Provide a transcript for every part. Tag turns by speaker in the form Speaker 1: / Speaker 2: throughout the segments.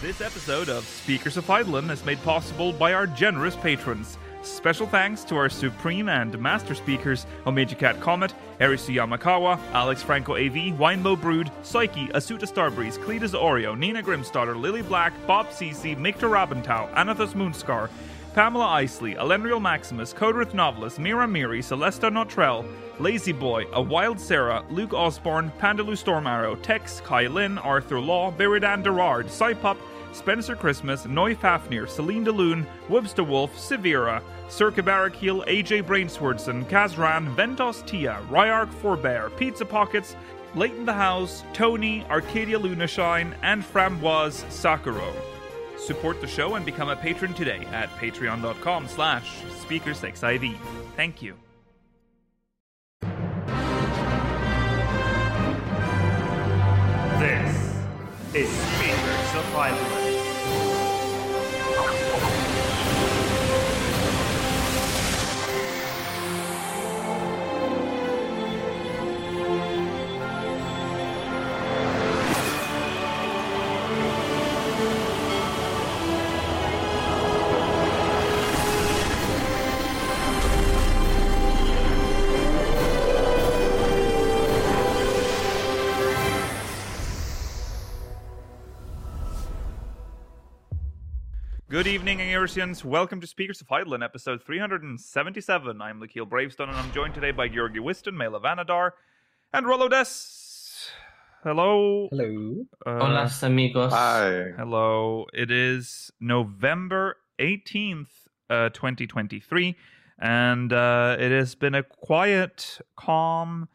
Speaker 1: This episode of Speakers of Eidolon is made possible by our generous patrons. Special thanks to our supreme and master speakers, Omega Cat Comet, Erisu Yamakawa, Alex Franco AV, Winemo Brood, Psyche, Asuta Starbreeze, Cletus Oreo, Nina Grimstarter, Lily Black, Bob CC, Mictor Rabentau, Anathos Moonscar, Pamela Isley, Elendriel Maximus, Codrith Novelist, Mira Miri, Celesta Notrell, Lazy Boy, A Wild Sarah, Luke Osborne, Pandaloo Storm Arrow, Tex, Kai Lin, Arthur Law, Beridan Derard, Cypup, Spencer Christmas, Noy Fafnir, Celine DeLune, Webster Wolf, Severa, Sir Kibarakeel, AJ Brainswordson, Kazran, Ventos Tia, Ryark Forbear, Pizza Pockets, Leighton the House, Tony, Arcadia Lunashine, and Framboise Sakuro. Support the show and become a patron today at patreon.com slash speakersxiv. Thank you.
Speaker 2: This is Speakers of Ireland.
Speaker 1: Good evening, Irsians. Welcome to Speakers of Eidolon, episode 377. I'm Lakeel Bravestone, and I'm joined today by Georgi Wiston, Mela Vanadar, and Rollo Des. Hello.
Speaker 3: Hello.
Speaker 1: Uh,
Speaker 4: Hola amigos.
Speaker 5: Hi.
Speaker 1: Hello. It is November 18th, uh, 2023, and uh, it has been a quiet, calm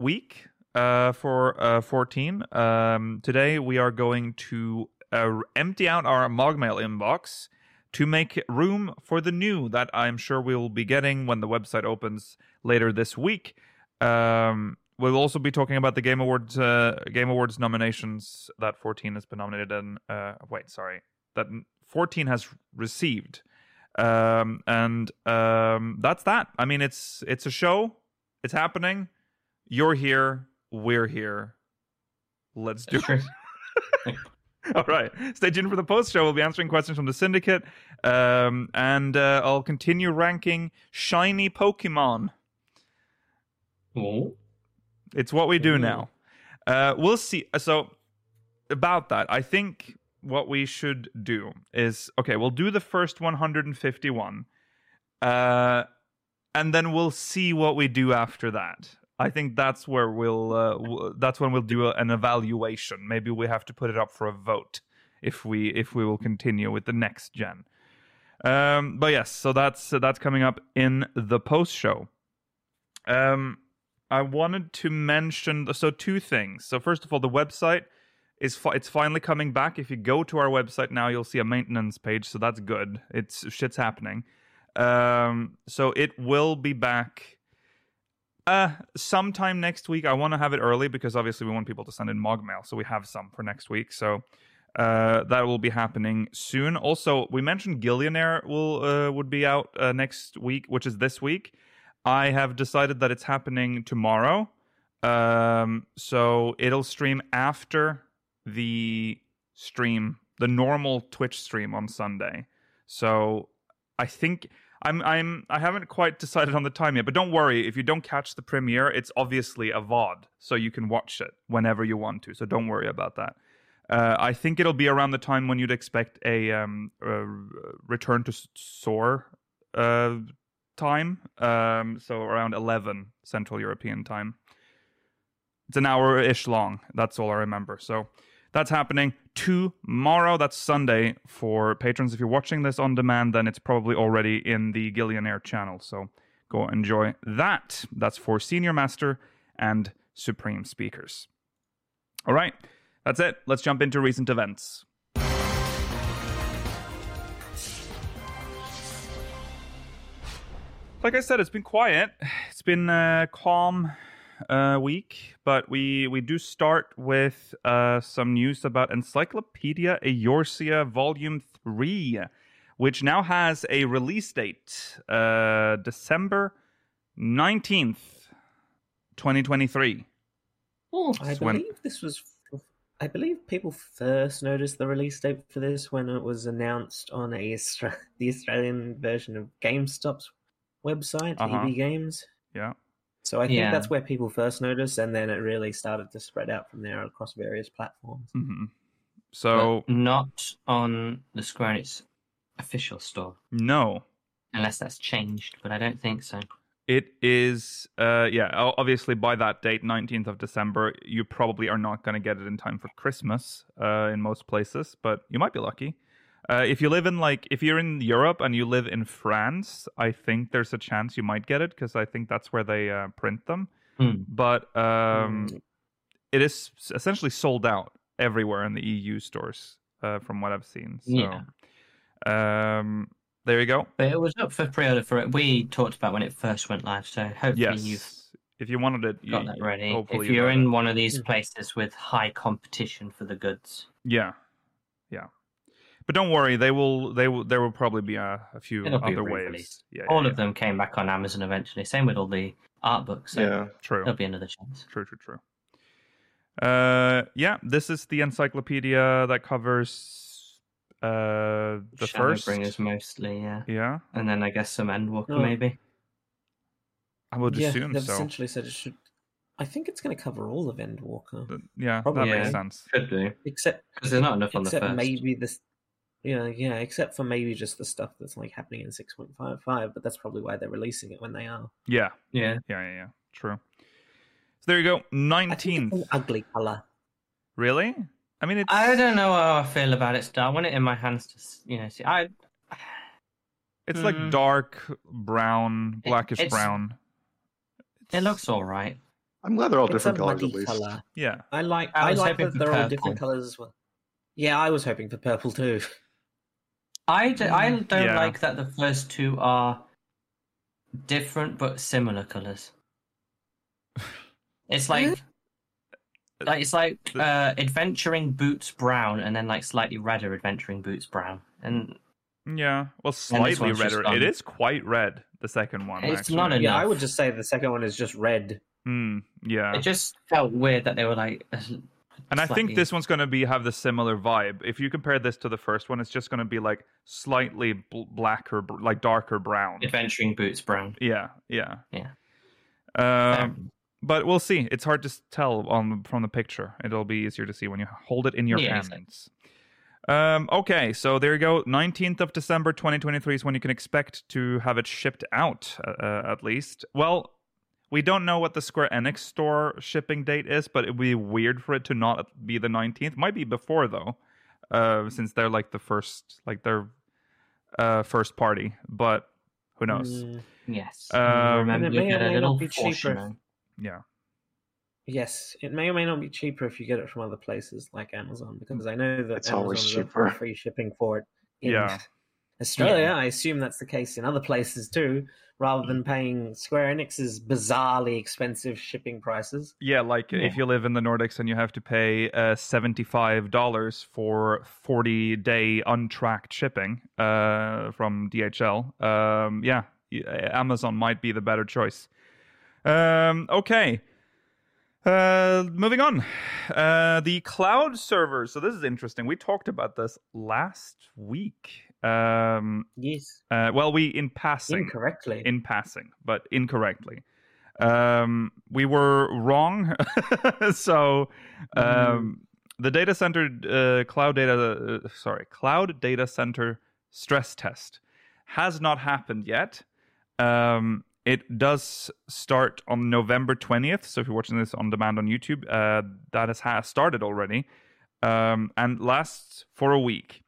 Speaker 1: week uh, for uh, 14. Um, today, we are going to uh, empty out our Mogmail inbox to make room for the new that I'm sure we will be getting when the website opens later this week. Um, we'll also be talking about the Game Awards uh, Game Awards nominations that 14 has been nominated in. Uh, wait, sorry, that 14 has received, um, and um, that's that. I mean, it's it's a show. It's happening. You're here. We're here. Let's do it.
Speaker 4: Sure.
Speaker 1: All right. Stay tuned for the post show. We'll be answering questions from the syndicate. Um, and uh, I'll continue ranking shiny Pokemon.
Speaker 4: Oh,
Speaker 1: It's what we do
Speaker 4: Ooh.
Speaker 1: now. Uh, we'll see. So, about that, I think what we should do is okay, we'll do the first 151. Uh, and then we'll see what we do after that. I think that's where we'll, uh, w- that's when we'll do a, an evaluation. Maybe we have to put it up for a vote if we, if we will continue with the next gen. Um, but yes, so that's, uh, that's coming up in the post show. Um, I wanted to mention so two things. So first of all, the website is fi- it's finally coming back. If you go to our website now, you'll see a maintenance page, so that's good. It's shit's happening. Um, so it will be back uh sometime next week. I want to have it early because obviously we want people to send in mog mail, so we have some for next week. So uh, that will be happening soon. Also, we mentioned Gillionaire will uh, would be out uh, next week, which is this week. I have decided that it's happening tomorrow. Um, so it'll stream after the stream, the normal Twitch stream on Sunday. So I think I'm I'm I haven't quite decided on the time yet, but don't worry, if you don't catch the premiere, it's obviously a VOD, so you can watch it whenever you want to. So don't worry about that. Uh, I think it'll be around the time when you'd expect a um, uh, return to SOAR uh, time, um, so around 11 Central European time. It's an hour ish long. That's all I remember. So that's happening tomorrow. That's Sunday for patrons. If you're watching this on demand, then it's probably already in the Gillionaire channel. So go enjoy that. That's for Senior Master and Supreme Speakers. All right, that's it. Let's jump into recent events. Like I said, it's been quiet. It's been uh, calm uh, week, but we we do start with uh, some news about Encyclopedia Eorzea Volume Three, which now has a release date, uh, December nineteenth, twenty twenty three.
Speaker 3: I
Speaker 1: Swim.
Speaker 3: believe this was I believe people first noticed the release date for this when it was announced on a Austra- the Australian version of GameStop's website,
Speaker 1: Uh-huh.
Speaker 3: EB Games.
Speaker 1: Yeah.
Speaker 3: So I think
Speaker 4: Yeah.
Speaker 3: that's where people first noticed, and then it really started to spread out from there across various platforms.
Speaker 1: hmm So
Speaker 4: But not on the Square Enix official store,
Speaker 1: no,
Speaker 4: unless that's changed. But I don't think so.
Speaker 1: it is. Uh, yeah, o- obviously by that date, nineteenth of December, you probably are not going to get it in time for Christmas uh, in most places, but you might be lucky. Uh, if you live in like if you're in Europe and you live in France, I think there's a chance you might get it because I think that's where they uh, print them.
Speaker 4: Hmm.
Speaker 1: But um,
Speaker 3: Mm,
Speaker 1: it is s- essentially sold out everywhere in the EU stores, uh, from what I've seen. So,
Speaker 4: Yeah.
Speaker 1: um, there you go.
Speaker 4: But it was up for pre-order for it. We talked about when it first went live, so hopefully
Speaker 1: Yes,
Speaker 4: you've
Speaker 1: if you wanted it, you,
Speaker 4: got that ready.
Speaker 1: hopefully
Speaker 4: if
Speaker 1: you
Speaker 4: you're
Speaker 1: got
Speaker 4: in
Speaker 1: it.
Speaker 4: one of these
Speaker 3: Mhm.
Speaker 4: places with high competition for the goods,
Speaker 1: yeah, yeah. But don't worry, they will. They will. There will probably be a, a few
Speaker 4: It'll be
Speaker 1: other waves.
Speaker 4: re-released.
Speaker 1: Yeah,
Speaker 4: all
Speaker 1: yeah,
Speaker 4: of them came back on Amazon eventually. Same with all the art books. So
Speaker 5: yeah.
Speaker 1: yeah. True.
Speaker 4: there'll be another chance.
Speaker 1: True. True. True. Uh, yeah. This is the encyclopedia that covers uh the first.
Speaker 4: Shadowbringers mostly, yeah,
Speaker 1: Yeah,
Speaker 4: and then I guess some Endwalker
Speaker 3: Oh.
Speaker 4: maybe.
Speaker 1: I would
Speaker 3: yeah,
Speaker 1: assume
Speaker 3: they've
Speaker 1: so.
Speaker 3: essentially said it should. I think it's going to cover all of Endwalker,
Speaker 1: Th- Yeah, that
Speaker 3: Probably.
Speaker 1: makes
Speaker 4: Yeah.
Speaker 1: sense.
Speaker 4: Could do
Speaker 3: except
Speaker 4: because there's not enough on the
Speaker 3: except
Speaker 4: first.
Speaker 3: maybe this. Yeah, yeah, except for maybe just the stuff that's like happening in six point five five, but that's probably why they're releasing it when they are.
Speaker 1: Yeah,
Speaker 4: Yeah,
Speaker 1: yeah, yeah, yeah. True. So there you go.
Speaker 3: I think it's
Speaker 1: Nineteenth.
Speaker 3: an ugly color.
Speaker 1: Really? I mean, it's.
Speaker 4: I don't know how I feel about it. Still, I want it in my hands to, s- you know, see. I
Speaker 1: It's like
Speaker 4: Mm.
Speaker 1: dark brown,
Speaker 4: It-
Speaker 1: blackish
Speaker 4: it's-
Speaker 1: brown.
Speaker 4: it looks all right.
Speaker 5: I'm glad they're all
Speaker 3: It's a
Speaker 5: different colors
Speaker 3: muddy
Speaker 5: at least.
Speaker 3: color.
Speaker 1: Yeah.
Speaker 3: I like.
Speaker 4: I
Speaker 3: I,
Speaker 4: was
Speaker 3: like
Speaker 4: hoping
Speaker 3: that
Speaker 4: for
Speaker 3: they're all different
Speaker 4: purple.
Speaker 3: colors as well. Yeah, I was hoping for purple too.
Speaker 4: I, d- I
Speaker 3: Mm.
Speaker 4: don't
Speaker 1: Yeah.
Speaker 4: like that the first two are different but similar colors. It's like, like it's like uh, adventuring boots brown, and then like slightly redder adventuring boots brown, and
Speaker 1: Yeah. Well,
Speaker 4: one's
Speaker 1: slightly
Speaker 4: just
Speaker 1: redder. It
Speaker 4: gone.
Speaker 1: is quite red, the second one.
Speaker 4: It's
Speaker 1: actually.
Speaker 4: not a-
Speaker 3: Yeah, I
Speaker 4: Enough.
Speaker 3: would just say the second one is just red.
Speaker 1: Mm, yeah.
Speaker 4: it just felt weird that they were like.
Speaker 1: And I think
Speaker 4: slightly-
Speaker 1: this one's going to be have the similar vibe. If you compare this to the first one, it's just going to be like slightly bl- blacker, br- like darker brown.
Speaker 4: adventuring boots brown.
Speaker 1: Yeah. Yeah.
Speaker 4: Yeah.
Speaker 1: Um,
Speaker 4: Um,
Speaker 1: but we'll see. It's hard to s- tell on from the picture. It'll be easier to see when you hold it in your
Speaker 4: Yeah,
Speaker 1: hands.
Speaker 4: exactly.
Speaker 1: Um, okay, so there you go. Nineteenth of December, twenty twenty three is when you can expect to have it shipped out, uh, uh, at least. Well, we don't know what the Square Enix store shipping date is, but it'd be weird for it to not be the nineteenth. Might be before though, uh, since they're like the first, like their uh, first party. But who knows?
Speaker 3: Mm,
Speaker 4: yes.
Speaker 1: um, And
Speaker 4: remember,
Speaker 3: it
Speaker 4: you
Speaker 3: may or
Speaker 4: get a
Speaker 3: may not
Speaker 4: little
Speaker 3: be cheaper if-
Speaker 4: fortune.
Speaker 1: Yeah.
Speaker 3: yes, it may or may not be cheaper if you get it from other places like Amazon, because I know that
Speaker 5: It's
Speaker 3: Amazon
Speaker 5: always
Speaker 3: is offering
Speaker 5: cheaper.
Speaker 3: free shipping for it. In
Speaker 1: Yeah.
Speaker 3: Australia,
Speaker 4: Yeah.
Speaker 3: I assume that's the case in other places too, rather than paying Square Enix's bizarrely expensive shipping prices.
Speaker 1: Yeah, like if you live in the Nordics and you have to pay uh, seventy-five dollars for forty-day untracked shipping uh, from DHL, um, yeah, y- Amazon might be the better choice. Um, okay, uh, moving on. Uh, the cloud servers. So this is interesting. We talked about this last week. Um,
Speaker 3: Yes,
Speaker 1: uh, well, we in passing
Speaker 3: incorrectly.
Speaker 1: in passing, but incorrectly. Um, we were wrong. so um, the data center uh, cloud data uh, sorry cloud data center stress test has not happened yet. Um, it does start on November twentieth. So if you're watching this on demand on YouTube, uh, that has ha- started already um, and lasts for a week.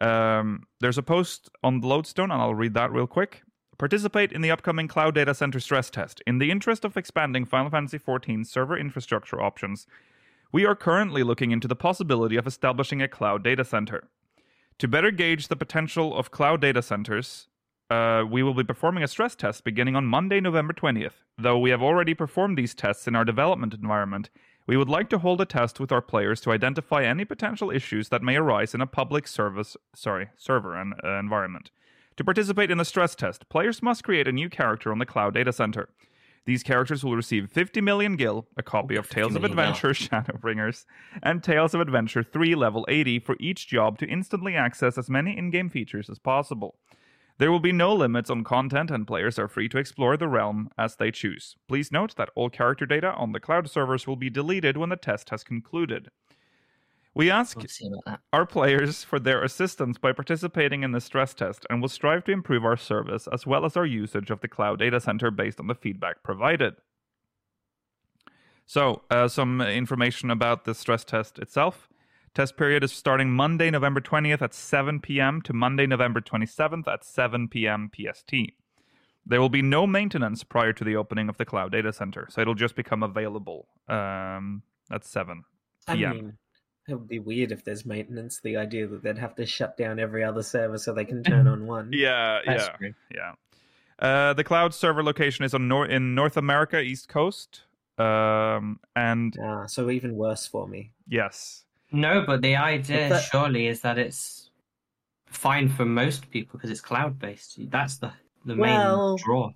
Speaker 1: Um, there's a post on Lodestone, and I'll read that real quick. Participate in the upcoming cloud data center stress test. In the interest of expanding Final Fantasy XIV server infrastructure options, we are currently looking into the possibility of establishing a cloud data center. To better gauge the potential of cloud data centers, uh, we will be performing a stress test beginning on Monday, November 20th. Though we have already performed these tests in our development environment, we would like to hold a test with our players to identify any potential issues that may arise in a public service, sorry, server and, uh, environment. To participate in the stress test, players must create a new character on the cloud data center. These characters will receive 50 million gil, a copy of
Speaker 4: 50
Speaker 1: Tales of
Speaker 4: million gil.
Speaker 1: Adventure Shadowbringers, and Tales of Adventure 3 level 80 for each job to instantly access as many in game features as possible. There will be no limits on content, and players are free to explore the realm as they choose. Please note that all character data on the cloud servers will be deleted when the test has concluded. We ask
Speaker 4: We'll see about that.
Speaker 1: our players for their assistance by participating in the stress test and will strive to improve our service as well as our usage of the cloud data center based on the feedback provided. So, uh, some information about the stress test itself. Test period is starting Monday, November 20th at 7 p.m. to Monday, November 27th at 7 p.m. PST. There will be no maintenance prior to the opening of the cloud data center, so it'll just become available um, at 7.
Speaker 3: I
Speaker 1: Yeah.
Speaker 3: mean, it would be weird if there's maintenance. The idea that they'd have to shut down every other server so they can turn on one.
Speaker 1: Yeah,
Speaker 4: That's great.
Speaker 1: Yeah. Uh, the cloud server location is on nor- in North America, East Coast. Um, and
Speaker 3: Ah, so even worse for me.
Speaker 1: yes,
Speaker 4: No, but the
Speaker 3: If
Speaker 4: idea
Speaker 3: that-
Speaker 4: surely is that it's fine for most people because it's cloud based. That's the the
Speaker 3: Well-
Speaker 4: main draw.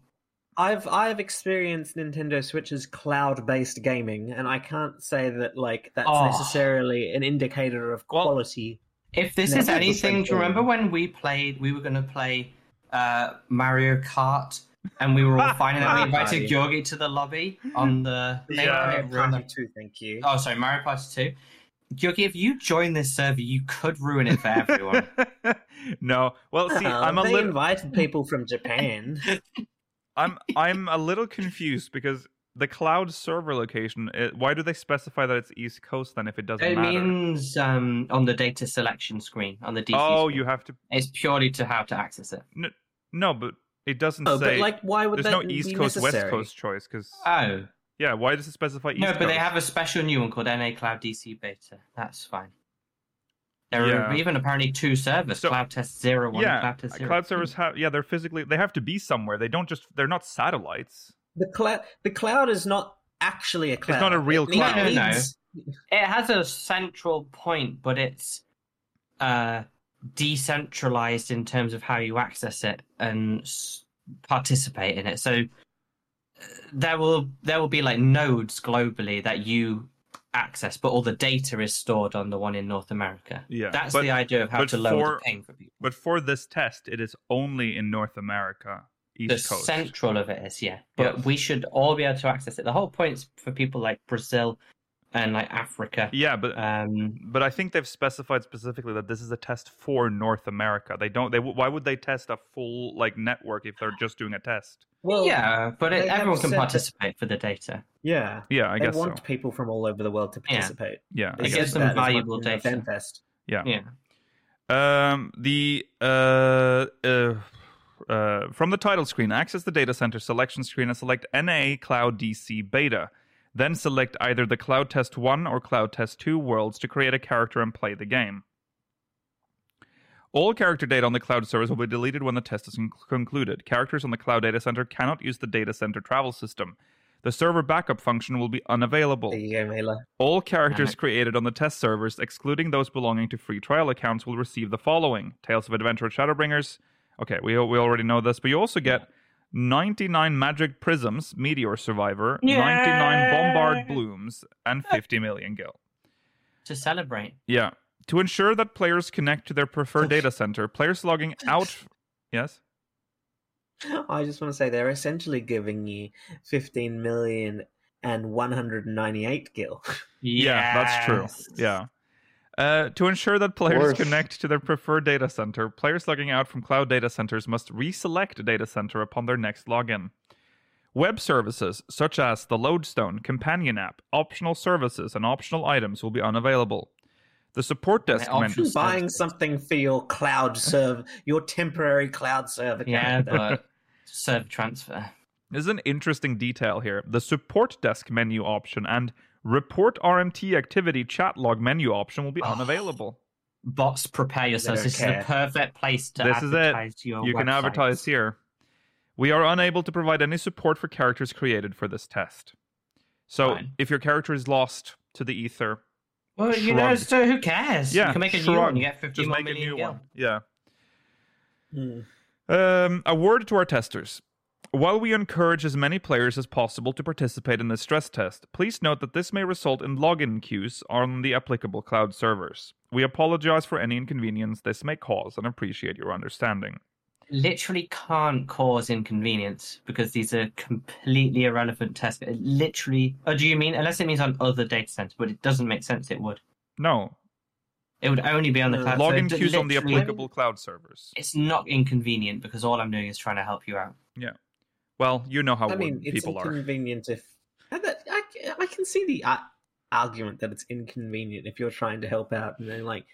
Speaker 3: I've I've experienced Nintendo Switch's cloud-based gaming, and I can't say that like that's
Speaker 4: Oh.
Speaker 3: necessarily an indicator of
Speaker 1: Ah. Well-
Speaker 3: quality.
Speaker 4: If this
Speaker 3: No,
Speaker 4: is
Speaker 3: it's
Speaker 4: anything, do you
Speaker 3: essential.
Speaker 4: remember when we played? We were going to play uh, Mario Kart, and we were all finding out. We invited Yogi to the lobby on the
Speaker 1: Yeah.
Speaker 4: they
Speaker 3: Mario
Speaker 4: were
Speaker 1: uh,
Speaker 4: ruining-
Speaker 3: Party 2, thank you.
Speaker 4: Oh, sorry, Mario Party Two. Yogi, if you join this server, you could ruin it for everyone.
Speaker 1: no. Well, see,
Speaker 3: Oh,
Speaker 1: I'm a
Speaker 3: they
Speaker 1: little,
Speaker 3: invited people from Japan.
Speaker 1: I'm, I'm a little confused because the cloud server location. It, why do they specify that it's East Coast then if it doesn't
Speaker 4: it
Speaker 1: matter?
Speaker 4: means um, on the data selection screen on the DC.
Speaker 1: oh,
Speaker 4: screen.
Speaker 1: you have to.
Speaker 4: It's purely to how to access it.
Speaker 1: No, but it doesn't
Speaker 3: Oh,
Speaker 1: say.
Speaker 3: but like, why would
Speaker 1: there's
Speaker 3: that
Speaker 1: no
Speaker 3: be
Speaker 1: East Coast West
Speaker 3: necessary?
Speaker 1: Coast choice because
Speaker 4: Oh
Speaker 1: yeah. Why does it specify East
Speaker 4: no,
Speaker 1: Coast?
Speaker 4: but they have a special new one called NA Cloud DC Beta. That's fine. There
Speaker 1: Yeah.
Speaker 4: are even apparently two servers:
Speaker 1: So-
Speaker 4: Cloud Test Zero One,
Speaker 1: yeah,
Speaker 4: Cloud Test Zero.
Speaker 1: cloud
Speaker 4: Two.
Speaker 1: servers have yeah. They're physically they have to be somewhere. They don't just they're not satellites.
Speaker 3: The cloud, the cloud is not actually a cloud.
Speaker 1: not a real
Speaker 3: It needs-
Speaker 1: cloud.
Speaker 4: No, no, no.
Speaker 3: needs-
Speaker 4: It has a central point, but it's uh, decentralized in terms of how you access it and s- participate in it. So uh, there will there will be like nodes globally that you access, but all the data is stored on the one in North America.
Speaker 1: Yeah,
Speaker 4: That's
Speaker 1: but-
Speaker 4: the idea of how
Speaker 1: but
Speaker 4: to lower
Speaker 1: for
Speaker 4: the ping for people.
Speaker 1: But for this test, it is only in North America, East
Speaker 4: the
Speaker 1: Coast.
Speaker 4: central of it is yeah but
Speaker 1: Yes.
Speaker 4: we should all be able to access it the whole point's for people like brazil and like africa
Speaker 1: yeah, but
Speaker 4: um
Speaker 1: but I think they've specified specifically that this is a test for North America. They don't. They why would they test a full like network if they're just doing a test?
Speaker 3: Well, yeah,
Speaker 4: yeah but
Speaker 3: they
Speaker 4: it,
Speaker 3: have
Speaker 4: everyone
Speaker 3: said
Speaker 4: can
Speaker 3: that-
Speaker 4: participate for the data
Speaker 3: yeah.
Speaker 1: Yeah, I
Speaker 3: they
Speaker 1: guess so.
Speaker 3: want people from all over the world to
Speaker 4: Yeah.
Speaker 3: participate.
Speaker 1: Yeah, I
Speaker 4: It
Speaker 3: They
Speaker 1: guess.
Speaker 4: gives
Speaker 3: said
Speaker 4: them
Speaker 3: that as much
Speaker 4: valuable
Speaker 3: in the
Speaker 4: data.
Speaker 3: FanFest.
Speaker 1: yeah.
Speaker 4: yeah
Speaker 1: Um, the uh, uh, uh, from the title screen, access the data center selection screen and select NA Cloud DC Beta. Then select either the Cloud Test One or Cloud Test Two worlds to create a character and play the game. All character data on the cloud servers will be deleted when the test is conc- concluded. Characters on the cloud data center cannot use the data center travel system. The server backup function will be unavailable.
Speaker 3: There you go, Mela.
Speaker 1: All characters
Speaker 4: Alright.
Speaker 1: created on the test servers, excluding those belonging to free trial accounts, will receive the following Tales of Adventure and Shadowbringers. Okay, we, we already know this, but you also get 99 Magic Prisms, Meteor Survivor, 99 Bombard Blooms, and 50 million Gil.
Speaker 4: to celebrate
Speaker 1: Yeah. To ensure that players connect to their preferred data center, players logging out. Yes?
Speaker 3: I just want to say they're essentially giving you 15 million and 198 gil.
Speaker 1: Yeah, that's true.
Speaker 4: Yes.
Speaker 1: Yeah. Uh, to ensure that players
Speaker 5: Worse.
Speaker 1: connect to their preferred data center, players logging out from cloud data centers must reselect a data center upon their next login. Web services such as the Lodestone companion app, optional services, and optional items will be unavailable. The support
Speaker 4: And
Speaker 1: desk
Speaker 4: the
Speaker 1: men-
Speaker 4: option-
Speaker 3: You're buying
Speaker 4: Sounds good.
Speaker 3: something for your cloud server, your temporary cloud server.
Speaker 4: yeah
Speaker 3: calendar.
Speaker 4: but server transfer
Speaker 1: This is an interesting detail here. The support desk menu option and report RMT activity chat log menu option will be
Speaker 4: Oh.
Speaker 1: unavailable.
Speaker 4: bots prepare yourselves
Speaker 3: don't
Speaker 4: this
Speaker 3: care.
Speaker 4: is the perfect place to
Speaker 1: This is it.
Speaker 4: advertise your
Speaker 1: you can
Speaker 4: website.
Speaker 1: advertise here. We are unable to provide any support for characters created for this test. So
Speaker 4: Fine.
Speaker 1: if your character is lost to the ether,
Speaker 4: well you know
Speaker 1: Shrug.
Speaker 4: so who cares
Speaker 1: Yeah,
Speaker 4: you can make a
Speaker 1: shrug.
Speaker 4: new one you get 50
Speaker 1: just
Speaker 4: more
Speaker 1: make a
Speaker 4: million
Speaker 1: new
Speaker 4: gil.
Speaker 1: one. Yeah.
Speaker 3: Hmm.
Speaker 1: Um, a word to our testers. While we encourage as many players as possible to participate in the stress test, please note that this may result in login queues on the applicable cloud servers. We apologize for any inconvenience this may cause and appreciate your understanding.
Speaker 4: Literally can't cause inconvenience because these are completely irrelevant tests. It literally, oh, do you mean unless it means on other data centers? But it doesn't make sense. It would.
Speaker 1: No,
Speaker 4: It would only be on the
Speaker 3: Uh,
Speaker 4: cloud.
Speaker 1: login
Speaker 4: so it
Speaker 1: queues on the
Speaker 4: literally-
Speaker 1: applicable cloud servers.
Speaker 4: It's not inconvenient because all I'm doing is trying to help you out.
Speaker 1: Well, you know how
Speaker 3: I mean,
Speaker 1: wooden
Speaker 3: it's
Speaker 1: people are.
Speaker 3: inconvenient if. I, bet- I, I can see the uh, argument that it's inconvenient if you're trying to help out and they're like,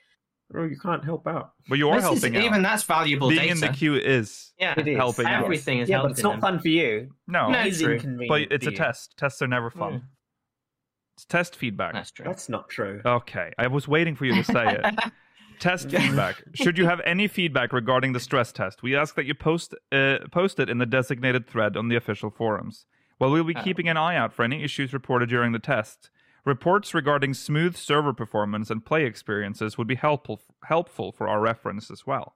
Speaker 3: oh, you can't help out.
Speaker 1: But you are
Speaker 4: This is-
Speaker 1: helping out.
Speaker 4: Even that's valuable
Speaker 1: Being
Speaker 4: data.
Speaker 1: in the queue is
Speaker 4: yeah,
Speaker 3: It is.
Speaker 1: helping out.
Speaker 4: everything is
Speaker 3: yeah,
Speaker 4: helping.
Speaker 3: but it's not
Speaker 4: them.
Speaker 3: fun for you.
Speaker 1: No,
Speaker 4: No, Hmm.
Speaker 3: it is
Speaker 4: true.
Speaker 3: inconvenient.
Speaker 1: Oh, but it's
Speaker 3: for
Speaker 1: a
Speaker 3: you.
Speaker 1: test. Tests are never fun.
Speaker 4: Yeah.
Speaker 1: It's test feedback.
Speaker 4: That's true.
Speaker 3: That's not true.
Speaker 1: Okay, I was waiting for you to say it. test
Speaker 3: Yeah.
Speaker 1: feedback. Should you have any feedback regarding the stress test, we ask that you post uh, post it in the designated thread on the official forums. While we'll be
Speaker 4: Oh.
Speaker 1: keeping an eye out for any issues reported during the test, reports regarding smooth server performance and play experiences would be helpful helpful for our reference as well.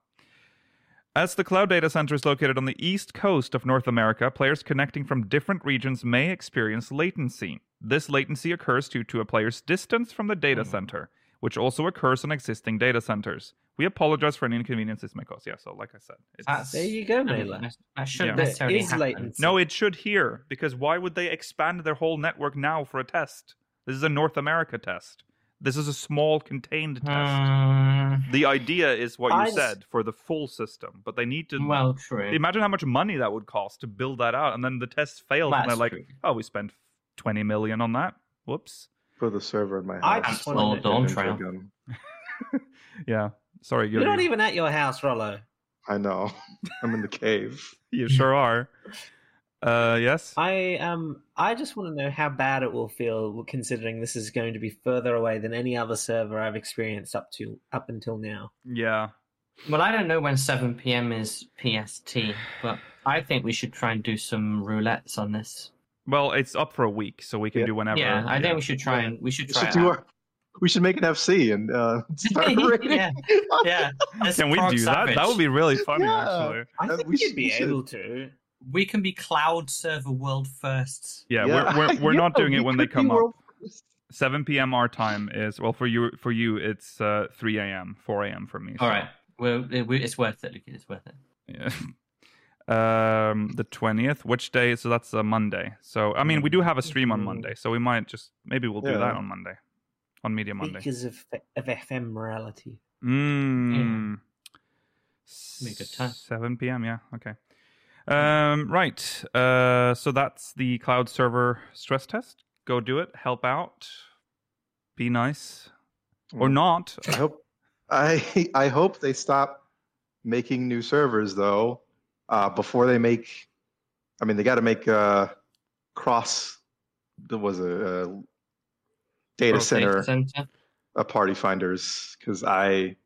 Speaker 1: As the cloud data center is located on the east coast of North America, players connecting from different regions may experience latency. This latency occurs due to a player's distance from the data
Speaker 4: Hmm.
Speaker 1: center, which also occurs on existing data centers. We apologize for any inconvenience this may cause. Yeah, so like I said, it's,
Speaker 4: That's-
Speaker 3: There you go,
Speaker 4: I mean,
Speaker 3: Mela.
Speaker 4: that shouldn't
Speaker 1: Yeah.
Speaker 3: There
Speaker 4: necessarily
Speaker 3: is
Speaker 4: happen.
Speaker 3: latency.
Speaker 1: no, it should here because why would they expand their whole network now for a test? This is a North America test. This is a small
Speaker 4: Hmm.
Speaker 1: contained test.
Speaker 4: Mm,
Speaker 1: The idea is what you
Speaker 3: I-
Speaker 1: said for the full system, but they need to
Speaker 4: well, true.
Speaker 1: Imagine how much money that would cost to build that out, and then the test fails,
Speaker 4: That's
Speaker 1: and they're like,
Speaker 4: true.
Speaker 1: "Oh, we spent twenty million on that. Whoops."
Speaker 5: Put the server in my
Speaker 3: I
Speaker 5: house.
Speaker 3: just
Speaker 5: and
Speaker 3: wanna-
Speaker 5: then
Speaker 4: Dawn
Speaker 5: take
Speaker 4: Trail.
Speaker 5: them.
Speaker 1: Yeah, sorry,
Speaker 3: You're
Speaker 1: Yuri.
Speaker 3: not even at your house, Rollo.
Speaker 5: I know. I'm in the cave.
Speaker 1: you sure are. Uh, yes.
Speaker 3: I um, I just want to know how bad it will feel, considering this is going to be further away than any other server I've experienced up to up until now.
Speaker 1: Yeah.
Speaker 4: Well, I don't know when 7 p.m. is PST, but I think we should try and do some roulettes on this.
Speaker 1: Well, it's up for a week, so we can
Speaker 5: Yeah.
Speaker 1: do whenever.
Speaker 4: yeah, I think we should try and we should
Speaker 5: We
Speaker 4: try.
Speaker 5: should
Speaker 4: it
Speaker 5: do
Speaker 4: out.
Speaker 5: our, We should make an FC and uh, start rating.
Speaker 4: yeah, yeah. Let's
Speaker 1: Can we
Speaker 4: frog
Speaker 1: do that? That
Speaker 4: savage.
Speaker 1: would be really funny,
Speaker 5: Yeah.
Speaker 1: actually.
Speaker 3: I
Speaker 5: Uh,
Speaker 3: think
Speaker 5: we
Speaker 3: you'd
Speaker 5: should-
Speaker 3: be
Speaker 5: we should-
Speaker 3: able to.
Speaker 4: We can be cloud server world firsts.
Speaker 1: Yeah,
Speaker 5: Yeah.
Speaker 1: we're we're, we're
Speaker 5: Yeah,
Speaker 1: not doing
Speaker 5: we
Speaker 1: it when they
Speaker 5: could be
Speaker 1: come up.
Speaker 5: world first.
Speaker 1: Seven p.m. our time is well for you. For you, it's uh, three a.m., four a.m. for me.
Speaker 4: All
Speaker 1: so,
Speaker 4: right, well, it- we- it's worth it, Lucas. It's worth it.
Speaker 1: Yeah. Um, the twentieth, which day? So that's a Monday. So I mean, we do have a stream on
Speaker 3: Mhm.
Speaker 1: Monday, so we might just maybe we'll do
Speaker 5: Yeah.
Speaker 1: that on Monday, on Media Monday.
Speaker 3: Because of, of ephemerality.
Speaker 1: Mm.
Speaker 4: Be a good time.
Speaker 1: Seven p.m. Yeah. Okay. Um. Right. Uh. So that's the cloud server stress test. Go do it. Help out. Be nice or
Speaker 5: Mm.
Speaker 1: not.
Speaker 5: I hope I I hope they stop making new servers though uh, before they make. I mean, they got to make uh, cross. There was a, uh data
Speaker 1: Cross
Speaker 5: center
Speaker 4: center.
Speaker 5: a party finders because I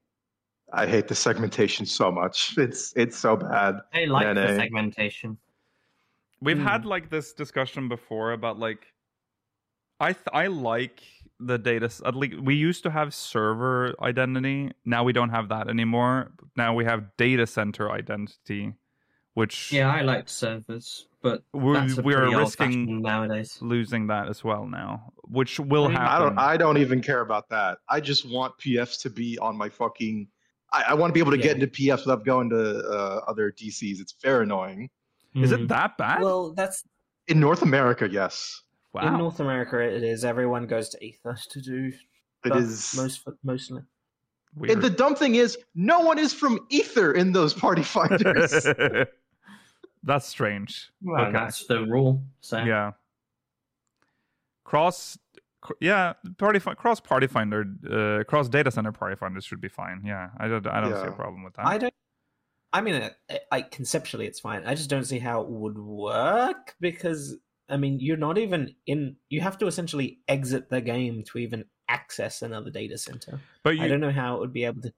Speaker 5: I hate the segmentation so much. It's it's so bad.
Speaker 4: They like
Speaker 5: Yeah,
Speaker 4: the
Speaker 5: no.
Speaker 4: segmentation.
Speaker 1: We've
Speaker 3: Hmm.
Speaker 4: Mm.
Speaker 1: had like this discussion before about like I th- I like the data s- at least we used to have server identity now we don't have that anymore now we have data center identity which
Speaker 4: Yeah, I liked servers, but
Speaker 1: we're,
Speaker 4: that's a
Speaker 1: we are
Speaker 4: pretty
Speaker 1: risking
Speaker 4: old-fashioned nowadays.
Speaker 1: losing that as well now which will
Speaker 4: I mean,
Speaker 5: I
Speaker 1: happen
Speaker 5: don't I don't even care about that. I just want PFs to be on my fucking. I, I want to be able to get into PFs without going to uh, other DCs. It's very annoying.
Speaker 1: is
Speaker 4: Hmm,
Speaker 1: it that bad
Speaker 3: Well, that's
Speaker 5: In North America, yes,
Speaker 1: wow
Speaker 3: in North America. It is. Everyone goes to Ether to do
Speaker 5: it
Speaker 3: stuff
Speaker 5: is.
Speaker 3: most mostly.
Speaker 1: Weird.
Speaker 5: And the dumb thing is, no one is from Ether in those party finders.
Speaker 1: that's strange
Speaker 4: Well,
Speaker 1: Okay.
Speaker 4: that's the rule. So
Speaker 1: yeah cross cr- yeah party fi- cross party finder uh, cross data center party finders should be fine yeah i don't i don't see a
Speaker 5: Yeah.
Speaker 1: problem with that
Speaker 3: I don't. I mean, uh, uh, like conceptually, it's fine. I just don't see how it would work because I mean, you're not even in. You have to essentially exit the game to even access another data center.
Speaker 1: but you
Speaker 3: I don't know how it would be able to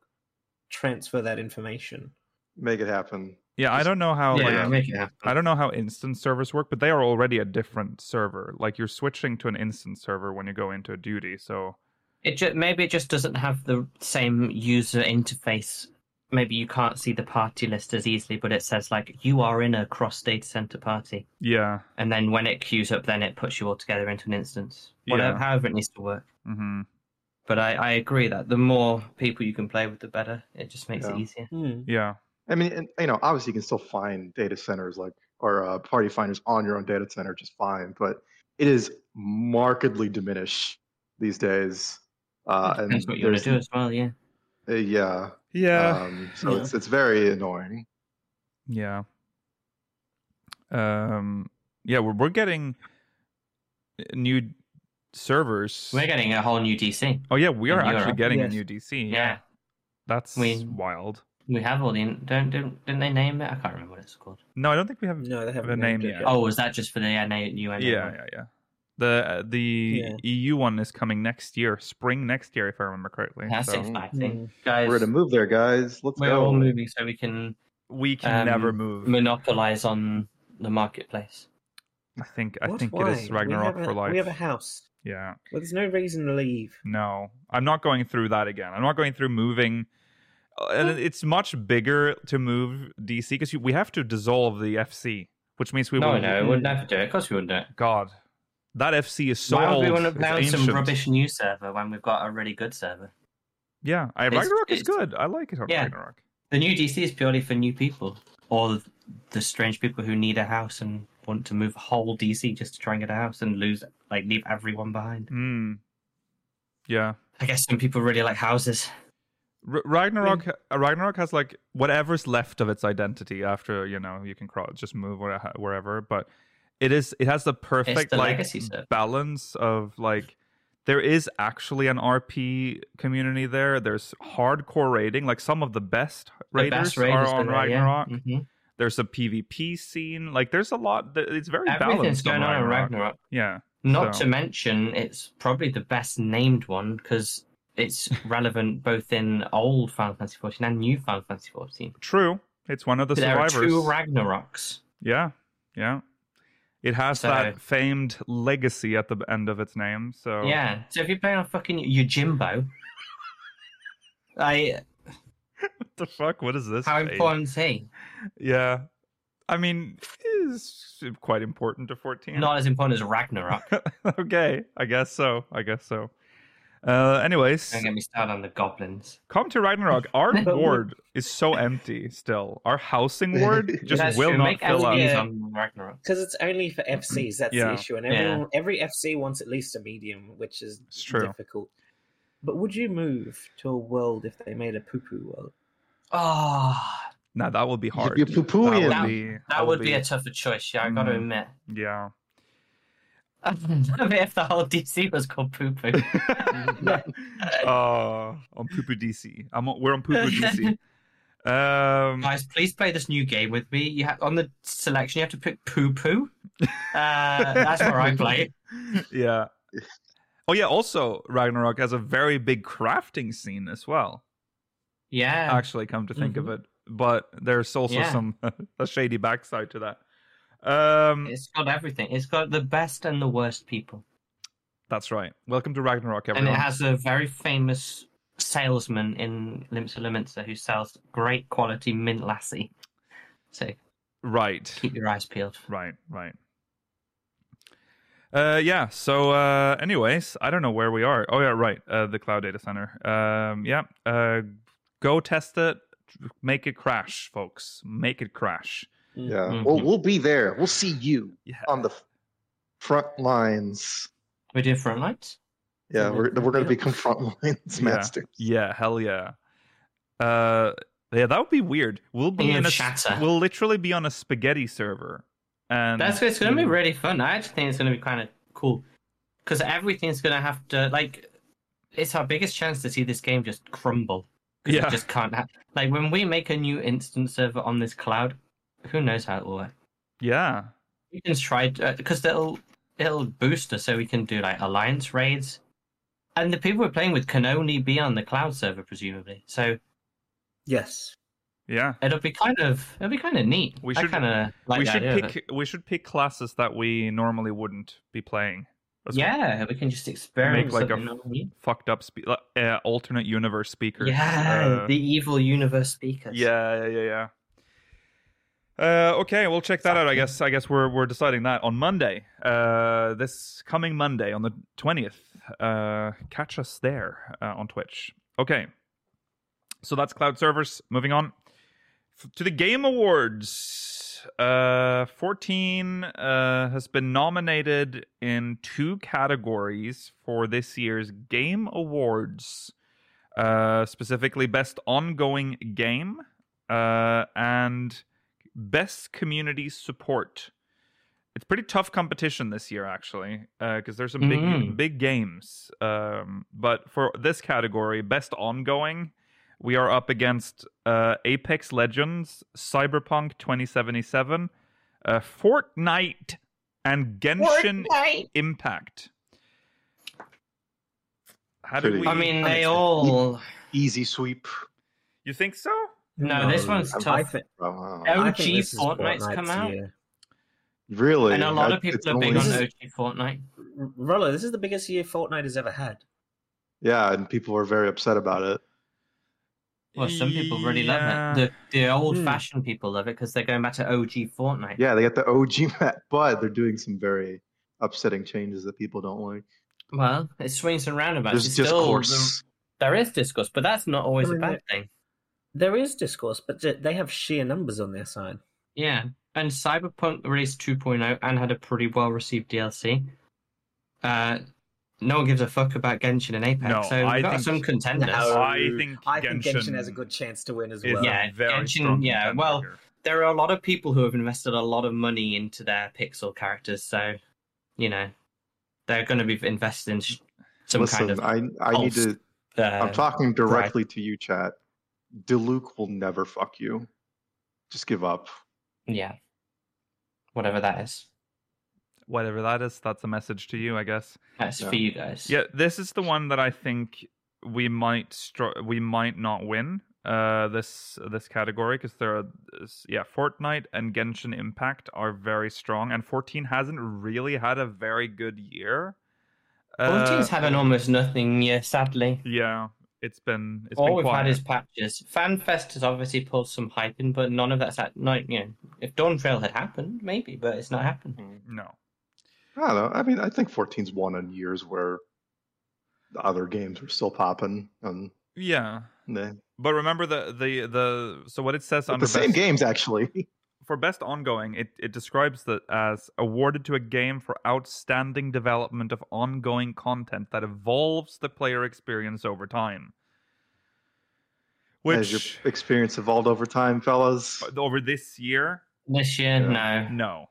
Speaker 3: transfer that information.
Speaker 5: Make it happen.
Speaker 1: Oh, yeah i don't know how
Speaker 4: yeah,
Speaker 1: like,
Speaker 4: make it happen.
Speaker 1: i don't know how instance servers work but they are already a different server like you're switching to an instance server when you go into a duty so
Speaker 4: It ju- maybe it just doesn't have the same user interface maybe you can't see the party list as easily, but it says like you are in a cross data center party,
Speaker 1: Yeah.
Speaker 4: and then when it queues up, then it puts you all together into an instance. Whatever,
Speaker 1: Yeah.
Speaker 4: however it needs to work.
Speaker 1: hmm
Speaker 4: But I, I agree that the more people you can play with, the better. It just makes it
Speaker 5: Yeah.
Speaker 4: easier.
Speaker 3: Hmm.
Speaker 1: Yeah.
Speaker 5: I mean, and, you know, obviously you can still find data centers like or uh, party finders on your own data center just fine, but it is markedly diminished these days. Uh, and
Speaker 4: Depends what you want to do
Speaker 5: there's-
Speaker 4: as well. Yeah.
Speaker 5: uh, yeah.
Speaker 1: Yeah.
Speaker 5: um, so
Speaker 3: Yeah.
Speaker 5: it's it's very annoying.
Speaker 1: Yeah. Um. Yeah, we're we're getting uh, new servers.
Speaker 4: We're getting a whole new DC.
Speaker 1: oh yeah, we
Speaker 4: in
Speaker 1: are actually
Speaker 4: Europe.
Speaker 1: getting
Speaker 3: Yes.
Speaker 1: a new DC.
Speaker 4: Yeah.
Speaker 1: That's
Speaker 4: We-
Speaker 1: wild.
Speaker 4: We have all the don't don't didn't they name it? I can't remember what it's called.
Speaker 1: No, I don't think we have.
Speaker 3: No, they haven't
Speaker 1: The
Speaker 3: named
Speaker 1: name,
Speaker 3: it
Speaker 1: yeah.
Speaker 3: yet.
Speaker 4: Oh, was that just for the NA, new NA?
Speaker 1: yeah, yeah, yeah. The uh, the
Speaker 3: Yeah.
Speaker 1: EU one is coming next year, spring next year, if I remember correctly.
Speaker 4: That's
Speaker 1: so
Speaker 4: exciting,
Speaker 3: Mm.
Speaker 4: guys.
Speaker 5: We're gonna move there, guys. Let's
Speaker 4: we're
Speaker 5: go.
Speaker 4: all moving so we can
Speaker 1: we can
Speaker 4: Um,
Speaker 1: never move.
Speaker 4: monopolize on the marketplace.
Speaker 1: I think I
Speaker 3: What?
Speaker 1: think
Speaker 3: Why?
Speaker 1: it is Ragnarok
Speaker 3: we have
Speaker 1: for
Speaker 3: a,
Speaker 1: life.
Speaker 3: We have a house.
Speaker 1: Yeah.
Speaker 3: Well, there's no reason to leave.
Speaker 1: No, I'm not going through that again. I'm not going through moving. Uh,
Speaker 4: Hmm.
Speaker 1: And it's much bigger to move DC because we have to dissolve the FC, which means we
Speaker 4: no,
Speaker 1: will.
Speaker 4: no, we'd never do it. Of course, we wouldn't do it.
Speaker 1: God, that FC is so
Speaker 4: Why would
Speaker 1: old.
Speaker 4: we want to
Speaker 1: It's
Speaker 4: play on some
Speaker 1: ancient.
Speaker 4: rubbish new server when we've got a really good server?
Speaker 1: Yeah, I,
Speaker 4: It's-
Speaker 1: Ragnarok is
Speaker 4: it's-
Speaker 1: good. I like it on
Speaker 4: Yeah.
Speaker 1: Ragnarok.
Speaker 4: The new DC is purely for new people or the strange people who need a house and want to move a whole DC just to try and get a house and lose, like, leave everyone behind.
Speaker 1: Mm. Yeah.
Speaker 4: I guess some people really like houses.
Speaker 1: R- Ragnarok, uh, Ragnarok has like whatever's left of its identity after you know you can crawl, just move where- wherever. But it is it has the perfect
Speaker 4: the
Speaker 1: like
Speaker 4: legacy set.
Speaker 1: balance of like there is actually an RP community there. There's hardcore raiding, like some of the best
Speaker 4: The
Speaker 1: raiders
Speaker 4: best raiders
Speaker 1: are on
Speaker 4: there, yeah.
Speaker 1: Ragnarok.
Speaker 4: Mhm.
Speaker 1: There's a PvP scene. Like there's a lot. th- It's very
Speaker 4: Everything's
Speaker 1: balanced
Speaker 4: going on in
Speaker 1: Ragnarok.
Speaker 4: Ragnarok.
Speaker 1: Yeah,
Speaker 4: Not
Speaker 1: So-
Speaker 4: to mention, it's probably the best named one because it's relevant both in old Final Fantasy XIV and new Final Fantasy XIV.
Speaker 1: true. It's one of the
Speaker 4: there
Speaker 1: survivors.
Speaker 4: are two Ragnaroks.
Speaker 1: Yeah, yeah. It has
Speaker 4: So-
Speaker 1: that famed legacy at the end of its name. So
Speaker 4: Yeah. So if you're playing on fucking Yojimbo, I
Speaker 1: what the fuck? What is this?
Speaker 4: how
Speaker 1: page?
Speaker 4: important is he?
Speaker 1: Yeah, I mean, it is quite important to fourteen.
Speaker 4: Not as important as Ragnarok.
Speaker 1: okay, I guess so. I guess so. Uh, anyways,
Speaker 4: Don't get me started on the goblins.
Speaker 1: come to Ragnarok. Our
Speaker 3: But we-
Speaker 1: ward is so empty still. Our housing ward just
Speaker 4: That's
Speaker 1: will
Speaker 4: true.
Speaker 1: not
Speaker 4: Make
Speaker 1: fill up.
Speaker 4: LEDs
Speaker 3: Yeah.
Speaker 4: on Ragnarok.
Speaker 3: Because it's only for FCs. That's
Speaker 1: Mm, Yeah.
Speaker 3: the issue. And
Speaker 4: Yeah.
Speaker 3: everyone, every FC wants at least a medium, which is
Speaker 1: It's true.
Speaker 3: difficult. But would you move to a world if they made a poo poo world?
Speaker 4: Oh,
Speaker 1: Now that will be hard.
Speaker 5: You're poo-pooing.
Speaker 1: That would be.
Speaker 4: that would be a tougher choice. Yeah, I got to
Speaker 1: Mm.
Speaker 4: admit.
Speaker 1: yeah.
Speaker 4: I'd love it if the whole DC was called Poo Poo.
Speaker 1: uh, on Poopoo DC. I'm on, we're on Poopoo DC. Um,
Speaker 4: Guys, please play this new game with me. You have on the selection. You have to pick Poo Poo. Uh, that's where I play. it.
Speaker 1: yeah. Oh yeah. Also, Ragnarok has a very big crafting scene as well.
Speaker 4: Yeah.
Speaker 1: Actually, come to think of it, but there's also
Speaker 4: Yeah.
Speaker 1: some a shady backside to that. Um,
Speaker 4: It's got everything. It's got the best and the worst people.
Speaker 1: that's right. Welcome to Ragnarok,
Speaker 4: And
Speaker 1: everyone.
Speaker 4: it has a very famous salesman in Limsa Liminsa who sells great quality mint lassi. So
Speaker 1: right.
Speaker 4: keep your eyes peeled.
Speaker 1: Right, right. Uh, yeah. So, uh, anyways, I don't know where we are. Oh yeah, right. Uh, the cloud data center. Um, yeah. Uh, go test it. Make it crash, folks. Make it crash.
Speaker 3: Mm.
Speaker 5: Yeah,
Speaker 4: Mm-hmm.
Speaker 5: we'll we'll be there. We'll see you
Speaker 1: Yeah.
Speaker 4: Um,
Speaker 5: on the front lines.
Speaker 4: We do front lights.
Speaker 5: Yeah, we're we're gonna
Speaker 3: Yeah.
Speaker 5: become front lines,
Speaker 1: Yeah.
Speaker 5: master.
Speaker 1: Yeah. Hell yeah. Uh, yeah. That would be weird. We'll be
Speaker 4: Speaking
Speaker 1: in
Speaker 4: of
Speaker 1: a.
Speaker 4: shatter.
Speaker 1: We'll literally be on a spaghetti server. And
Speaker 4: That's it's going to
Speaker 1: Mm.
Speaker 4: be really fun. I actually think it's going to be kind of cool because everything's going to have to like. It's our biggest chance to see this game just crumble. 'cause
Speaker 1: Yeah.
Speaker 4: It just can't ha- like when we make a new instance server on this cloud. Who knows how it will work?
Speaker 1: yeah.
Speaker 4: We can try because it'll it'll boost us, so we can do like alliance raids, and the people we're playing with can only be on the cloud server, presumably. So
Speaker 3: Yes.
Speaker 1: Yeah.
Speaker 4: it'll be kind of it'll be kind of neat.
Speaker 1: We
Speaker 4: I
Speaker 1: should-
Speaker 4: kind of like
Speaker 1: we
Speaker 4: the
Speaker 1: should
Speaker 4: idea of it.
Speaker 1: pick. We should pick classes that we normally wouldn't be playing. That's
Speaker 4: yeah, we can just experiment.
Speaker 1: Make like a
Speaker 4: something
Speaker 1: f-
Speaker 4: new.
Speaker 1: fucked up spe- like, uh, alternate universe speakers.
Speaker 4: Yeah,
Speaker 1: Uh,
Speaker 4: the evil universe speakers.
Speaker 1: yeah, yeah, yeah, yeah. Uh, okay, we'll check that out. I guess I guess we're we're deciding that on Monday. Uh, this coming Monday on the twentieth. Uh, catch us there uh, on Twitch. Okay, so that's cloud servers. Moving on F- to the Game Awards. Uh, fourteen uh, has been nominated in two categories for this year's Game Awards uh, specifically best ongoing game uh, and best community support. It's pretty tough competition this year, actually, because there's some big
Speaker 4: Mm.
Speaker 1: big games. Um, but for this category, best ongoing, we are up against uh, Apex Legends, Cyberpunk 2077, uh, Fortnite, and Genshin Impact. How do
Speaker 5: Pretty-
Speaker 1: we?
Speaker 4: I mean,
Speaker 5: I
Speaker 4: they
Speaker 5: mean,
Speaker 4: all.
Speaker 5: Easy sweep.
Speaker 1: you think so?
Speaker 4: No, this one's
Speaker 5: I'm-
Speaker 3: I
Speaker 4: tough.
Speaker 3: thi-
Speaker 5: Wow.
Speaker 4: Oh,
Speaker 3: I think
Speaker 4: OG
Speaker 3: this is
Speaker 4: Fortnite's come out?
Speaker 3: year.
Speaker 5: Really?
Speaker 4: And a lot
Speaker 5: I-
Speaker 4: of people
Speaker 5: it's
Speaker 4: are big
Speaker 5: only-
Speaker 4: on
Speaker 3: This is-
Speaker 4: OG Fortnite.
Speaker 3: R- Rollo, this is the biggest year Fortnite has ever had.
Speaker 5: Yeah, and people are very upset about it.
Speaker 4: Well, some people really love
Speaker 1: Yeah.
Speaker 4: it. The, the old
Speaker 3: Hmm.
Speaker 4: fashioned people love it because they're going back to OG Fortnite.
Speaker 5: Yeah, they got the OG map, but they're doing some very upsetting changes that people don't like.
Speaker 4: Well, it swings and roundabouts.
Speaker 5: There's
Speaker 4: It's still,
Speaker 5: discourse.
Speaker 4: there there is discourse, but that's not always a
Speaker 3: mean,
Speaker 4: bad
Speaker 3: it-
Speaker 4: thing.
Speaker 3: There is discourse, but th- they have sheer numbers on their side.
Speaker 4: Yeah. And Cyberpunk released 2.0 and had a pretty well received DLC. Uh, no one gives a fuck about Genshin and Apex,
Speaker 1: No,
Speaker 4: so we've
Speaker 1: I
Speaker 4: got
Speaker 1: think-
Speaker 4: some contenders.
Speaker 3: No.
Speaker 1: Oh, I think
Speaker 3: I
Speaker 1: Genshin,
Speaker 3: think Genshin has a good chance to win as
Speaker 1: is
Speaker 3: well.
Speaker 4: Yeah,
Speaker 1: a very
Speaker 4: Genshin-
Speaker 1: strong
Speaker 4: yeah,
Speaker 1: contender
Speaker 4: well,
Speaker 1: here.
Speaker 4: There are a lot of people who have invested a lot of money into their pixel characters, so you know they're going to be invested in sh- some
Speaker 5: Listen,
Speaker 4: kind of.
Speaker 5: I I need
Speaker 4: pulse.
Speaker 5: to.
Speaker 4: uh,
Speaker 5: I'm talking directly to you, chat. Diluc will never fuck you. Just give up.
Speaker 4: Yeah, whatever that is.
Speaker 1: whatever that is, that's a message to you, I guess.
Speaker 4: That's
Speaker 5: Yeah.
Speaker 4: for you guys.
Speaker 1: Yeah, this is the one that I think we might str- we might not win uh this this category because there are s- yeah Fortnite and Genshin Impact are very strong and 14 hasn't really had a very good year.
Speaker 4: Well,
Speaker 1: Uh,
Speaker 4: teams had an almost nothing year, sadly.
Speaker 1: yeah, it's been it's
Speaker 4: All
Speaker 1: been
Speaker 4: we've
Speaker 1: quiet.
Speaker 4: had is patches. FanFest has obviously pulled some hype in, but none of that's at night. You know, if Dawn Trail had happened, maybe, but it's not happened.
Speaker 1: no.
Speaker 5: I don't know. I mean, I think 14's won in years where the other games are still popping, and
Speaker 1: Yeah.
Speaker 5: they,
Speaker 1: But remember the the the so what it says
Speaker 5: but
Speaker 1: under
Speaker 5: the same
Speaker 1: best-
Speaker 5: games actually.
Speaker 1: for best ongoing, it, it describes that as awarded to a game for outstanding development of ongoing content that evolves the player experience over time.
Speaker 5: Has your
Speaker 1: Which
Speaker 5: experience evolved over time, fellas?
Speaker 4: Uh,
Speaker 1: over this year,
Speaker 4: This year,
Speaker 5: Yeah.
Speaker 4: no.
Speaker 1: no,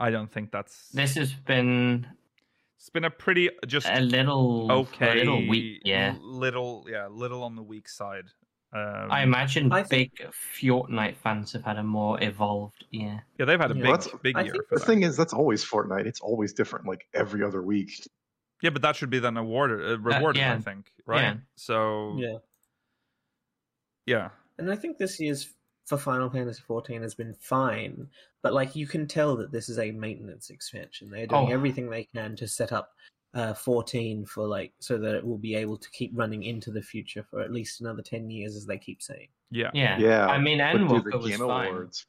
Speaker 1: I don't think that's.
Speaker 4: This has been
Speaker 1: it's been a pretty just
Speaker 4: a little
Speaker 1: okay,
Speaker 4: a little weak. Yeah,
Speaker 1: little, yeah, little on the weak side. Um,
Speaker 4: I imagine
Speaker 3: I
Speaker 4: big
Speaker 3: think-
Speaker 4: Fortnite fans have had a more evolved year.
Speaker 1: yeah, they've had a
Speaker 3: Yeah.
Speaker 1: big,
Speaker 5: That's-
Speaker 1: big
Speaker 3: I
Speaker 1: year
Speaker 3: think
Speaker 1: for
Speaker 5: The
Speaker 1: that.
Speaker 5: thing is, that's always Fortnite. It's always different, like every other week.
Speaker 1: yeah, but that should be then awarded, uh, rewarded. I
Speaker 4: yeah.
Speaker 1: think, right?
Speaker 4: Yeah.
Speaker 1: So,
Speaker 3: Yeah.
Speaker 1: yeah.
Speaker 3: And I think this year's for Final Fantasy XIV has been fine, but like you can tell that this is a maintenance expansion. They're doing
Speaker 4: Oh.
Speaker 3: everything they can to set up uh, 14 for like so that it will be able to keep running into the future for at least another 10 years, as they keep saying.
Speaker 1: yeah.
Speaker 4: Yeah,
Speaker 5: Yeah,
Speaker 4: I mean,
Speaker 5: but do
Speaker 4: Endwalker
Speaker 5: the
Speaker 4: was
Speaker 5: Game
Speaker 4: fine.
Speaker 5: Awards.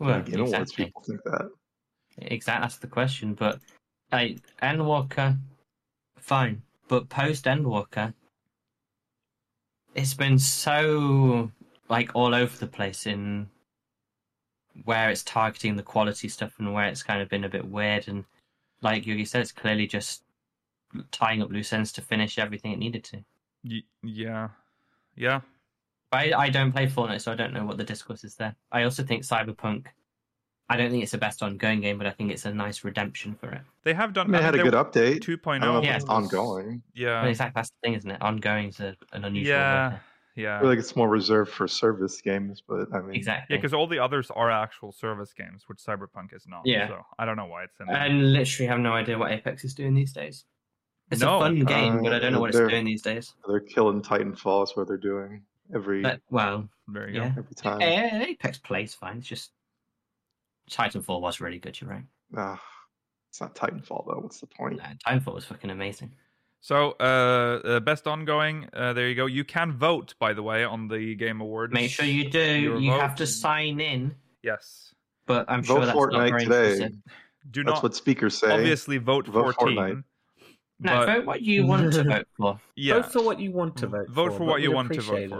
Speaker 4: Well,
Speaker 5: the Game Awards,
Speaker 4: exactly.
Speaker 5: people think that.
Speaker 4: Exactly, that's the question. But like Endwalker, fine. But post Endwalker, it's been so like all over the place in where it's targeting the quality stuff and where it's kind of been a bit weird. And like Yugi said, it's clearly just tying up loose ends to finish everything it needed to.
Speaker 1: Y- yeah. Yeah.
Speaker 4: But I, I don't play Fortnite, so I don't know what the discourse is there. I also think Cyberpunk. I don't think it's the best ongoing game, but I think it's a nice redemption for it.
Speaker 1: They have
Speaker 5: I
Speaker 1: done.
Speaker 5: mean, it had a
Speaker 1: they-
Speaker 5: good update.
Speaker 1: 2.0.
Speaker 5: I don't know
Speaker 4: Yeah.
Speaker 5: if it's ongoing.
Speaker 4: Well,
Speaker 1: oh, Yeah.
Speaker 4: exactly. That's the thing, isn't it? Ongoing is a, an unusual. word
Speaker 1: Uh. Yeah.
Speaker 4: there.
Speaker 5: I
Speaker 1: Yeah.
Speaker 5: feel like it's more reserved for service games, but I mean,
Speaker 4: Exactly.
Speaker 1: Yeah, because all the others are actual service games, which Cyberpunk is not.
Speaker 4: Yeah. Uh,
Speaker 1: So I don't know why it's in there.
Speaker 4: I literally have no idea what Apex is doing these days. It's
Speaker 1: No.
Speaker 4: a fun game, but I don't know
Speaker 5: Uh,
Speaker 4: what it's
Speaker 5: they're-
Speaker 4: doing these days.
Speaker 5: they're killing Titanfall. Is what they're doing every
Speaker 4: But well,
Speaker 1: there you
Speaker 4: yeah.
Speaker 5: every time.
Speaker 4: Eh, Apex plays fine. It's just Titanfall was really good. You're right.
Speaker 5: Ah, It's not Titanfall though. What's the point?
Speaker 4: Nah, Timefall Uh, was fucking amazing.
Speaker 1: So, uh, uh, best ongoing. Uh, there you go. You can vote, by the way, on the Game Awards.
Speaker 4: Make sure you do.
Speaker 1: Your
Speaker 4: you
Speaker 1: vote.
Speaker 4: have to sign in,
Speaker 1: Yes.
Speaker 4: but I'm sure
Speaker 5: Vote
Speaker 4: that's not
Speaker 5: Fortnite
Speaker 4: very
Speaker 5: today.
Speaker 4: inclusive.
Speaker 1: Do
Speaker 5: That's
Speaker 1: not
Speaker 5: what speakers say.
Speaker 1: obviously vote,
Speaker 5: Vote
Speaker 1: 14.
Speaker 5: Fortnite.
Speaker 1: but
Speaker 4: No, vote what you want to vote for.
Speaker 1: yeah, Mm.
Speaker 3: Vote for what you want
Speaker 5: Mm.
Speaker 3: to vote.
Speaker 1: vote
Speaker 3: for
Speaker 1: for
Speaker 3: but
Speaker 1: what you
Speaker 3: we'd
Speaker 1: want to
Speaker 3: appreciate
Speaker 1: vote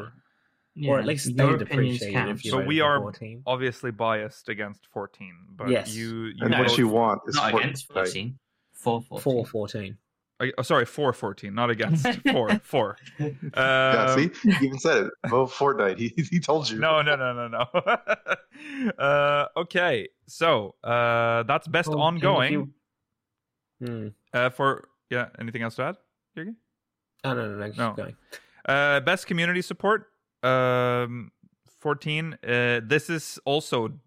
Speaker 3: it.
Speaker 1: for.
Speaker 3: Or at least
Speaker 4: your
Speaker 3: they'd
Speaker 4: opinions
Speaker 3: appreciate it
Speaker 4: count.
Speaker 3: if you
Speaker 1: So
Speaker 3: voted
Speaker 1: we
Speaker 3: for
Speaker 1: are-
Speaker 3: 14.
Speaker 1: Obviously biased against 14, but
Speaker 3: Yes.
Speaker 1: you you
Speaker 5: and
Speaker 4: No,
Speaker 5: what
Speaker 1: vote-
Speaker 5: you want is
Speaker 4: not
Speaker 5: Fortnite.
Speaker 4: against 14. For 14.
Speaker 3: Four fourteen.
Speaker 1: uh, oh, sorry, for 14, not against 4 4. Uh,
Speaker 5: Yeah, see, he even said it. Vote Fortnite. He, he told you.
Speaker 1: No, no, no, no, no. uh, okay, so uh, that's best
Speaker 3: Oh,
Speaker 1: ongoing.
Speaker 3: and if you- Hmm.
Speaker 1: Uh, for yeah, anything else to add? Jurgi?
Speaker 3: Oh, no, no, no. Keep
Speaker 1: No.
Speaker 3: going.
Speaker 1: Uh, best community support. Um, fourteen. Uh, this is also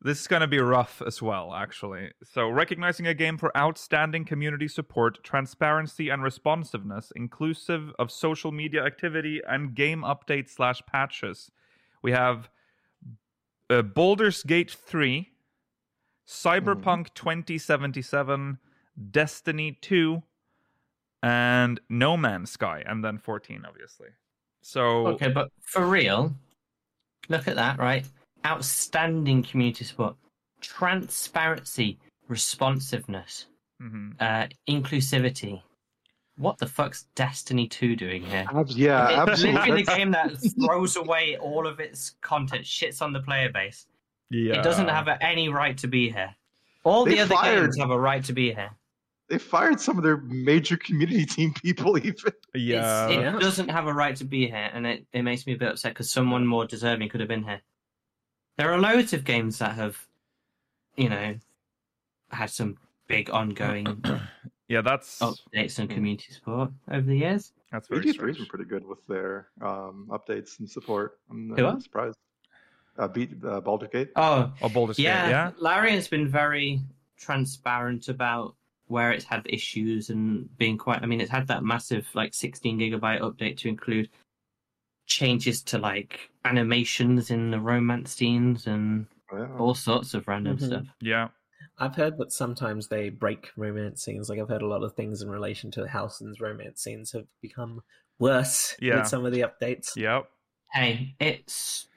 Speaker 1: this is going to be rough as well, actually. So recognizing a game for outstanding community support, transparency, and responsiveness, inclusive of social media activity and game updates slash patches. We have uh, Baldur's Gate three, Cyberpunk twenty seventy seven, Destiny two, and No Man's Sky, and then 14, obviously. So,
Speaker 4: Okay, but for real, look at that, right? Outstanding community support, transparency, responsiveness,
Speaker 1: mhm.
Speaker 4: uh, inclusivity. What the fuck's Destiny 2 doing here?
Speaker 5: Abs- yeah,
Speaker 3: Uh,
Speaker 4: Literally
Speaker 5: absolutely.
Speaker 4: the game that throws away all of its content, shits on the player base.
Speaker 1: yeah.
Speaker 4: It doesn't have any right to be here. All
Speaker 5: They
Speaker 4: the other
Speaker 5: fired-
Speaker 4: games have a right to be here.
Speaker 5: they fired some of their major community team people. Even
Speaker 1: Yeah.
Speaker 4: It's- it
Speaker 3: Yeah.
Speaker 4: doesn't have a right to be here, and it, it makes me a bit upset because someone more deserving could have been here. There are loads of games that have, you know, had some big ongoing
Speaker 1: yeah, that's
Speaker 4: updates and community support over the years.
Speaker 1: that's very
Speaker 5: BG3 has been
Speaker 1: strange.
Speaker 5: pretty good with their um, updates and support. I'm
Speaker 4: Who are?
Speaker 5: not surprised. Uh, beat uh, Baldur's Gate.
Speaker 4: Oh,
Speaker 1: Oh, Baldur's Gate,
Speaker 4: yeah,
Speaker 1: yeah.
Speaker 4: Larry has been very transparent about where it's had issues and being quite. I mean, it's had that massive like 16 gigabyte update to include changes to like animations in the romance scenes and
Speaker 5: Oh, Yeah.
Speaker 4: all sorts of random
Speaker 1: Mm-hmm.
Speaker 3: Mhm.
Speaker 4: stuff.
Speaker 1: Yeah.
Speaker 3: I've heard that sometimes they break romance scenes. Like I've heard a lot of things in relation to Halson's romance scenes have become worse
Speaker 1: Yeah.
Speaker 3: with some of the updates.
Speaker 1: Yep.
Speaker 4: Hey, it's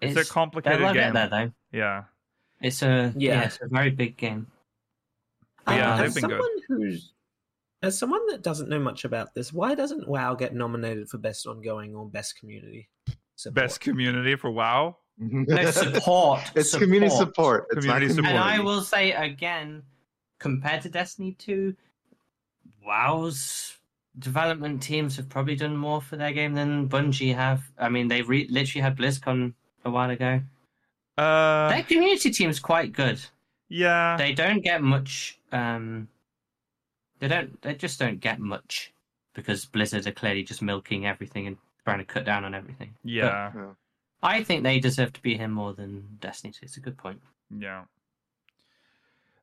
Speaker 1: It's, a complicated
Speaker 4: they'll
Speaker 1: game.
Speaker 4: get there though.
Speaker 1: Yeah.
Speaker 4: It's a yeah.
Speaker 3: Yeah.
Speaker 4: it's a very big game.
Speaker 1: Yeah,
Speaker 3: Uh, as
Speaker 1: they've been good.
Speaker 3: someone who's as someone that doesn't know much about this, why doesn't WoW get nominated for best ongoing or best community? Support?
Speaker 1: Best community for WoW.
Speaker 4: No support.
Speaker 5: Mm-hmm. it's community support. It's
Speaker 1: Community
Speaker 5: not
Speaker 1: support.
Speaker 4: And I
Speaker 5: community.
Speaker 4: will say again, compared to Destiny 2, WoW's development teams have probably done more for their game than Bungie have. I mean, they re- literally had BlizzCon a while ago.
Speaker 1: Uh,
Speaker 4: Their community team's quite good.
Speaker 1: yeah.
Speaker 4: They don't get much. Um, they don't. They just don't get much because Blizzard are clearly just milking everything and trying to cut down on everything.
Speaker 1: yeah.
Speaker 4: I think they deserve to be here more than Destiny 2. It's a good point.
Speaker 1: Yeah.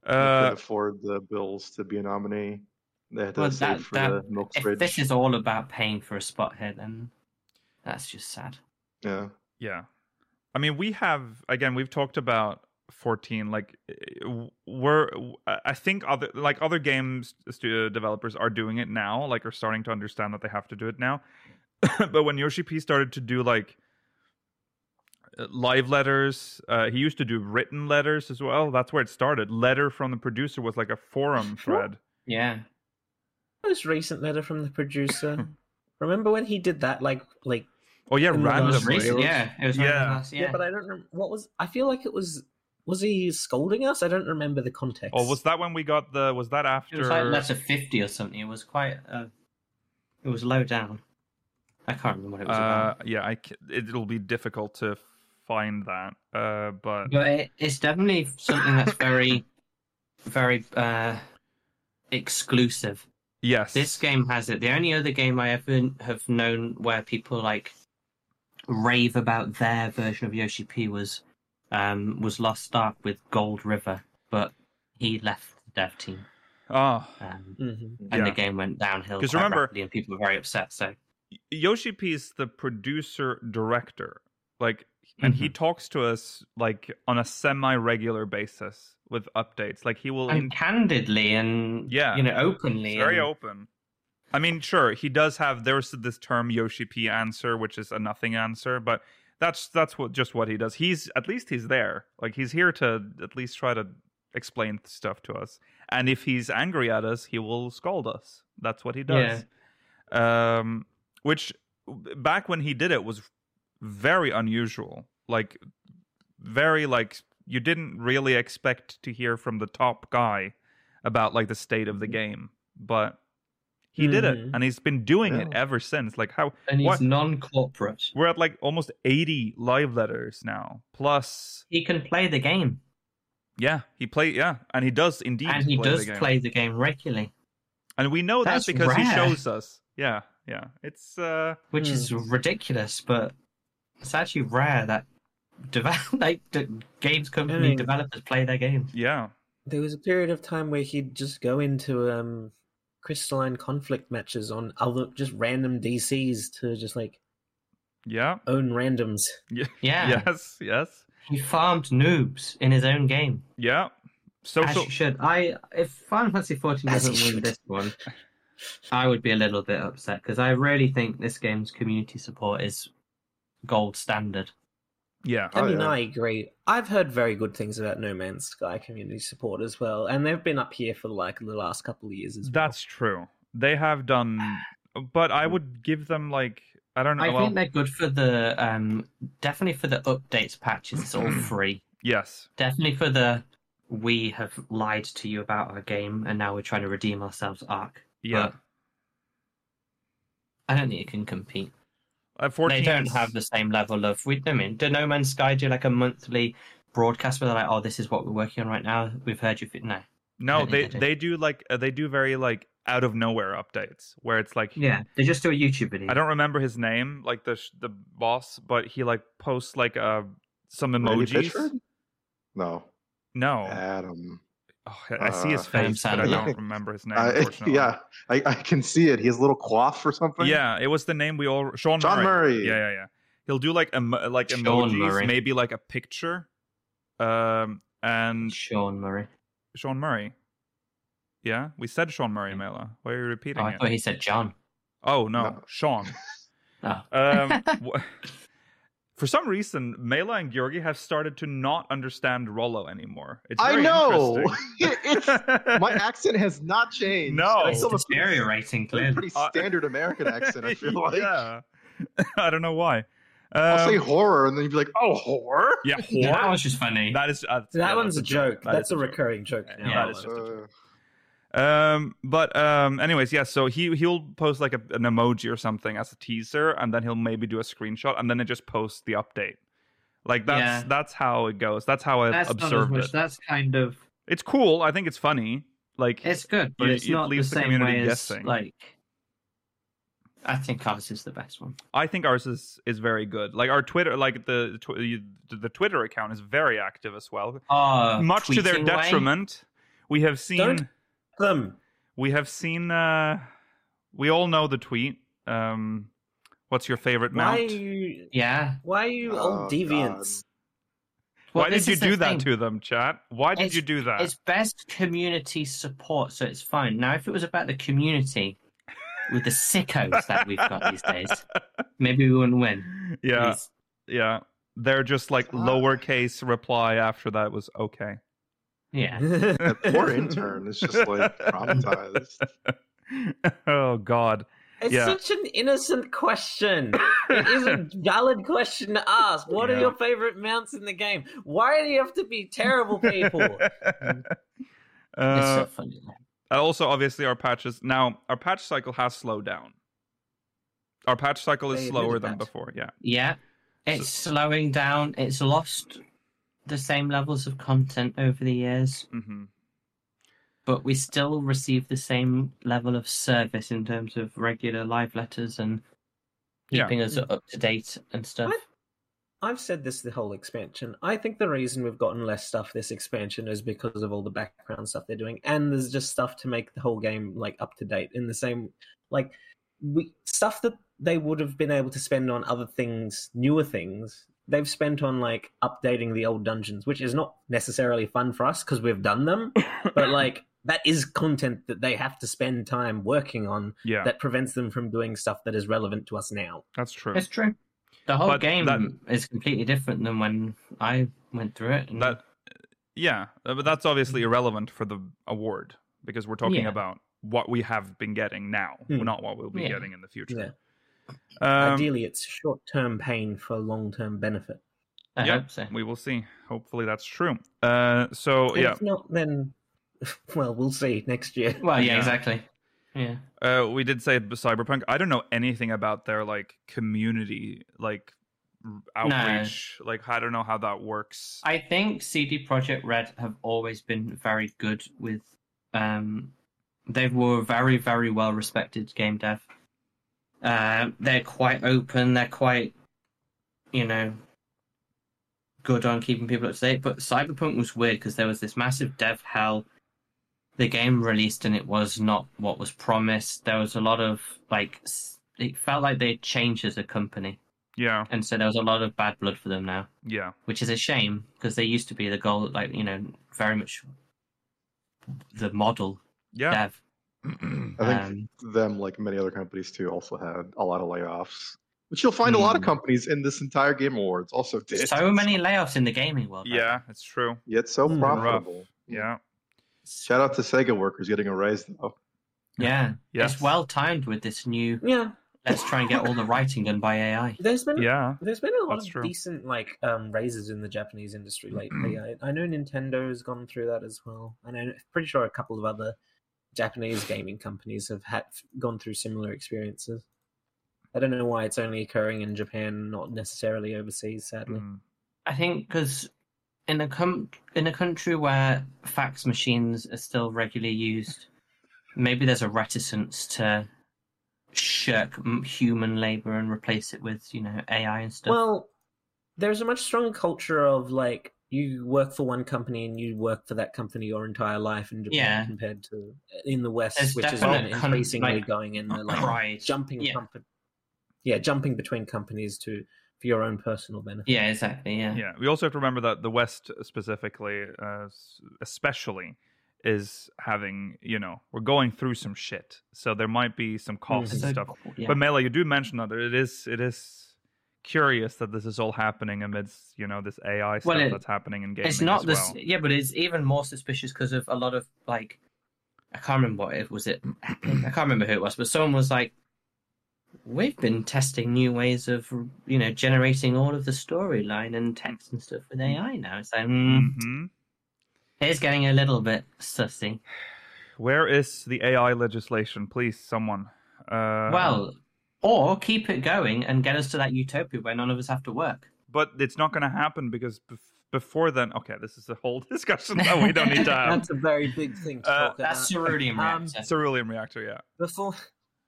Speaker 5: They
Speaker 1: Uh,
Speaker 5: could afford the bills to be a nominee. They had to
Speaker 4: Well,
Speaker 5: save
Speaker 4: that-
Speaker 5: for
Speaker 4: that-
Speaker 5: the milk
Speaker 4: If
Speaker 5: fridge.
Speaker 4: this is all about paying for a spot here, then that's just sad.
Speaker 5: yeah.
Speaker 1: Yeah. I mean, we have again, we've talked about 14 like eh, w- we're w- I I think other like other games uh, studio developers are doing it now, like are starting to understand that they have to do it now. but when Yoshi P started to do like eh, live letters, uh, he used to do written letters as well. That's where it started. Letter from the producer was like a forum thread.
Speaker 4: Yeah.
Speaker 3: most recent letter from the producer. Remember when he did that? Like, like
Speaker 1: Oh yeah,
Speaker 3: In the
Speaker 4: It
Speaker 3: last
Speaker 4: was
Speaker 3: Randomly.
Speaker 1: randomly.
Speaker 4: recent, yeah. It was
Speaker 1: Yeah.
Speaker 4: yeah. Last, yeah.
Speaker 3: yeah. but I don't remember what was. I feel like it was. Was he scolding us? I don't remember the context.
Speaker 1: Or Oh, was that when we got the was that after
Speaker 4: It was like letter 50 or something. It was quite. Uh, it was low down. I can't remember what it was
Speaker 1: uh
Speaker 4: about.
Speaker 1: yeah, I c- it'll be difficult to find that. Uh but
Speaker 4: But it, it's definitely something that's very, very uh, exclusive.
Speaker 1: Yes.
Speaker 4: This game has it. The only other game I ever have known where people like rave about their version of Yoshi P was um, was Lost Ark with Gold River, but he left the dev team,
Speaker 1: Oh,
Speaker 4: um,
Speaker 3: Mhm.
Speaker 4: and
Speaker 1: yeah.
Speaker 4: the game went downhill.
Speaker 1: 'Cause
Speaker 4: Because remember,
Speaker 1: remember-
Speaker 4: rapidly and people were very upset. So
Speaker 1: Yoshi P is the producer director. Like, and
Speaker 4: Mm-hmm.
Speaker 1: he talks to us like on a semi-regular basis with updates. Like he will,
Speaker 4: and
Speaker 1: in-
Speaker 4: candidly and
Speaker 1: Yeah.
Speaker 4: you know openly
Speaker 1: very
Speaker 4: and-
Speaker 1: open. I mean, sure, he does have there's this term Yoshi P answer, which is a nothing answer, but that's that's what just what he does. He's at least he's there. Like he's here to at least try to explain stuff to us. And if he's angry at us, he will scold us. That's what he does. Um which back when he did it was very unusual. Like very like you didn't really expect to hear from the top guy about like the state of the
Speaker 4: Mm-hmm.
Speaker 1: game, but he did it
Speaker 3: Mhm.
Speaker 1: and he's been doing it
Speaker 5: Yeah.
Speaker 1: ever since. Like how
Speaker 4: and he's
Speaker 1: What-
Speaker 4: non-corporate
Speaker 1: we're at like almost 80 live letters now. Plus,
Speaker 4: he can play the game
Speaker 1: yeah, he play yeah, and he does indeed
Speaker 4: and he
Speaker 1: play
Speaker 4: does
Speaker 1: the game.
Speaker 4: play the game regularly
Speaker 1: And we know
Speaker 4: That's
Speaker 1: that because he
Speaker 4: rare.
Speaker 1: shows us. Yeah, yeah. It's uh
Speaker 4: which
Speaker 3: Hmm.
Speaker 4: is ridiculous, but it's actually rare that develop like the games company
Speaker 3: mean-
Speaker 4: developers play their games.
Speaker 1: yeah.
Speaker 3: There was a period of time where he'd just go into um, crystalline conflict matches on other just random DCs to just like
Speaker 1: Yeah.
Speaker 3: own randoms.
Speaker 4: Yeah,
Speaker 1: Yes, yes.
Speaker 4: he farmed noobs in his own game.
Speaker 1: Yeah.
Speaker 4: as
Speaker 1: Social
Speaker 4: you should. I if Final Fantasy fourteen
Speaker 3: As
Speaker 4: doesn't
Speaker 3: you
Speaker 4: win
Speaker 3: should.
Speaker 4: this one, I would be a little bit upset because I really think this game's community support is gold standard.
Speaker 1: Yeah.
Speaker 5: Oh,
Speaker 3: I mean,
Speaker 5: yeah.
Speaker 3: I agree. I've heard very good things about No Man's Sky community support as well, and they've been up here for like the last couple of years as well.
Speaker 1: That's true. They have done, but I would give them like I don't know.
Speaker 4: I
Speaker 1: Hmm, well,
Speaker 4: think they're good for the um definitely for the updates patches. It's all free.
Speaker 1: yes,
Speaker 4: Definitely for the we have lied to you about our game and now we're trying to redeem ourselves arc.
Speaker 1: yeah. Uh,
Speaker 4: But I don't think it can compete.
Speaker 1: Uh, 14
Speaker 4: They don't
Speaker 1: is-
Speaker 4: have the same level of we I mean, did No Man's Sky do like a monthly broadcast where they're like, Oh, this is what we're working on right now. We've heard you no.
Speaker 1: No,
Speaker 4: don't
Speaker 1: they
Speaker 4: think they do.
Speaker 1: they do like uh, they do very like out of nowhere updates where it's like
Speaker 4: Yeah. They just do a YouTube video.
Speaker 1: I don't remember his name, like the sh- the boss, but he like posts like uh some
Speaker 5: Randy Uh,
Speaker 1: emojis.
Speaker 5: Pitchford? No,
Speaker 1: No,
Speaker 5: Adam.
Speaker 1: Oh, I I see his
Speaker 5: uh,
Speaker 1: face, but I
Speaker 4: Adam
Speaker 1: don't
Speaker 5: Sandler.
Speaker 1: remember his name.
Speaker 5: I,
Speaker 1: unfortunately.
Speaker 5: Uh, yeah, I, I can see it. He has a little cough or something.
Speaker 1: Yeah, it was the name we all Sean
Speaker 5: Sean
Speaker 1: Murray.
Speaker 5: Murray.
Speaker 1: Yeah, yeah, yeah. He'll do like emo- like
Speaker 4: Sean
Speaker 1: emojis,
Speaker 4: Murray.
Speaker 1: maybe like a picture, um, and
Speaker 4: Sean Murray.
Speaker 1: Sean Murray. Yeah, we said Sean Murray, Mela. Why are you
Speaker 4: Oh,
Speaker 1: repeating
Speaker 4: I thought
Speaker 1: it?
Speaker 4: he said John.
Speaker 1: Oh no,
Speaker 5: No.
Speaker 1: Sean.
Speaker 4: Oh.
Speaker 1: Um, wh- for some reason, Mela and Georgi have started to not understand Rollo anymore. It's
Speaker 5: I
Speaker 1: very
Speaker 5: know.
Speaker 1: interesting.
Speaker 5: It's- my accent has not changed.
Speaker 1: No.
Speaker 5: I
Speaker 1: It's
Speaker 5: still have a pretty-
Speaker 4: deteriorating
Speaker 5: pretty,
Speaker 4: clearly.
Speaker 1: Uh,
Speaker 5: standard American accent. I feel like
Speaker 1: yeah. I don't know why.
Speaker 5: I'll say
Speaker 1: Um,
Speaker 5: horror, and then you'd be like, "Oh, horror."
Speaker 1: yeah,
Speaker 4: Yeah, that
Speaker 1: whore.
Speaker 4: was just funny.
Speaker 1: That is uh,
Speaker 3: So that
Speaker 1: yeah,
Speaker 3: one's a joke.
Speaker 1: That
Speaker 3: That's
Speaker 1: is
Speaker 3: a
Speaker 1: joke.
Speaker 3: recurring joke.
Speaker 1: Yeah,
Speaker 3: now.
Speaker 4: that is
Speaker 3: Arlo.
Speaker 5: Uh,
Speaker 1: Um, but um, anyways, yeah. So he he'll post like a, an emoji or something as a teaser, and then he'll maybe do a screenshot, and then it just posts the update. Like that's
Speaker 4: Yeah.
Speaker 1: that's how it goes. That's how I've
Speaker 4: That's not as
Speaker 1: observed
Speaker 4: much.
Speaker 1: it.
Speaker 4: That's kind of
Speaker 1: It's cool. I think it's funny. Like
Speaker 4: It's good, but
Speaker 1: You-
Speaker 4: it's
Speaker 1: it
Speaker 4: not
Speaker 1: leaves
Speaker 4: the
Speaker 1: the
Speaker 4: same
Speaker 1: community
Speaker 4: way as
Speaker 1: guessing.
Speaker 4: like. I think ours is the best one.
Speaker 1: I think ours is is very good. Like our Twitter, like the tw- you- the Twitter account is very active as well.
Speaker 4: Oh,
Speaker 1: Much to their detriment, we have seen.
Speaker 3: Don't- Them.
Speaker 1: We have seen. uh We all know the tweet. Um, what's your favorite
Speaker 3: Why are
Speaker 1: mount?
Speaker 3: you?
Speaker 4: Yeah.
Speaker 3: Why are you
Speaker 5: Oh,
Speaker 3: old deviants?
Speaker 1: Why did you do that to them, chat? Why did
Speaker 4: It's-
Speaker 1: you do that?
Speaker 4: It's best community support, so it's fine. Now, if it was about the community with the sickos that we've got these days, maybe we wouldn't win.
Speaker 1: yeah,
Speaker 4: These-
Speaker 1: yeah. They're just like
Speaker 5: Ah.
Speaker 1: lowercase reply after that was okay.
Speaker 4: Yeah.
Speaker 5: that poor intern is just like traumatized.
Speaker 1: oh God.
Speaker 3: It's
Speaker 1: Yeah.
Speaker 3: such an innocent question. it is a valid question to ask. What
Speaker 1: Yeah.
Speaker 3: are your favorite mounts in the game? Why do you have to be terrible people?
Speaker 4: It's
Speaker 1: Uh,
Speaker 4: so funny.
Speaker 1: and also, obviously, our patches now. Our patch cycle has slowed down. Our patch cycle is
Speaker 3: They
Speaker 1: slower
Speaker 3: admitted
Speaker 1: than
Speaker 3: that.
Speaker 1: before. Yeah.
Speaker 4: Yeah. It's slowing down. It's lost the same levels of content over the years.
Speaker 1: hmm
Speaker 4: but we still receive the same level of service in terms of regular live letters and
Speaker 1: Yeah.
Speaker 4: keeping us up to date and stuff.
Speaker 3: What? I've said this the whole expansion. I think the reason we've gotten less stuff this expansion is because of all the background stuff they're doing, and there's just stuff to make the whole game like up to date in the same like we stuff that they would have been able to spend on other things, newer things. they've spent on like updating the old dungeons, which is not necessarily fun for us because we've done them, but like that is content that they have to spend time working on
Speaker 1: Yeah,
Speaker 3: that prevents them from doing stuff that is relevant to us now.
Speaker 1: that's true.
Speaker 4: It's true. The whole
Speaker 1: But
Speaker 4: game
Speaker 1: that-
Speaker 4: is completely different than when I went through it. and-
Speaker 1: That, yeah, uh, but that's obviously irrelevant for the award because we're talking
Speaker 4: Mm-hmm. Yeah. Hmm.
Speaker 1: about what we have been getting now,
Speaker 3: Mm.
Speaker 1: not what we'll be
Speaker 4: Yeah.
Speaker 1: getting in the future. Um,
Speaker 3: Ideally, it's short term pain for long term benefit.
Speaker 4: I
Speaker 1: yeah,
Speaker 4: hope so.
Speaker 1: we will see. Hopefully, that's true. Uh, so
Speaker 3: And
Speaker 1: yeah,
Speaker 3: If not, then, well, we'll see next year.
Speaker 4: Well, yeah,
Speaker 1: Yeah.
Speaker 4: exactly. Yeah.
Speaker 1: Uh, we did say b- cyberpunk. I don't know anything about their like community, like r- outreach. Like I don't know how that works.
Speaker 4: I think CD Projekt Red have always been very good with. Um, they were very, very well respected game dev. Uh, they're quite open. They're quite, you know, good on keeping people up to date. But Cyberpunk was weird because there was this massive dev hell. The game released and it was not what was promised. There was a lot of like, s- it felt like they had changed as a company,
Speaker 1: yeah,
Speaker 4: and so there was a lot of bad blood for them now
Speaker 1: yeah,
Speaker 4: which is a shame because they used to be the goal, like you know, very much the model
Speaker 1: yeah.
Speaker 4: dev.
Speaker 5: I think
Speaker 4: Um,
Speaker 5: them, like many other companies too, also had a lot of layoffs. Which you'll find a lot of
Speaker 4: Hmm.
Speaker 5: companies in this entire Game Awards also did.
Speaker 4: so many layoffs in the gaming world. man.
Speaker 1: yeah, it's true.
Speaker 5: Yet so
Speaker 3: Hmm.
Speaker 5: profitable.
Speaker 4: Mm-hmm.
Speaker 1: Yeah,
Speaker 5: Shout out to Sega workers getting a raise though.
Speaker 4: yeah,
Speaker 1: yes,
Speaker 4: It's well timed with this new.
Speaker 3: Yeah,
Speaker 4: Let's try and get all the writing done by AI.
Speaker 3: there's been
Speaker 1: yeah,
Speaker 3: There's been a lot
Speaker 1: That's
Speaker 3: of
Speaker 1: true.
Speaker 3: decent like um raises in the Japanese industry lately. I, I know Nintendo's gone through that as well, and I'm pretty sure a couple of other Japanese gaming companies have had gone through similar experiences. I don't know why it's only occurring in Japan, not necessarily overseas. Sadly,
Speaker 1: Mm.
Speaker 4: I think because in a com- in a country where fax machines are still regularly used, maybe there's a reticence to shirk m- human labor and replace it with you know AI and stuff.
Speaker 3: well, there's a much stronger culture of like you work for one company and you work for that company your entire life in Japan
Speaker 4: Yeah.
Speaker 3: compared to uh, in the West,
Speaker 4: There's
Speaker 3: which is
Speaker 4: definite kind of,
Speaker 3: increasingly
Speaker 4: like,
Speaker 3: going in the like
Speaker 4: pride.
Speaker 3: jumping
Speaker 4: Yeah.
Speaker 3: compa- yeah jumping between companies to for your own personal benefit
Speaker 4: Yeah, exactly. Yeah.
Speaker 1: yeah. We also have to remember that the West, specifically, uh, s- especially, is having you know we're going through some shit, so there might be
Speaker 4: Mm.
Speaker 1: some costs
Speaker 3: Mhm.
Speaker 1: and
Speaker 4: So
Speaker 1: stuff.
Speaker 4: cool, yeah.
Speaker 1: But Mela, you do mention that there- it is it is curious that this is all happening amidst you know this AI stuff
Speaker 4: it-
Speaker 1: that's happening in gaming.
Speaker 4: it's not
Speaker 1: as
Speaker 4: this.
Speaker 1: well.
Speaker 4: Yeah, but it's even more suspicious because of a lot of like, I can't remember what it was. It I can't remember who it was, but someone was like, "We've been testing new ways of you know generating all of the storyline and text and stuff with
Speaker 1: Mm-hmm.
Speaker 4: AI now." It's like mm,
Speaker 1: Mhm.
Speaker 4: it's getting a little bit sussy.
Speaker 1: Where is the AI legislation, please? Someone. Uh,
Speaker 4: well, or keep it going and get us to that utopia where none of us have to work.
Speaker 1: but it's not going to happen because bef- before then, okay, this is a whole discussion that we don't need to have.
Speaker 3: that's a very big thing to
Speaker 1: Uh,
Speaker 3: talk about
Speaker 4: Um, That's cerulean
Speaker 3: Um,
Speaker 4: reactor.
Speaker 1: Cerulean reactor, yeah.
Speaker 3: before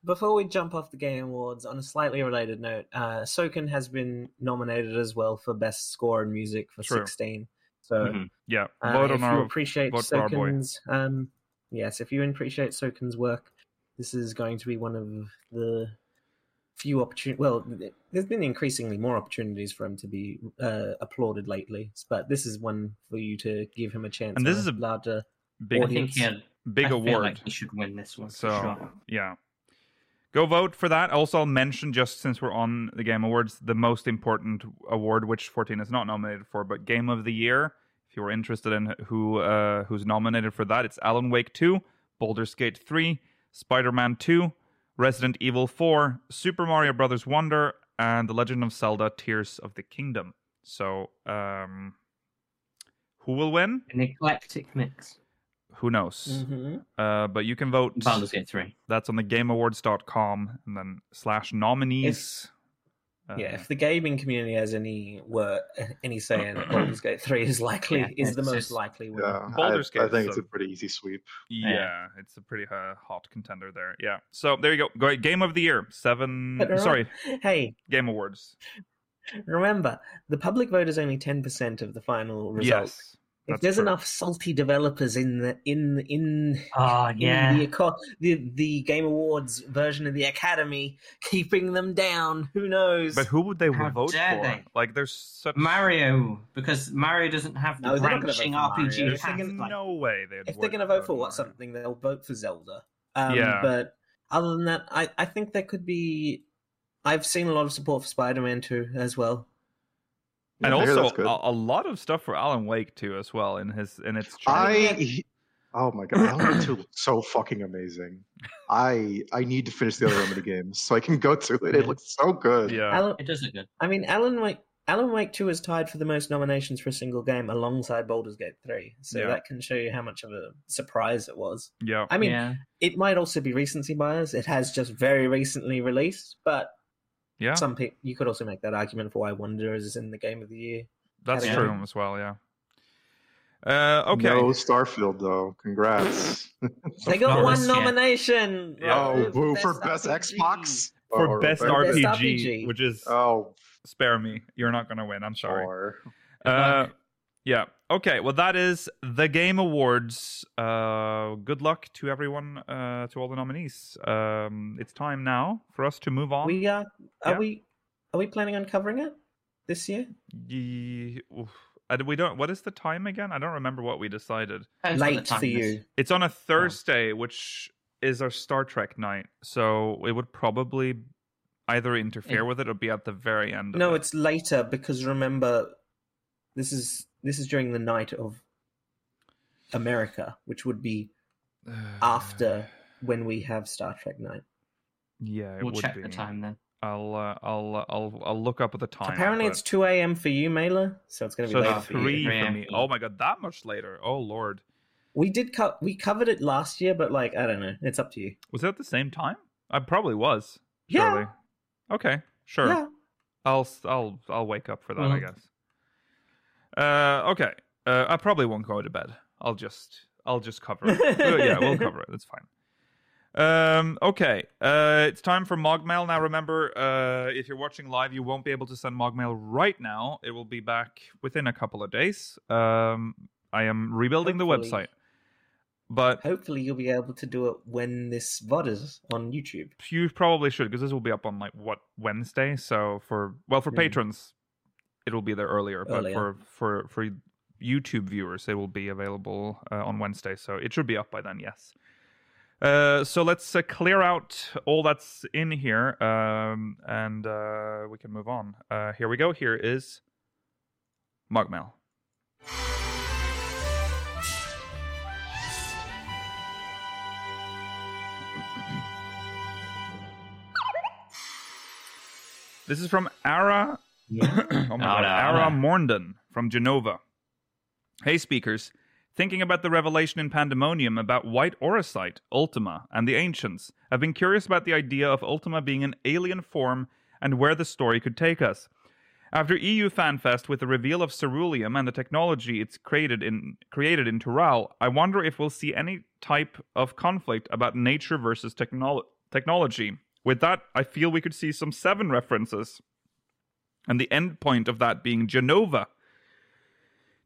Speaker 3: before we jump off the game awards on a slightly related note uh soken has been nominated as well for best score in music for
Speaker 1: True.
Speaker 3: 16 so
Speaker 4: Mhm.
Speaker 1: Yeah.
Speaker 3: uh,
Speaker 1: Vote
Speaker 3: if
Speaker 1: on
Speaker 3: you
Speaker 1: our.
Speaker 3: appreciate
Speaker 1: vote for our boy.
Speaker 3: soken's um yes if you appreciate soken's work this is going to be one of the few opportunities well th- there's been increasingly more opportunities for him to be uh, applauded lately but this is one for you to give him a chance
Speaker 1: And this
Speaker 3: on
Speaker 1: is a
Speaker 3: larger
Speaker 1: Big,
Speaker 4: I think yeah,
Speaker 1: big
Speaker 4: I feel
Speaker 1: award.
Speaker 4: Like we should win this one.
Speaker 1: So-
Speaker 4: for sure.
Speaker 1: Yeah. Go vote for that. Also, I'll mention just since we're on the Game Awards, the most important award, which 14 is not nominated for, but Game of the Year. If you were interested in who uh, who's nominated for that, it's Alan Wake 2, Baldur's Gate 3, Spider Man 2, Resident Evil 4, Super Mario Brothers Wonder, and The Legend of Zelda: Tears of the Kingdom. So, um, who will win?
Speaker 4: An eclectic mix.
Speaker 1: Who knows?
Speaker 3: Mhm.
Speaker 1: Uh, but you can vote.
Speaker 4: Baldur's Gate 3.
Speaker 1: That's on the gameawards.com and then slash nominees. Uh,
Speaker 3: yeah if the gaming community has any were any say in it Baldur's Gate 3 is likely
Speaker 4: Yeah,
Speaker 3: is the
Speaker 4: it's
Speaker 3: most
Speaker 4: just-
Speaker 3: likely winner
Speaker 5: Yeah, I,
Speaker 1: Baldur's
Speaker 5: I
Speaker 1: Gate
Speaker 5: think
Speaker 1: is
Speaker 5: it's a
Speaker 1: a-
Speaker 5: pretty easy sweep.
Speaker 1: yeah, it's a pretty uh, hot contender there. Yeah. So there you go. Great Game of the year. Seven.
Speaker 3: But they're all-
Speaker 1: Sorry,
Speaker 3: hey
Speaker 1: Game Awards.
Speaker 3: remember the public vote is only 10% of the final result
Speaker 1: Yes.
Speaker 3: If
Speaker 1: That's
Speaker 3: there's
Speaker 1: true.
Speaker 3: enough salty developers in the in in
Speaker 4: Oh
Speaker 3: in
Speaker 4: yeah.
Speaker 3: the, aco- the the Game Awards version of the Academy, keeping them down. Who knows?
Speaker 1: But who would they
Speaker 4: How
Speaker 1: vote
Speaker 4: dare
Speaker 1: for?
Speaker 4: they?
Speaker 1: Like, there's such
Speaker 4: Mario, because Mario doesn't have the
Speaker 3: No, they're not gonna
Speaker 4: branching
Speaker 3: vote for Mario.
Speaker 4: RPG
Speaker 3: They're
Speaker 1: There's
Speaker 4: path.
Speaker 3: thinking- like,
Speaker 1: no way they'd.
Speaker 3: if
Speaker 1: vote
Speaker 3: they're going to vote for
Speaker 1: Mario.
Speaker 3: what something, they'll vote for Zelda. Um,
Speaker 1: Yeah.
Speaker 3: But other than that, I, I think there could be. I've seen a lot of support for Spider-Man 2 as well.
Speaker 1: and
Speaker 5: I hear
Speaker 1: also
Speaker 5: that's good.
Speaker 1: a, a lot of stuff for Alan Wake too, as well in his in its.
Speaker 5: I
Speaker 1: trailer.
Speaker 5: he- oh my god, Alan Wake Two looks so fucking amazing. I I need to finish the other Remedy games so I can go to it. It
Speaker 4: Yeah.
Speaker 5: looks so good.
Speaker 1: yeah,
Speaker 3: Alan,
Speaker 4: It does look good.
Speaker 3: I mean, Alan Wake. Alan Wake 2 is tied for the most nominations for a single game alongside Baldur's Gate 3. So
Speaker 1: Yeah.
Speaker 3: that can show you how much of a surprise it was.
Speaker 1: yeah.
Speaker 3: I mean,
Speaker 4: yeah.
Speaker 3: it might also be recency bias. It has just very recently released, but
Speaker 1: Yeah,
Speaker 3: some people you could also make that argument for why Wanderer is in the game of the year.
Speaker 1: that's
Speaker 3: Yeah.
Speaker 1: true as well. Yeah. Uh, okay.
Speaker 5: No Starfield though. Congrats.
Speaker 3: They got
Speaker 1: course,
Speaker 3: one
Speaker 4: yeah.
Speaker 3: nomination.
Speaker 1: Yeah.
Speaker 5: Oh, boo
Speaker 3: Best
Speaker 5: for best
Speaker 3: RPG.
Speaker 5: Xbox
Speaker 1: For
Speaker 5: Or-
Speaker 1: best,
Speaker 5: or-
Speaker 3: Best
Speaker 1: RPG,
Speaker 3: RPG.
Speaker 1: which is
Speaker 5: Oh,
Speaker 1: spare me. You're not gonna win. I'm sorry.
Speaker 5: or-
Speaker 1: Uh, yeah. Okay. Well, that is the Game Awards. Uh, good luck to everyone, uh, to all the nominees. Um, it's time now for us to move on.
Speaker 3: We are. Are
Speaker 1: Yeah.
Speaker 3: we? Are we planning on covering it this year?
Speaker 1: Ye- oof. I d- we don't. What is the time again? I don't remember what we decided.
Speaker 4: Depends what the
Speaker 3: Late
Speaker 4: time
Speaker 3: for
Speaker 4: is.
Speaker 3: you.
Speaker 1: It's on a Thursday, which is our Star Trek night, so it would probably either interfere with it or be at the very end. Of
Speaker 3: No,
Speaker 1: it.
Speaker 3: it's later because remember, this is this is during the night of America, which would be after when we have Star Trek night.
Speaker 1: Yeah, it
Speaker 4: We'll
Speaker 1: would
Speaker 4: check
Speaker 1: be.
Speaker 4: the time then.
Speaker 1: I'll uh, I'll uh, I'll I'll look up at the time.
Speaker 3: Apparently,
Speaker 1: but-
Speaker 3: it's two a.m. for you, Mailer, so it's going to be
Speaker 1: so
Speaker 3: later
Speaker 4: late
Speaker 3: for you.
Speaker 1: three for
Speaker 4: Yeah.
Speaker 1: me. Oh my god, that much later. Oh lord,
Speaker 3: We did co- we covered it last year, but like I don't know, it's up to you.
Speaker 1: was it at the same time? I probably was.
Speaker 3: Yeah.
Speaker 1: Surely. Okay. Sure.
Speaker 3: Yeah.
Speaker 1: I'll s- I'll I'll wake up for that, I
Speaker 4: Well-
Speaker 1: guess. Uh, okay. Uh, I probably won't go to bed. I'll just I'll just cover it. Uh, yeah, we'll cover it. That's fine. Um, okay. Uh, it's time for Mogmail now. Remember, uh, if you're watching live, you won't be able to send Mogmail right now. It will be back within a couple of days. Um, I am rebuilding the
Speaker 3: Hopefully.
Speaker 1: website, but
Speaker 3: Hopefully, you'll be able to do it when this VOD is on YouTube.
Speaker 1: you probably should because this will be up on like what Wednesday. So for well for
Speaker 3: Mm.
Speaker 1: patrons, it'll be there earlier, but
Speaker 3: Earlier.
Speaker 1: for for for YouTube viewers, it will be available uh, on Wednesday. So it should be up by then. Yes. Uh, so let's uh, clear out all that's in here, um, and uh, we can move on. Uh, here we go. Here is Mugmail. This is from Ara oh my God.
Speaker 4: Ara,
Speaker 1: Ara
Speaker 4: Ara.
Speaker 1: Mornden from Genova. Hey, speakers. Thinking about the revelation in Pandemonium about white orosite, Ultima, and the ancients, I've been curious about the idea of Ultima being an alien form and where the story could take us. After E EU FanFest with the reveal of Ceruleum and the technology it's created in created in Tural, I wonder if we'll see any type of conflict about nature versus technolo- technology. With that, I feel we could see some seven references and the end point of that being Genova.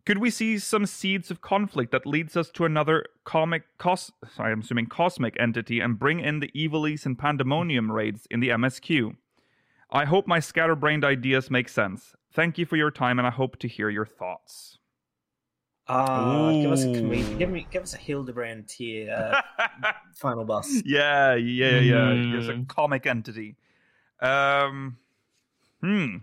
Speaker 1: Could we see some seeds of conflict that leads us to another comic cos sorry, I'm assuming cosmic entity and bring in the evilies and pandemonium raids in the MSQ? I hope my scatterbrained ideas make sense. Thank you for your time and I hope to hear your thoughts.
Speaker 3: Ah, give us a
Speaker 1: Ooh.
Speaker 3: comed- give me give us a Hildebrand tier uh, final boss.
Speaker 1: yeah, yeah, yeah. It's a
Speaker 4: Mm.
Speaker 1: comic entity. Um Hmm.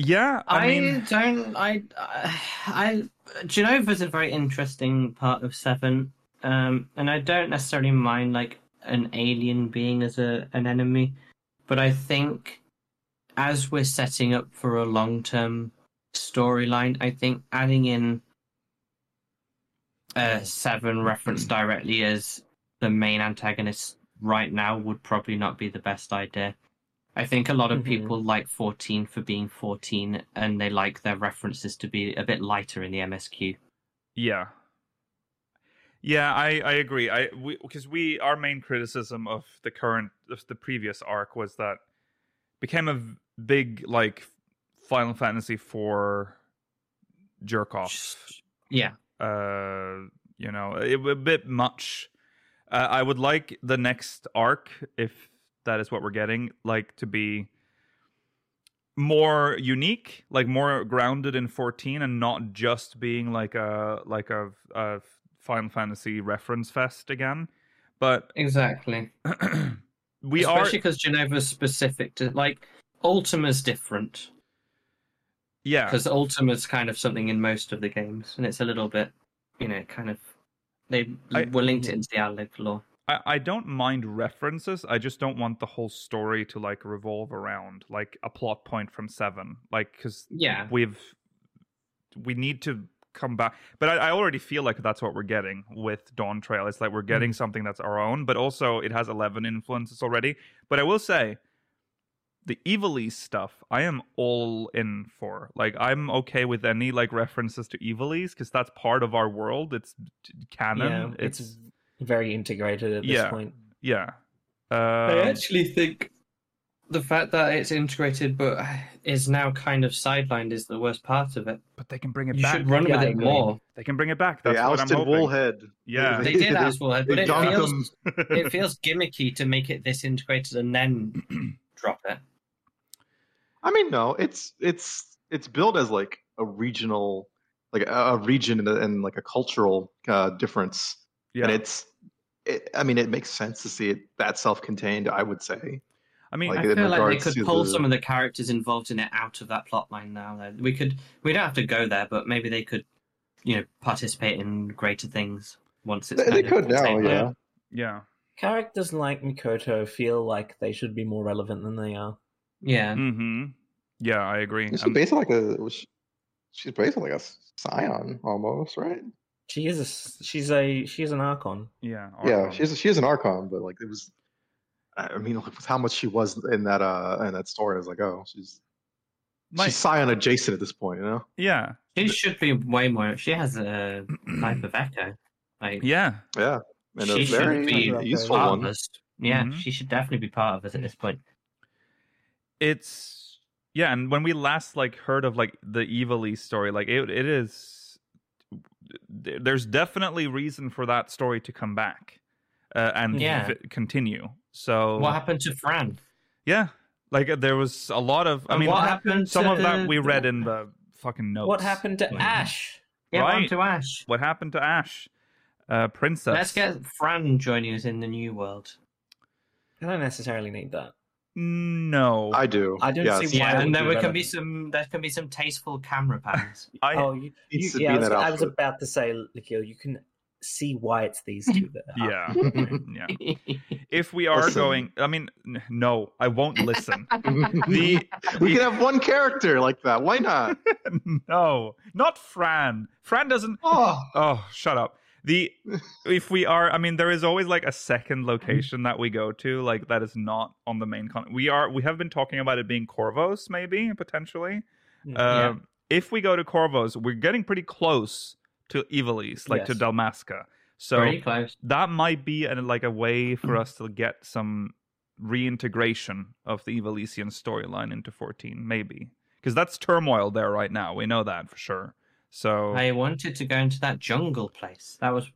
Speaker 1: Yeah, I,
Speaker 4: I,
Speaker 1: mean
Speaker 4: don't. I, I, I- Genova's a very interesting part of Seven, um, and I don't necessarily mind like an alien being as a an enemy, but I think as we're setting up for a long term storyline, I think adding in uh, Seven reference
Speaker 1: Hmm.
Speaker 4: directly as the main antagonist right now would probably not be the best idea. I think a lot of
Speaker 1: Mm-hmm.
Speaker 3: Mhm.
Speaker 4: people like 14 for being 14 and they like their references to be a bit lighter in the MSQ.
Speaker 1: Yeah. Yeah, I, I agree. I because we, our main criticism of the current of the previous arc was that it became a v- big like Final Fantasy IV jerk off
Speaker 4: Yeah.
Speaker 1: uh, you know, it, a bit much. Uh, I would like the next arc, if that is what we're getting, like to be more unique, like more grounded in 14, and not just being like a like a, a Final Fantasy reference fest again. But
Speaker 4: Exactly.
Speaker 1: we
Speaker 4: Especially
Speaker 1: are
Speaker 4: because Genova's specific to like Ultima's different
Speaker 1: yeah.
Speaker 4: because Ultima's kind of something in most of the games, and it's a little bit, you know, kind of they
Speaker 1: I-
Speaker 4: were linked it into the Outlive lore.
Speaker 1: I, I don't mind references. I just don't want the whole story to like revolve around like a plot point from seven, like because
Speaker 4: Yeah,
Speaker 1: we've we need to come back but I, I already feel like that's what we're getting with dawn trail it's like we're
Speaker 4: Mm.
Speaker 1: getting something that's our own but also it has 11 influences already but i will say the evil East stuff i am all in for like i'm okay with any like references to evil because that's part of our world it's canon
Speaker 3: yeah, it's,
Speaker 1: it's
Speaker 3: very integrated at this
Speaker 1: Yeah.
Speaker 3: point.
Speaker 1: yeah
Speaker 4: I
Speaker 1: uh,
Speaker 4: actually think the fact that it's integrated but is now kind of sidelined is the worst part of it.
Speaker 1: but they can bring it
Speaker 4: You
Speaker 1: back
Speaker 4: should run
Speaker 3: Yeah,
Speaker 4: with
Speaker 3: I
Speaker 4: it
Speaker 3: agree.
Speaker 4: more.
Speaker 1: they can bring it back
Speaker 5: They
Speaker 1: that's what i'm
Speaker 5: ousted
Speaker 1: hoping
Speaker 5: Woolhead.
Speaker 1: yeah
Speaker 4: They did ask for it, but
Speaker 5: They
Speaker 4: it
Speaker 5: dunked
Speaker 4: feels
Speaker 5: him.
Speaker 4: it feels gimmicky to make it this integrated and then drop it.
Speaker 5: I mean, no, it's it's it's billed as like a regional, like a, a region and, a, and like a cultural uh, difference, and
Speaker 1: yeah
Speaker 5: it's. It, I mean, it makes sense to see it that self-contained. I would say.
Speaker 1: i mean
Speaker 5: Like,
Speaker 4: I
Speaker 5: in
Speaker 4: feel like they
Speaker 5: regards
Speaker 4: could
Speaker 5: to
Speaker 4: pull
Speaker 5: the-
Speaker 4: some of the characters involved in it out of that plot line now. though. We could we don't have to go there, but maybe they could, you know, participate in greater things once it's
Speaker 5: They- they
Speaker 4: kind of
Speaker 5: could now,
Speaker 4: contained.
Speaker 5: yeah.
Speaker 1: yeah
Speaker 3: Characters like Mikoto feel like they should be more relevant than they are.
Speaker 4: Yeah.
Speaker 1: hmm yeah i agree Um,
Speaker 5: She's
Speaker 1: I'm-
Speaker 5: based on like a. She's based on like a scion almost, right?
Speaker 3: She is a s- she's a she's an archon.
Speaker 1: Yeah.
Speaker 5: Yeah,
Speaker 1: Archon.
Speaker 5: she's she is an archon, but like it was. I mean, look with how much she was in that uh in that story. I was like, oh, she's
Speaker 1: My-
Speaker 5: she's scion adjacent at this point, you know.
Speaker 1: yeah.
Speaker 4: She should be way more she has a type of echo. Like
Speaker 1: yeah.
Speaker 5: Yeah, and
Speaker 4: She
Speaker 5: a
Speaker 4: should
Speaker 5: very Mm-hmm.
Speaker 4: be
Speaker 5: useful
Speaker 4: part
Speaker 5: one.
Speaker 4: of us. Yeah,
Speaker 1: Mhm.
Speaker 4: she should definitely be part of us at this point.
Speaker 1: It's yeah, and when we last like heard of like the evil East story, like it it is th- there's definitely reason for that story to come back uh, and
Speaker 4: Yeah.
Speaker 1: f- continue. So
Speaker 4: What happened to Fran?
Speaker 1: yeah, like uh, there was a lot of I
Speaker 4: And
Speaker 1: mean
Speaker 4: what happened
Speaker 1: some
Speaker 4: to
Speaker 1: of that
Speaker 4: the-
Speaker 1: we read in the fucking notes.
Speaker 3: What happened to
Speaker 4: Mhm.
Speaker 3: Ash?
Speaker 4: Yeah, what
Speaker 1: Right.
Speaker 4: happened to Ash?
Speaker 1: What happened to Ash? Uh princess.
Speaker 4: Let's get Fran joining us in the new world.
Speaker 3: I don't necessarily need that.
Speaker 1: Mm, No.
Speaker 5: I do.
Speaker 3: I don't
Speaker 5: yes.
Speaker 3: see why- it
Speaker 4: Yeah,
Speaker 3: would
Speaker 4: and there
Speaker 3: be
Speaker 4: were- can
Speaker 3: relevant.
Speaker 4: be some there can be some tasteful camera pans.
Speaker 1: I-
Speaker 3: oh, you,
Speaker 5: Needs
Speaker 3: you-
Speaker 5: to be
Speaker 3: yeah, I
Speaker 5: in
Speaker 3: was,
Speaker 5: that
Speaker 3: I was
Speaker 5: outfit.
Speaker 3: about to say, Nikhil, you can see why it's these two that. are-
Speaker 1: yeah. yeah.
Speaker 4: yeah,
Speaker 1: If we are
Speaker 5: Listen.
Speaker 1: going, I mean, n- no, I won't listen. the
Speaker 5: we can have one character like that. Why not?
Speaker 1: no, not Fran. Fran doesn't.
Speaker 5: Oh,
Speaker 1: Oh, shut up. The if we are, I mean, there is always like a second location that we go to, like that is not on the main continent. We are. We have been talking about it being Corvos, maybe potentially.
Speaker 4: Yeah.
Speaker 1: Um, If we go to Corvos, we're getting pretty close to Evilise, like to
Speaker 3: Yes.
Speaker 1: Dalmasca. So
Speaker 4: pretty close.
Speaker 1: that might be an, like a way for us to get some reintegration of the Evilesian storyline into 14, maybe. Because that's turmoil there right now. We know that for sure. So,
Speaker 4: I wanted to go into that jungle place. That was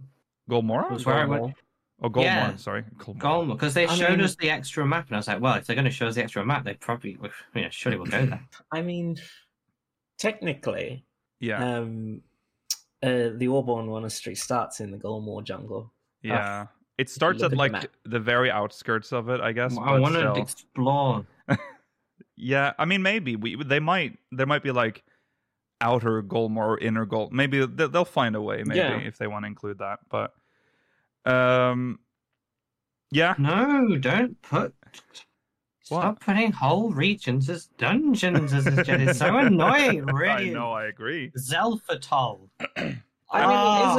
Speaker 1: Golmora?
Speaker 4: was where I went.
Speaker 3: Golmor.
Speaker 1: Oh, Golmora,
Speaker 4: Yeah.
Speaker 1: sorry. Golmora.
Speaker 4: Golmor because they
Speaker 3: I
Speaker 4: showed
Speaker 3: mean-
Speaker 4: us the extra map, and I was like, well, if they're going to show us the extra map, they probably, you know, surely will go there.
Speaker 3: I mean, technically,
Speaker 1: yeah.
Speaker 3: um, uh, the Auburn Monastery starts in the Golmore jungle.
Speaker 1: yeah. It starts at
Speaker 3: look at the
Speaker 1: like
Speaker 3: map.
Speaker 1: the very outskirts of it, I guess.
Speaker 4: I
Speaker 1: but
Speaker 4: want to
Speaker 1: still.
Speaker 4: explore.
Speaker 1: Yeah, I mean, maybe we they might there might be like outer Golmor, inner Gol. Maybe they- they'll find a way. Maybe
Speaker 3: Yeah.
Speaker 1: if they want to include that, but um, yeah,
Speaker 4: No, don't put. Stop putting whole regions as dungeons as this It's so annoying, it really.
Speaker 1: I know, I agree.
Speaker 4: Zelfatol.
Speaker 3: I mean, it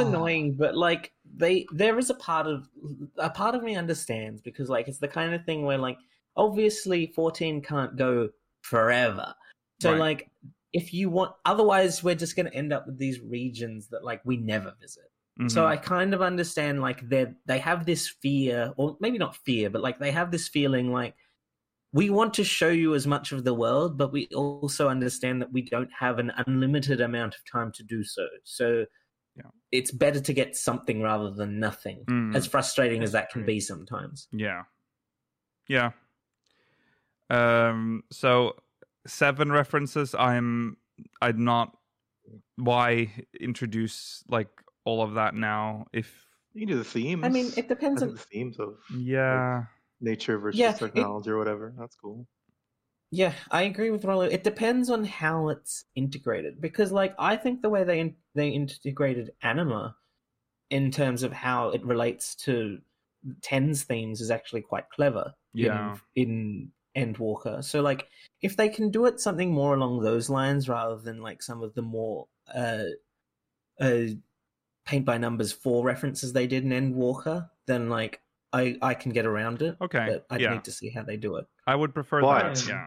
Speaker 4: Ah.
Speaker 3: is annoying, but like they, there is a part of a part of me understands because like it's the kind of thing where like obviously fourteen can't go forever, so
Speaker 1: Right.
Speaker 3: like if you want, otherwise we're just going to end up with these regions that like we never visit.
Speaker 5: Mm-hmm.
Speaker 3: So
Speaker 1: Mhm.
Speaker 3: I kind of understand like they they have this fear, or maybe not fear, but like they have this feeling like we want to show you as much of the world, but we also understand that we don't have an unlimited amount of time to do so. So
Speaker 1: Yeah.
Speaker 3: it's better to get something rather than nothing,
Speaker 5: Mm-hmm.
Speaker 1: Mm.
Speaker 3: as frustrating as that can
Speaker 4: Agreed.
Speaker 3: be sometimes.
Speaker 1: Yeah. Yeah. Um so seven references I'm I'd not why introduce like all of that now if
Speaker 5: You can do the themes.
Speaker 3: I mean, it
Speaker 5: I
Speaker 3: depends
Speaker 5: think
Speaker 3: on
Speaker 5: the themes of
Speaker 1: Mm. yeah
Speaker 5: nature versus
Speaker 3: Yeah, it-
Speaker 5: technology or whatever. That's cool.
Speaker 3: Yeah, I agree with Rollo. It depends on how it's integrated because, like, I think the way they in- they integrated anima in terms of how it relates to Ten's themes is actually quite clever. in-
Speaker 1: Yeah.
Speaker 3: In, Endwalker, so like if they can do it something more along those lines rather than like some of the more uh, uh, paint by numbers four references they did in Endwalker, then like I I can get around it.
Speaker 1: Okay,
Speaker 3: but I'd
Speaker 1: yeah.
Speaker 3: need to see how they do it.
Speaker 1: I would prefer
Speaker 5: But-
Speaker 1: that yeah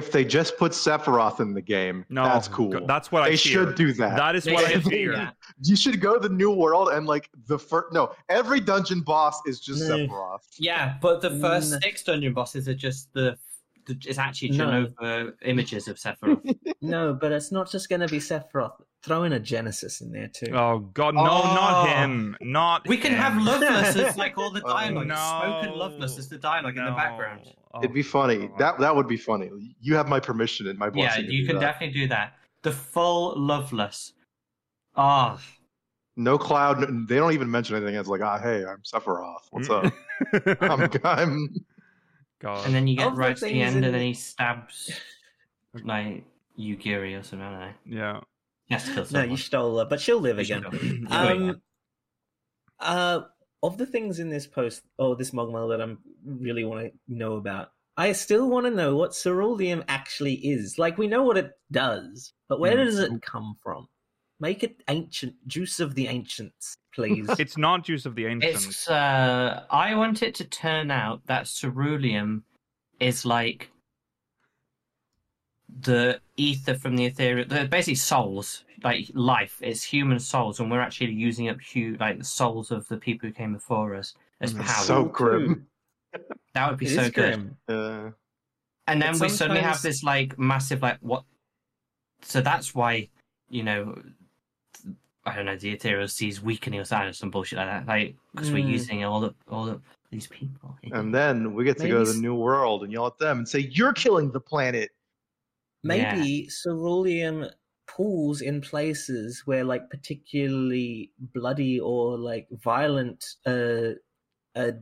Speaker 5: If they just put Sephiroth in the game,
Speaker 1: no
Speaker 5: that's cool.
Speaker 1: go- that's what I
Speaker 5: they
Speaker 1: fear.
Speaker 5: should do that.
Speaker 1: that is
Speaker 4: They
Speaker 1: what I
Speaker 4: should do
Speaker 1: fear
Speaker 4: that.
Speaker 5: You should go to the new world and like the first. No, every dungeon boss is just
Speaker 3: No.
Speaker 5: Sephiroth.
Speaker 4: Yeah, but the first
Speaker 3: Mm.
Speaker 4: six dungeon bosses are just the. the it's actually
Speaker 3: No.
Speaker 4: Genova images of Sephiroth.
Speaker 3: No, but it's not just going to be Sephiroth. Throw in a Genesis in there too.
Speaker 1: oh god no not
Speaker 5: Oh.
Speaker 1: him not
Speaker 4: we can have
Speaker 1: him.
Speaker 4: Loveless as like all the
Speaker 5: Oh,
Speaker 4: dialogue.
Speaker 1: no.
Speaker 4: Spoken Loveless as the dialogue in the
Speaker 1: No.
Speaker 4: background.
Speaker 1: Oh,
Speaker 5: It'd be funny.
Speaker 1: God.
Speaker 5: That that would be funny. You have my permission and my
Speaker 4: Yeah,
Speaker 5: blessing. to
Speaker 4: you
Speaker 5: do
Speaker 4: can
Speaker 5: that.
Speaker 4: definitely do that. The full Loveless. Ah,
Speaker 5: No cloud. no- they don't even mention anything. It's like, ah, hey, I'm Sephiroth. What's up? I'm, I'm
Speaker 1: god
Speaker 4: and then you
Speaker 3: Of
Speaker 4: get
Speaker 3: the
Speaker 4: right to the
Speaker 3: things
Speaker 4: end,
Speaker 3: in-
Speaker 4: and then he stabs like Yugiri or something. I don't know.
Speaker 1: yeah
Speaker 4: He has to kill
Speaker 3: No,
Speaker 4: someone.
Speaker 3: you stole her, but she'll live
Speaker 4: He should
Speaker 3: again.
Speaker 4: go. He'll go again.
Speaker 3: Um, uh, of the things in this post, or this Mogmal that I really want to know about, I still want to know what Ceruleum actually is. Like, we know what it does, but where
Speaker 1: Mm.
Speaker 3: does it come from? Make it ancient, juice of the ancients, please.
Speaker 1: it's not juice of the ancients
Speaker 4: It's uh I want it to turn out that ceruleum is like the ether from the ethereal they're basically souls, like life. It's human souls and we're actually using up hu- like the souls of the people who came before us as
Speaker 1: Mhm.
Speaker 4: power.
Speaker 5: so grim.
Speaker 4: that would be
Speaker 3: It
Speaker 4: so
Speaker 3: is
Speaker 4: good.
Speaker 3: grim.
Speaker 5: Uh,
Speaker 4: And then
Speaker 3: But
Speaker 4: we suddenly have
Speaker 3: sometimes-
Speaker 4: this like massive like what so that's why, you know I don't know, the ethereal sees weakening or something, some bullshit like that. Like because we're
Speaker 3: Mm.
Speaker 4: using all the all the these people.
Speaker 5: and then we get to go to
Speaker 3: Maybe
Speaker 5: the
Speaker 3: s-
Speaker 5: new world and yell at them and say, "You're killing the planet."
Speaker 4: Yeah.
Speaker 3: maybe ceruleum pools in places where like particularly bloody or like violent uh, uh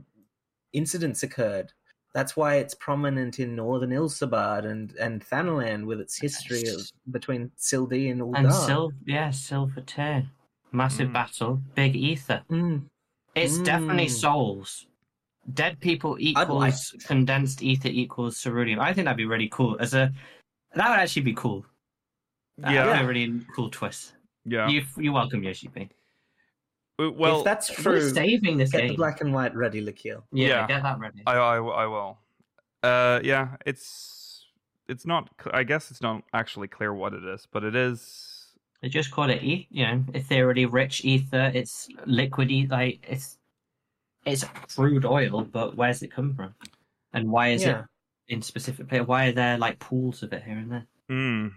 Speaker 3: incidents occurred that's why it's prominent in northern Ilsebad and and Thanalan with its history of between Sildi and Uldar.
Speaker 4: And silver, yeah, silver tear, massive
Speaker 1: Mm.
Speaker 4: battle, big ether.
Speaker 3: Mm,
Speaker 4: It's definitely
Speaker 3: Mm.
Speaker 4: souls. Dead people
Speaker 3: I'd like
Speaker 4: equals condensed ether equals cerulean. I think that'd be really cool. As a that would actually be cool. That'd
Speaker 1: yeah
Speaker 4: be a really cool twist.
Speaker 1: yeah
Speaker 4: You you're welcome, Yoshipi.
Speaker 1: Uh, well
Speaker 3: if that's
Speaker 4: We're
Speaker 3: true,
Speaker 4: saving this
Speaker 3: get
Speaker 4: game.
Speaker 3: the black and white ready, Lakil.
Speaker 4: yeah,
Speaker 1: Yeah.
Speaker 4: get that ready.
Speaker 1: I, I, I will. Uh, yeah, it's it's not. cl- I guess it's not actually clear what it is, but it is.
Speaker 4: They just call it, eth- you know, ethereally rich ether. It's liquidy, like it's it's crude oil, but where's it come from? And why is
Speaker 3: Yeah.
Speaker 4: it in specific? pla- Why are there like pools of it here and there?
Speaker 1: Mm,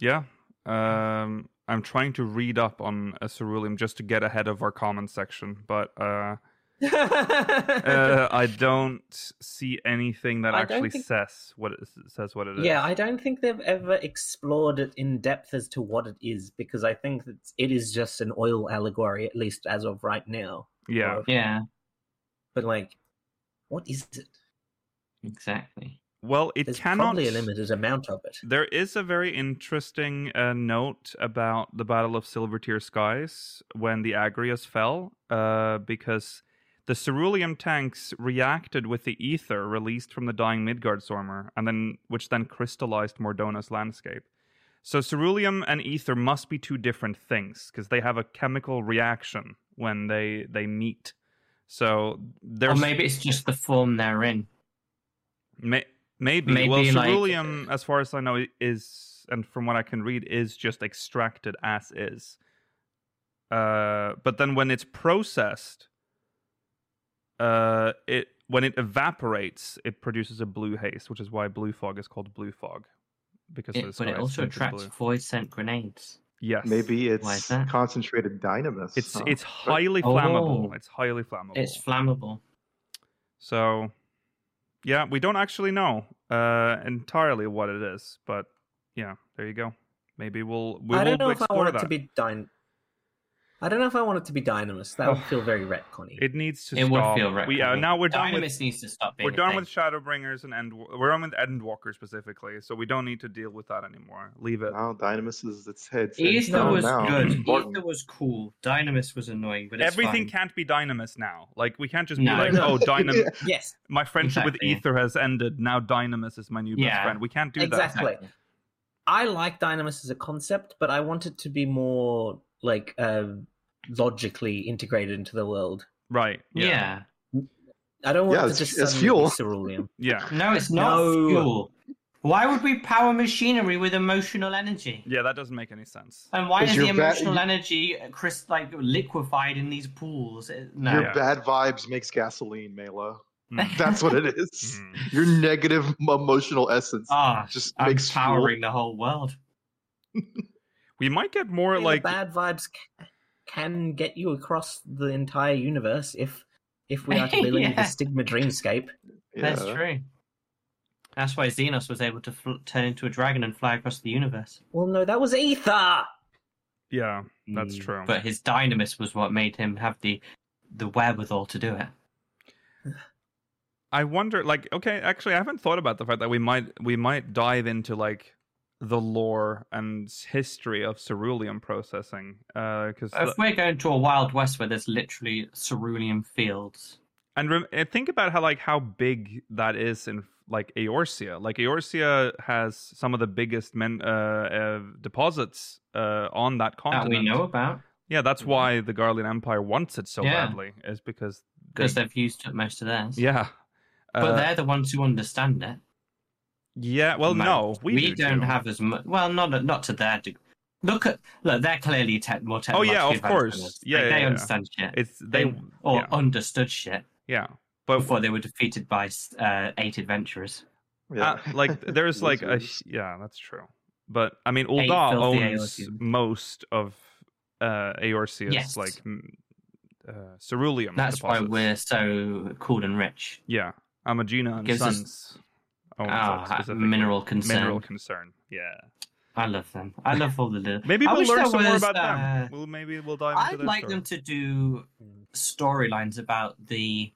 Speaker 1: yeah. Um, I'm trying to read up on a ceruleum just to get ahead of our comment section, but uh, uh I don't see anything that
Speaker 3: I don't
Speaker 1: actually
Speaker 3: think-
Speaker 1: says what it says what it is.
Speaker 3: Yeah, I don't think they've ever explored it in depth as to what it is because I think that it is just an oil allegory, at least as of right now.
Speaker 1: yeah.
Speaker 4: Yeah,
Speaker 3: But like, what is it?
Speaker 4: exactly.
Speaker 1: Well, it
Speaker 3: There's
Speaker 1: cannot.
Speaker 3: probably a limited amount of it.
Speaker 1: There is a very interesting uh, note about the Battle of Silver Tear Skies when the Agrias fell, uh, because the Ceruleum tanks reacted with the ether released from the dying Midgard Stormer, and then which then crystallized Mordona's landscape. So Ceruleum and ether must be two different things because they have a chemical reaction when they they meet. So there's
Speaker 4: Or maybe it's just the form they're in.
Speaker 1: May- maybe.
Speaker 4: Maybe,
Speaker 1: Well,
Speaker 4: like-
Speaker 1: ceruleum, as far as I know, is and from what I can read, is just extracted as is. Uh, but then when it's processed, uh, it when it evaporates, it produces a blue haze, which is why blue fog is called blue fog. Because
Speaker 4: It-
Speaker 1: the
Speaker 4: but
Speaker 1: sky
Speaker 4: it
Speaker 1: is
Speaker 4: also
Speaker 1: painted
Speaker 4: attracts
Speaker 1: blue.
Speaker 4: void scent grenades.
Speaker 1: Yes,
Speaker 5: Maybe
Speaker 4: Why is
Speaker 5: it's
Speaker 4: that?
Speaker 5: concentrated dynamis.
Speaker 1: it's
Speaker 5: huh?
Speaker 1: it's highly flammable.
Speaker 4: Oh.
Speaker 1: It's highly flammable.
Speaker 4: It's flammable.
Speaker 1: so, yeah, we don't actually know uh, entirely what it is, but yeah, there you go. Maybe we'll we
Speaker 3: I
Speaker 1: will
Speaker 3: don't know if I
Speaker 1: explore
Speaker 3: want
Speaker 1: that.
Speaker 3: it to be dyn. I don't know if I want it to be dynamis. That would feel very retconny.
Speaker 1: Oh. It needs to
Speaker 4: It would
Speaker 1: stop.
Speaker 4: feel
Speaker 1: we, uh,
Speaker 4: retconning.
Speaker 1: now we're done with
Speaker 4: Dynamis needs to stop being.
Speaker 1: we're
Speaker 4: a
Speaker 1: done
Speaker 4: thing.
Speaker 1: with Shadowbringers and End. We're on with Endwalker specifically, so we don't need to deal with that anymore. Leave it.
Speaker 5: now dynamis is its head.
Speaker 4: Ether
Speaker 1: No,
Speaker 4: was
Speaker 5: now.
Speaker 4: good.
Speaker 5: Important.
Speaker 4: Ether was cool. Dynamis was annoying, but it's
Speaker 1: Everything
Speaker 4: fine.
Speaker 1: can't be dynamis now. Like we can't just
Speaker 4: No.
Speaker 1: be like,
Speaker 5: No.
Speaker 1: oh, dynam.
Speaker 5: Yeah.
Speaker 3: yes,
Speaker 1: My friendship
Speaker 4: Exactly.
Speaker 1: with Ether has ended. Now dynamis is my new best
Speaker 4: Yeah.
Speaker 1: friend. We can't do that.
Speaker 3: Exactly. I like dynamis as a concept, but I want it to be more like uh, logically integrated into the world.
Speaker 1: Right. Yeah.
Speaker 4: Yeah.
Speaker 3: I don't want
Speaker 5: Yeah,
Speaker 3: it to
Speaker 5: it's-
Speaker 3: just
Speaker 5: it's
Speaker 3: suddenly
Speaker 5: fuel.
Speaker 3: be cerulean.
Speaker 1: Yeah.
Speaker 4: No, it's not
Speaker 3: No.
Speaker 4: fuel. Why would we power machinery with emotional energy?
Speaker 1: Yeah, that doesn't make any sense.
Speaker 4: And why
Speaker 5: 'Cause
Speaker 4: is the
Speaker 5: you're ba-
Speaker 4: emotional energy uh, crystal like liquefied in these pools? It- No.
Speaker 5: Your
Speaker 1: Yeah.
Speaker 5: bad vibes makes gasoline, Mela.
Speaker 1: Mm.
Speaker 5: That's what it is.
Speaker 1: Mm.
Speaker 5: Your negative emotional essence
Speaker 4: Ah,
Speaker 5: just
Speaker 4: I'm
Speaker 5: makes fuel.
Speaker 4: powering the whole world.
Speaker 1: We might get more
Speaker 3: The
Speaker 1: like
Speaker 3: bad vibes ca- can get you across the entire universe if if we are to believe
Speaker 4: Yeah.
Speaker 3: the stigma dreamscape.
Speaker 4: That's
Speaker 5: Yeah.
Speaker 4: true. That's why Xenos was able to fl- turn into a dragon and fly across the universe.
Speaker 3: Well, no, that was ether.
Speaker 1: yeah, that's
Speaker 4: Mm,
Speaker 1: true.
Speaker 4: But his dynamis was what made him have the the wherewithal to do it.
Speaker 1: I wonder, like, okay, actually, I haven't thought about the fact that we might we might dive into like the lore and s- history of ceruleum processing, uh, because
Speaker 4: If we're going to a wild west where there's literally cerulean fields,
Speaker 1: and, rem- and think about how like how big that is in like Eorzea. Like Eorzea has some of the biggest men uh, uh, deposits uh, on that
Speaker 4: that
Speaker 1: continent.
Speaker 4: we know about
Speaker 1: Yeah, that's why the Garlean Empire wants it so
Speaker 4: Yeah.
Speaker 1: badly, is because
Speaker 4: because they've used up most of theirs.
Speaker 1: yeah.
Speaker 4: but
Speaker 1: Uh,
Speaker 4: they're the ones who understand it.
Speaker 1: yeah, well,
Speaker 4: Mate,
Speaker 1: no, we, do
Speaker 4: not
Speaker 1: too.
Speaker 4: have as much. Well, not not to their degree. Look at look. They're clearly te- more
Speaker 1: Oh,
Speaker 4: technologically.
Speaker 1: yeah, of
Speaker 4: advanced than
Speaker 1: course. Yeah,
Speaker 4: us. Like,
Speaker 1: yeah,
Speaker 4: they
Speaker 1: yeah.
Speaker 4: understand shit
Speaker 1: It's they,
Speaker 4: They- or
Speaker 1: yeah. Oh.
Speaker 4: understood shit
Speaker 1: yeah, but
Speaker 4: before they were defeated by uh, eight adventurers.
Speaker 1: Uh, like there's like a
Speaker 5: Losers.
Speaker 1: sh- yeah, that's true. But I mean,
Speaker 4: Eight
Speaker 1: Ulda
Speaker 4: filthy
Speaker 1: owns
Speaker 4: Eorzeans.
Speaker 1: most of uh, Aorcia's
Speaker 4: Yes.
Speaker 1: like m- uh, ceruleum.
Speaker 4: That's why
Speaker 1: deposits.
Speaker 4: we're so cool and rich.
Speaker 1: yeah, Amagina and
Speaker 4: Gives us-
Speaker 1: Sons. owns it
Speaker 4: Ah,
Speaker 1: Oh, specifically.
Speaker 4: mineral concern.
Speaker 1: mineral concern. Yeah,
Speaker 4: I love them. I love all the little.
Speaker 1: maybe
Speaker 4: I
Speaker 1: we'll
Speaker 4: wish
Speaker 1: learn
Speaker 4: there
Speaker 1: some more
Speaker 4: was,
Speaker 1: about
Speaker 4: uh,
Speaker 1: them. We'll maybe we'll dive into
Speaker 4: I'd
Speaker 1: their
Speaker 4: like
Speaker 1: story.
Speaker 4: them to do storylines about the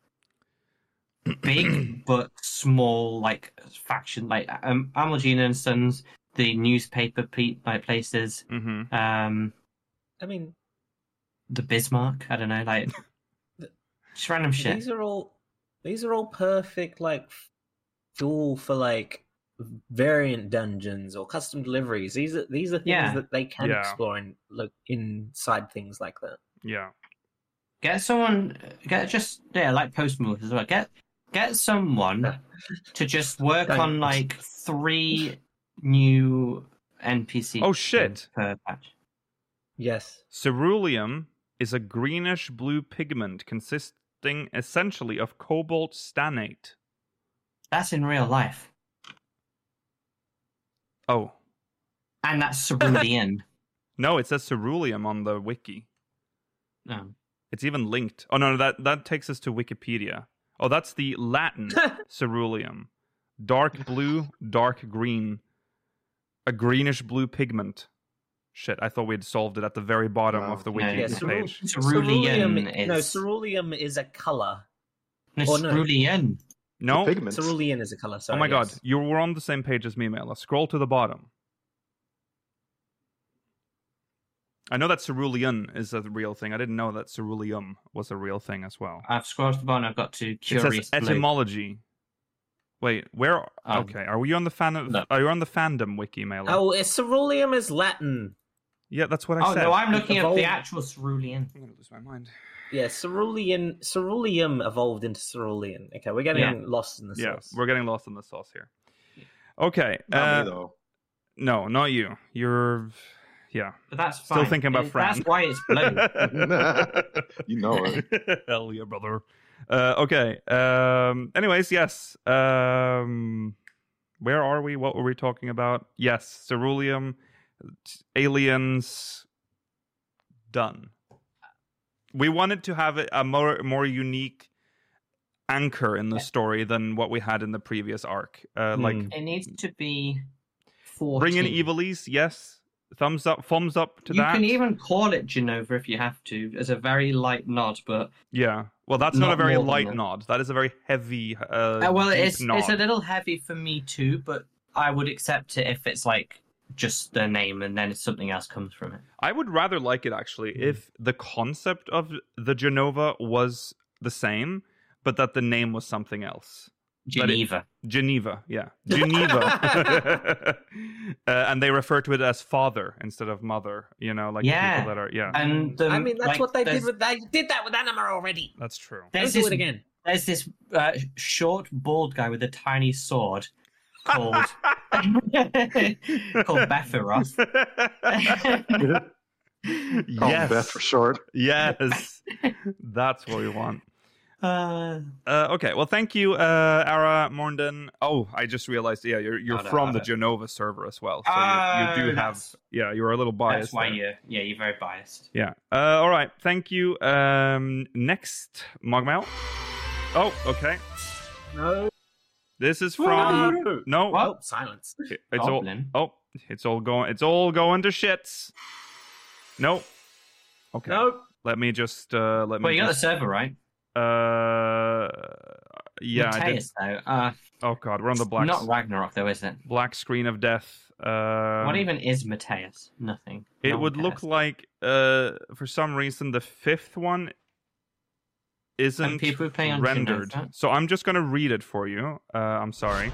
Speaker 4: big but small like faction, like um, Amalgina and Sons, the newspaper pe- like places,
Speaker 1: hmm
Speaker 4: um,
Speaker 3: I mean,
Speaker 4: the Bismarck. I don't know, like just random shit.
Speaker 3: these are all these are all perfect like f- fuel for like variant dungeons or custom deliveries. These are these are things
Speaker 4: Yeah.
Speaker 3: that they can
Speaker 1: Yeah.
Speaker 3: explore in look inside things like that.
Speaker 1: Yeah,
Speaker 4: Get someone, get just yeah, like post moves as well. Get get someone to just work
Speaker 3: Thank
Speaker 4: on
Speaker 3: you.
Speaker 4: like three new NPC.
Speaker 1: Oh, shit.
Speaker 4: per patch.
Speaker 3: Yes.
Speaker 1: ceruleum is a greenish blue pigment consisting essentially of cobalt stannate.
Speaker 4: That's in real life.
Speaker 1: Oh.
Speaker 4: And that's cerulean.
Speaker 1: No, it says ceruleum on the wiki.
Speaker 4: no.
Speaker 1: It's even linked. Oh no, no, that that takes us to Wikipedia. Oh, that's the Latin ceruleum. Dark blue, dark green, a greenish blue pigment. Shit, I thought we'd solved it at the very bottom
Speaker 5: No.
Speaker 1: of the
Speaker 4: No,
Speaker 1: wiki
Speaker 4: yeah,
Speaker 3: cerule-
Speaker 1: page.
Speaker 4: Cerulean
Speaker 3: Ceruleum- No,
Speaker 4: is-
Speaker 3: ceruleum is a color.
Speaker 4: No,
Speaker 1: Oh,
Speaker 3: Or no.
Speaker 4: cerulean.
Speaker 1: No.
Speaker 5: Pigments.
Speaker 3: Cerulean is a color.
Speaker 1: Oh
Speaker 3: Sorry,
Speaker 1: my god,
Speaker 3: Uh, yes.
Speaker 1: you were on the same page as me, Mela. Scroll to the bottom. I know that cerulean is a real thing. I didn't know that ceruleum was a real thing as well.
Speaker 4: I've scrolled to the bottom. I've got to
Speaker 1: it
Speaker 4: curious.
Speaker 1: says
Speaker 4: blue.
Speaker 1: etymology. Wait, where?
Speaker 4: Um,
Speaker 1: okay, are we on the fan?
Speaker 4: no.
Speaker 1: Are you on the fandom wiki, Mailer?
Speaker 3: Oh, it's- ceruleum is Latin.
Speaker 1: yeah, that's what I
Speaker 4: oh
Speaker 1: said.
Speaker 4: no, I'm looking at
Speaker 3: Evolved.
Speaker 4: the actual cerulean.
Speaker 1: I'm gonna lose my mind.
Speaker 3: Yeah, cerulean. Ceruleum evolved into cerulean. Okay, we're getting lost in the
Speaker 1: Yeah,
Speaker 3: sauce.
Speaker 1: we're getting lost in the sauce here. Okay,
Speaker 5: Not me,
Speaker 1: uh,
Speaker 5: though.
Speaker 1: no, not you. You're, yeah.
Speaker 4: But that's
Speaker 1: Still
Speaker 4: fine.
Speaker 1: thinking about
Speaker 4: It-
Speaker 1: Fran.
Speaker 4: That's why it's blue.
Speaker 5: You know it.
Speaker 1: Hell yeah, brother. Uh, okay. Um, anyways, yes. Um, where are we? What were we talking about? Yes, ceruleum, t- aliens. Done. We wanted to have a- a more more unique anchor in the story than what we had in the previous arc. Uh, Like
Speaker 3: Hmm.
Speaker 4: It needs to be 14.
Speaker 1: bring in Evilise, yes. Thumbs up, thumbs up to
Speaker 4: you
Speaker 1: that.
Speaker 4: can even call it Genova if you have to, as a very light nod. But
Speaker 1: Yeah. Well, that's not,
Speaker 4: Not
Speaker 1: a very
Speaker 4: more than
Speaker 1: light
Speaker 4: that.
Speaker 1: nod. That is a very heavy. Uh,
Speaker 4: Uh, well,
Speaker 1: deep
Speaker 4: it's
Speaker 1: nod.
Speaker 4: it's a little heavy for me too. But I would accept it if it's like just the name and then something else comes from it.
Speaker 1: I would rather like it actually
Speaker 5: Hmm.
Speaker 1: if the concept of the Genova was the same, but that the name was something else. But it-
Speaker 4: Geneva.
Speaker 1: Geneva, yeah, Geneva, uh, and they refer to it as father instead of mother. You know, like
Speaker 4: Yeah.
Speaker 1: people that are yeah,
Speaker 4: And the,
Speaker 3: I mean, that's
Speaker 4: like,
Speaker 3: what they
Speaker 4: there's-
Speaker 3: did with they did that with Anima already.
Speaker 1: that's true.
Speaker 4: There's
Speaker 3: Let's
Speaker 4: this,
Speaker 3: do it again.
Speaker 4: there's this uh, short, bald guy with a tiny sword called called Befferoth.
Speaker 5: Call him Beth for
Speaker 1: yes,
Speaker 5: short.
Speaker 1: yes, that's what we want.
Speaker 4: Uh,
Speaker 1: Uh, okay, well, thank you, uh, Ara Mornden. Oh, I just realized, yeah, you're you're
Speaker 4: Oh, no,
Speaker 1: from
Speaker 4: I
Speaker 1: the
Speaker 4: don't-
Speaker 1: Genova server as well, so you, you
Speaker 4: oh,
Speaker 5: Uh,
Speaker 1: do have,
Speaker 4: that's-
Speaker 1: yeah, you're a little biased.
Speaker 4: That's why
Speaker 1: there.
Speaker 4: you're yeah you're very biased.
Speaker 1: Yeah. Uh, all right. Thank you. Um, next, Mogmail. Oh, okay.
Speaker 3: No.
Speaker 1: This is from
Speaker 3: no.
Speaker 1: no.
Speaker 4: What?
Speaker 3: Oh, silence.
Speaker 1: It's all.
Speaker 4: Goblin.
Speaker 1: Oh, it's all going. It's all going to shits. No. Okay.
Speaker 3: No.
Speaker 1: Let me just. Uh, let
Speaker 4: Well,
Speaker 1: me.
Speaker 4: you got the
Speaker 1: Just,
Speaker 4: server right.
Speaker 1: uh. Yeah. I did.
Speaker 4: Mateus, though. Uh,
Speaker 1: Oh God, we're on the black.
Speaker 4: Not Ragnarok though, is it?
Speaker 1: black screen of death. Um,
Speaker 4: what even is Mateus? Nothing.
Speaker 1: It
Speaker 4: No one
Speaker 1: would look
Speaker 4: cares.
Speaker 1: like, uh, for some reason, the fifth one isn't
Speaker 4: people who play on
Speaker 1: rendered.
Speaker 4: Genova?
Speaker 1: So I'm just gonna read it for you. Uh, I'm sorry.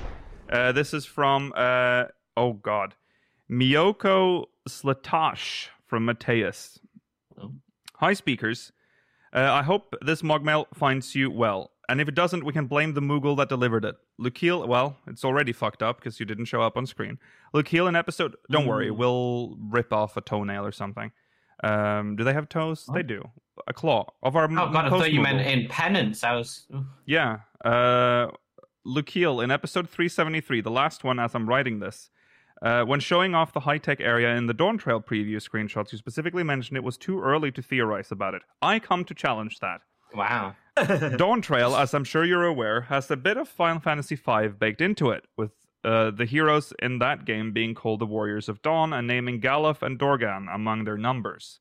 Speaker 1: Uh, this is from, uh, oh god, Miyoko Slatash from Mateus.
Speaker 4: Oh.
Speaker 1: Hi, speakers. Uh, I hope this mogmail finds you well. And if it doesn't, we can blame the Moogle that delivered it. Lukeel, well, it's already fucked up because you didn't show up on screen. Lukeel in episode, don't worry,
Speaker 4: Mm.
Speaker 1: we'll rip off a toenail or something. Um, do they have toes? They
Speaker 4: What?
Speaker 1: do. A claw of our.
Speaker 4: Oh god, I thought you meant
Speaker 1: post-Moogle.
Speaker 4: in penance. I was. Oof.
Speaker 1: Yeah. Uh, Lukeel, in episode 373, the last one as I'm writing this, uh, when showing off the high tech area in the Dawn Trail preview screenshots, you specifically mentioned it was too early to theorize about it. I come to challenge that.
Speaker 4: Wow.
Speaker 1: Dawn Trail, as I'm sure you're aware, has a bit of Final Fantasy V baked into it, with uh, the heroes in that game being called the Warriors of Dawn and naming Gallif and Dorgan among their numbers.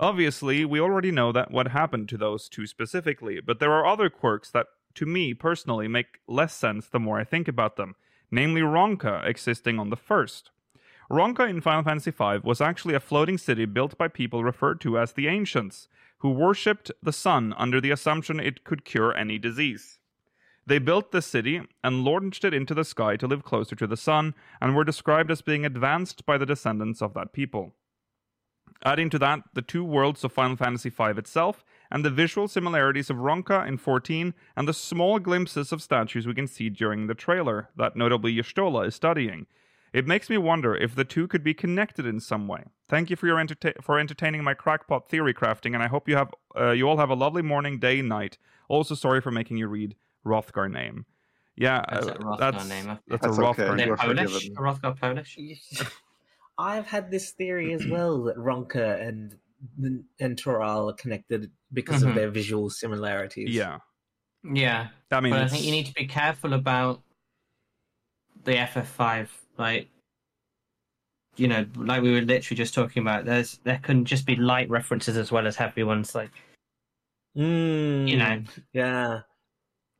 Speaker 1: Obviously, we already know that what happened to those two specifically, but there are other quirks that, to me personally, make less sense the more I think about them, namely Ronka existing on the first. Ronka in Final Fantasy V was actually a floating city built by people referred to as the Ancients, who worshipped the sun under the assumption it could cure any disease. They built the city and launched it into the sky to live closer to the sun, and were described as being advanced by the descendants of that people. Adding to that, the two worlds of Final Fantasy V itself, and the visual similarities of Ronka in 14, and the small glimpses of statues we can see during the trailer that notably Yestola is studying. It makes me wonder if the two could be connected in some way. Thank you for your enterta- for entertaining my crackpot theory crafting, and I hope you have uh, you all have a lovely morning, day, night. Also, sorry for making you read Rothgar name. Yeah,
Speaker 4: That's
Speaker 1: uh,
Speaker 4: a Rothgar
Speaker 1: that's,
Speaker 4: name, I think.
Speaker 1: That's,
Speaker 5: That's
Speaker 1: a
Speaker 5: okay.
Speaker 1: Rothgar
Speaker 4: Are
Speaker 5: You
Speaker 4: they
Speaker 1: name.
Speaker 5: are
Speaker 4: Polish?
Speaker 5: forgiven.
Speaker 4: Are Rothgar Polish?
Speaker 3: I've had this theory as well that Ronka and and Toral are connected because
Speaker 4: Mhm.
Speaker 3: of their visual similarities.
Speaker 1: Yeah,
Speaker 4: Yeah,
Speaker 1: I mean,
Speaker 4: but I
Speaker 1: it's-
Speaker 4: think you need to be careful about the FF5. Like, you know, like we were literally just talking about. There's there can just be light references as well as heavy ones. Like,
Speaker 3: Mm,
Speaker 4: you know,
Speaker 3: Yeah.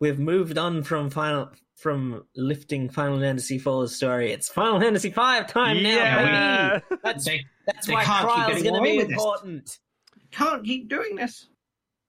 Speaker 3: We've moved on from final from lifting Final Fantasy IV's story. It's Final Fantasy V time now.
Speaker 1: yeah.
Speaker 3: baby! That's
Speaker 4: they
Speaker 3: that's
Speaker 4: They
Speaker 3: why
Speaker 4: can't keep getting
Speaker 3: trial's going to
Speaker 4: away
Speaker 3: be
Speaker 4: with this.
Speaker 3: important.
Speaker 4: can't keep doing this.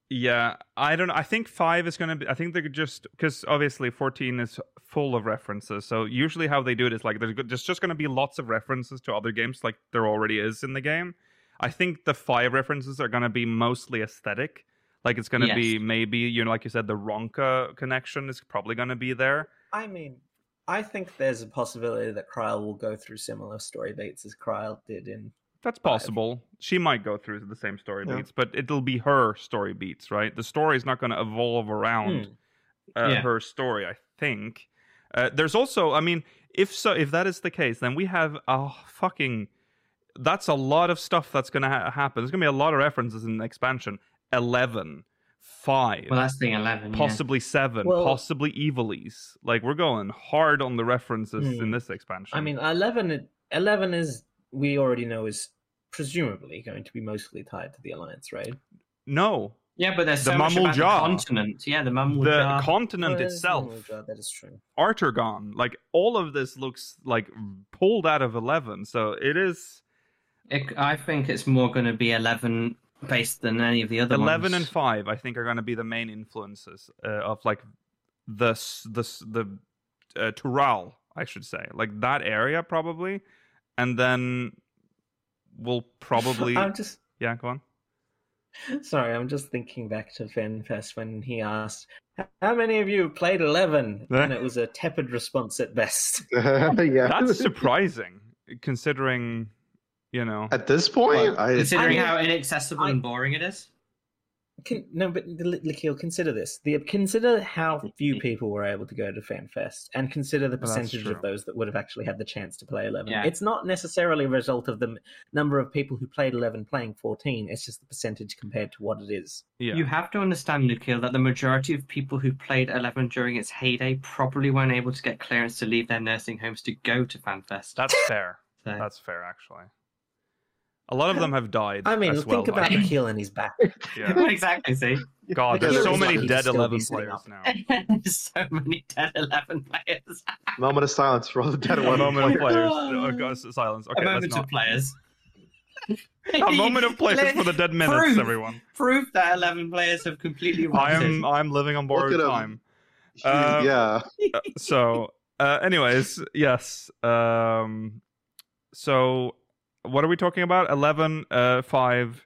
Speaker 1: Yeah, I don't. know. I think five is gonna be. I think they could just because obviously fourteen is full of references. So usually how they do it is like there's, go- there's just gonna be lots of references to other games, like there already is in the game. I think the five references are gonna be mostly aesthetic. Like it's gonna
Speaker 4: Yes.
Speaker 1: be maybe you know, like you said, the Ronka connection is probably gonna be there.
Speaker 3: I mean, I think there's a possibility that Kryl will go through similar story beats as Kryl did in
Speaker 1: That's possible. She might go through the same story
Speaker 5: Yeah.
Speaker 1: beats, but it'll be her story beats, right? The story is not going to evolve around uh,
Speaker 4: Yeah.
Speaker 1: her story. I think uh, there's also, I mean, if so, if that is the case, then we have a fucking. That's a lot of stuff that's going to ha- happen. There's going to be a lot of references in expansion. Eleven, five,
Speaker 4: Well, that's thing eleven. yeah.
Speaker 1: possibly seven,
Speaker 3: Well-
Speaker 1: possibly Evilies. Like we're going hard on the references
Speaker 3: Hmm.
Speaker 1: in this expansion.
Speaker 3: I mean, 11, 11 is, we already know, is presumably going to be mostly tied to the Alliance, right?
Speaker 1: no,
Speaker 4: Yeah, but there's
Speaker 1: The
Speaker 4: so much
Speaker 1: Mammal
Speaker 4: about
Speaker 1: Jar.
Speaker 4: the continent. Yeah, the mammal
Speaker 1: the
Speaker 4: jar.
Speaker 1: continent
Speaker 3: Well, there's
Speaker 1: itself.
Speaker 3: Normal Jar, That is true.
Speaker 1: Artergon, like all of this looks like pulled out of Eleven. So it is
Speaker 4: It, I think it's more going to be eleven based than any of the other
Speaker 1: Eleven
Speaker 4: ones.
Speaker 1: and Five. I think are going to be the main influences uh, of like the s- the s- the uh, Tural, I should say, like that area probably, and then we'll probably
Speaker 3: I'm just
Speaker 1: yeah go on.
Speaker 3: sorry. I'm just thinking back to FanFest when he asked, "How many of you played 11? and it was a tepid response at best.
Speaker 5: yeah.
Speaker 1: That's surprising considering you know
Speaker 5: At this point,
Speaker 3: Well,
Speaker 5: I,
Speaker 4: Considering
Speaker 3: I-
Speaker 4: how inaccessible and boring it is.
Speaker 3: Con- no, but L- Lakeel, consider this: the consider how few people were able to go to FanFest, and consider the
Speaker 1: Mm-hmm. Well, that's
Speaker 3: percentage
Speaker 1: true.
Speaker 3: of those that would have actually had the chance to play eleven.
Speaker 4: Yeah.
Speaker 3: It's not necessarily a result of the m- number of people who played eleven playing fourteen. It's just the percentage compared to what it is.
Speaker 1: yeah
Speaker 4: You have to understand, Nikhil, that the majority of people who played Eleven during its heyday probably weren't able to get clearance to leave their nursing homes to go to FanFest.
Speaker 1: that's fair.
Speaker 4: So,
Speaker 1: That's fair actually. A lot of them have died.
Speaker 3: I mean,
Speaker 1: as well,
Speaker 3: think about
Speaker 1: think.
Speaker 3: Lakeel and his back.
Speaker 1: yeah.
Speaker 4: exactly. See,
Speaker 1: God,
Speaker 5: Yeah,
Speaker 1: there's so
Speaker 5: there's
Speaker 1: many
Speaker 5: like-
Speaker 1: dead
Speaker 3: still be
Speaker 1: 11
Speaker 3: sitting
Speaker 1: players
Speaker 3: up.
Speaker 1: now.
Speaker 4: there's so many dead Eleven players.
Speaker 5: moment of silence for all the dead
Speaker 1: A
Speaker 5: one.
Speaker 1: moment of players.
Speaker 4: Oh.
Speaker 1: Oh, God, silence.
Speaker 4: a
Speaker 1: Okay,
Speaker 4: moment
Speaker 1: let's
Speaker 4: of
Speaker 1: not.
Speaker 4: players.
Speaker 1: A moment of players for the dead minutes,
Speaker 4: Proof.
Speaker 1: everyone.
Speaker 4: proof that eleven players have completely
Speaker 1: I
Speaker 4: rotted.
Speaker 1: am I'm living on borrowed
Speaker 5: at him.
Speaker 1: time. Uh,
Speaker 5: yeah.
Speaker 1: So, uh, anyways, yes. Um, so, what are we talking about? 11, uh, 5,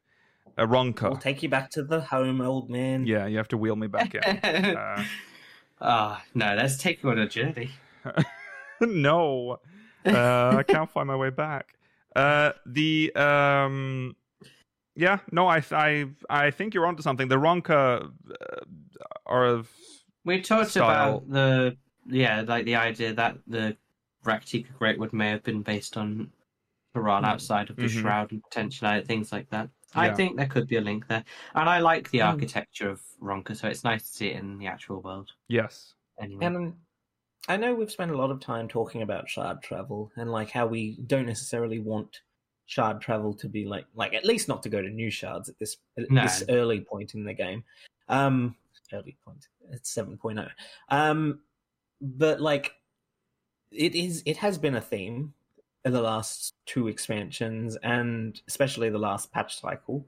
Speaker 1: uh, Ronka.
Speaker 3: We'll take you back to the home, old man.
Speaker 1: yeah, you have to wheel me back in. Uh,
Speaker 4: Ah, no, let's take you on a journey.
Speaker 1: no, uh, I can't find my way back. Uh, the um, yeah, no, I I I think you're onto something. The Ronka uh, are of
Speaker 4: We talked
Speaker 1: Style.
Speaker 4: about the yeah, like the idea that the Raktika Greatwood may have been based on Quran outside of the
Speaker 1: Mhm.
Speaker 4: Shroud and potentially things like that. I
Speaker 1: Yeah.
Speaker 4: think there could be a link there, and I like the
Speaker 3: Mm.
Speaker 4: architecture of Ronka, so it's nice to see it in the actual world.
Speaker 1: yes,
Speaker 4: Anyway,
Speaker 3: And um, I know we've spent a lot of time talking about shard travel and like how we don't necessarily want shard travel to be like like at least not to go to new shards at this at
Speaker 4: No.
Speaker 3: this early point in the game. Um early point. It's 7.0. Um but like it is it has been a theme in the last two expansions and especially the last patch cycle.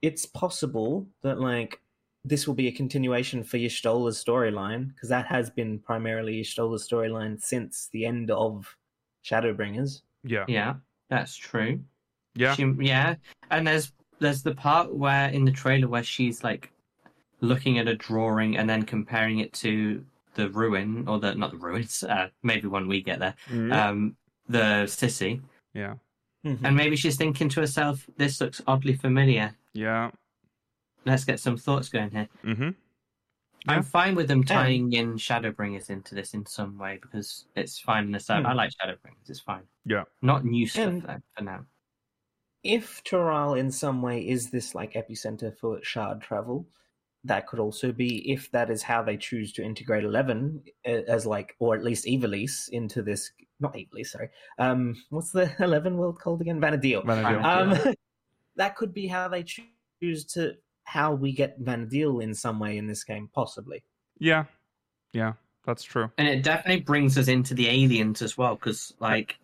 Speaker 3: It's possible that like this will be a continuation for Yishtola's storyline because that has been primarily Yishtola's storyline since the end of Shadowbringers.
Speaker 1: yeah,
Speaker 4: yeah, that's true.
Speaker 1: yeah,
Speaker 4: She, yeah. And there's there's the part where in the trailer where she's like looking at a drawing and then comparing it to the ruin or the not the ruins, uh, maybe when we get there.
Speaker 1: Mm-hmm.
Speaker 4: Um the sissy.
Speaker 1: yeah,
Speaker 4: And maybe she's thinking to herself, this looks oddly familiar.
Speaker 1: yeah.
Speaker 4: Let's get some thoughts going here.
Speaker 1: Mm-hmm. Yeah.
Speaker 4: I'm fine with them tying in Shadowbringers into this in some way because it's fine in the sound.
Speaker 3: Hmm.
Speaker 4: I like Shadowbringers, it's fine.
Speaker 1: Yeah.
Speaker 4: Not new stuff
Speaker 3: And-
Speaker 4: though, for now.
Speaker 3: if Toral in some way is this like epicenter for shard travel, that could also be if that is how they choose to integrate Eleven a- as like, or at least Evilise into this. Not Evilise, sorry. Um, what's the Eleven world called again? Vanadil.
Speaker 1: Vanadil.
Speaker 3: Um, that could be how they choose to how we get Vanadil in some way in this game, possibly.
Speaker 1: yeah, yeah, that's true.
Speaker 4: And it definitely brings us into the aliens as well, because like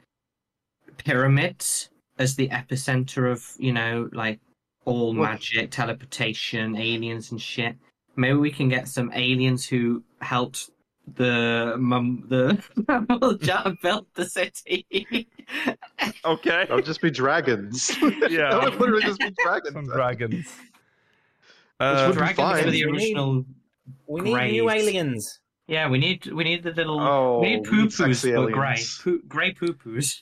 Speaker 4: pyramids as the epicenter of you know like all
Speaker 5: Well-
Speaker 4: magic, teleportation, aliens and shit. Maybe we can get some aliens who helped the mum the mammal jar build the city.
Speaker 1: Okay,
Speaker 5: That would just be dragons.
Speaker 1: Yeah.
Speaker 5: that would literally just be dragons.
Speaker 1: some dragons.
Speaker 5: would be
Speaker 1: Uh,
Speaker 4: Dragons
Speaker 5: fine.
Speaker 4: were the
Speaker 3: We need-
Speaker 4: original.
Speaker 3: We need new
Speaker 4: Great.
Speaker 3: aliens.
Speaker 4: Yeah, we need we need the little.
Speaker 5: Oh,
Speaker 4: we need
Speaker 5: we need
Speaker 4: poo poos
Speaker 5: sexy
Speaker 4: for grey
Speaker 5: aliens.
Speaker 4: poo, grey poo poos.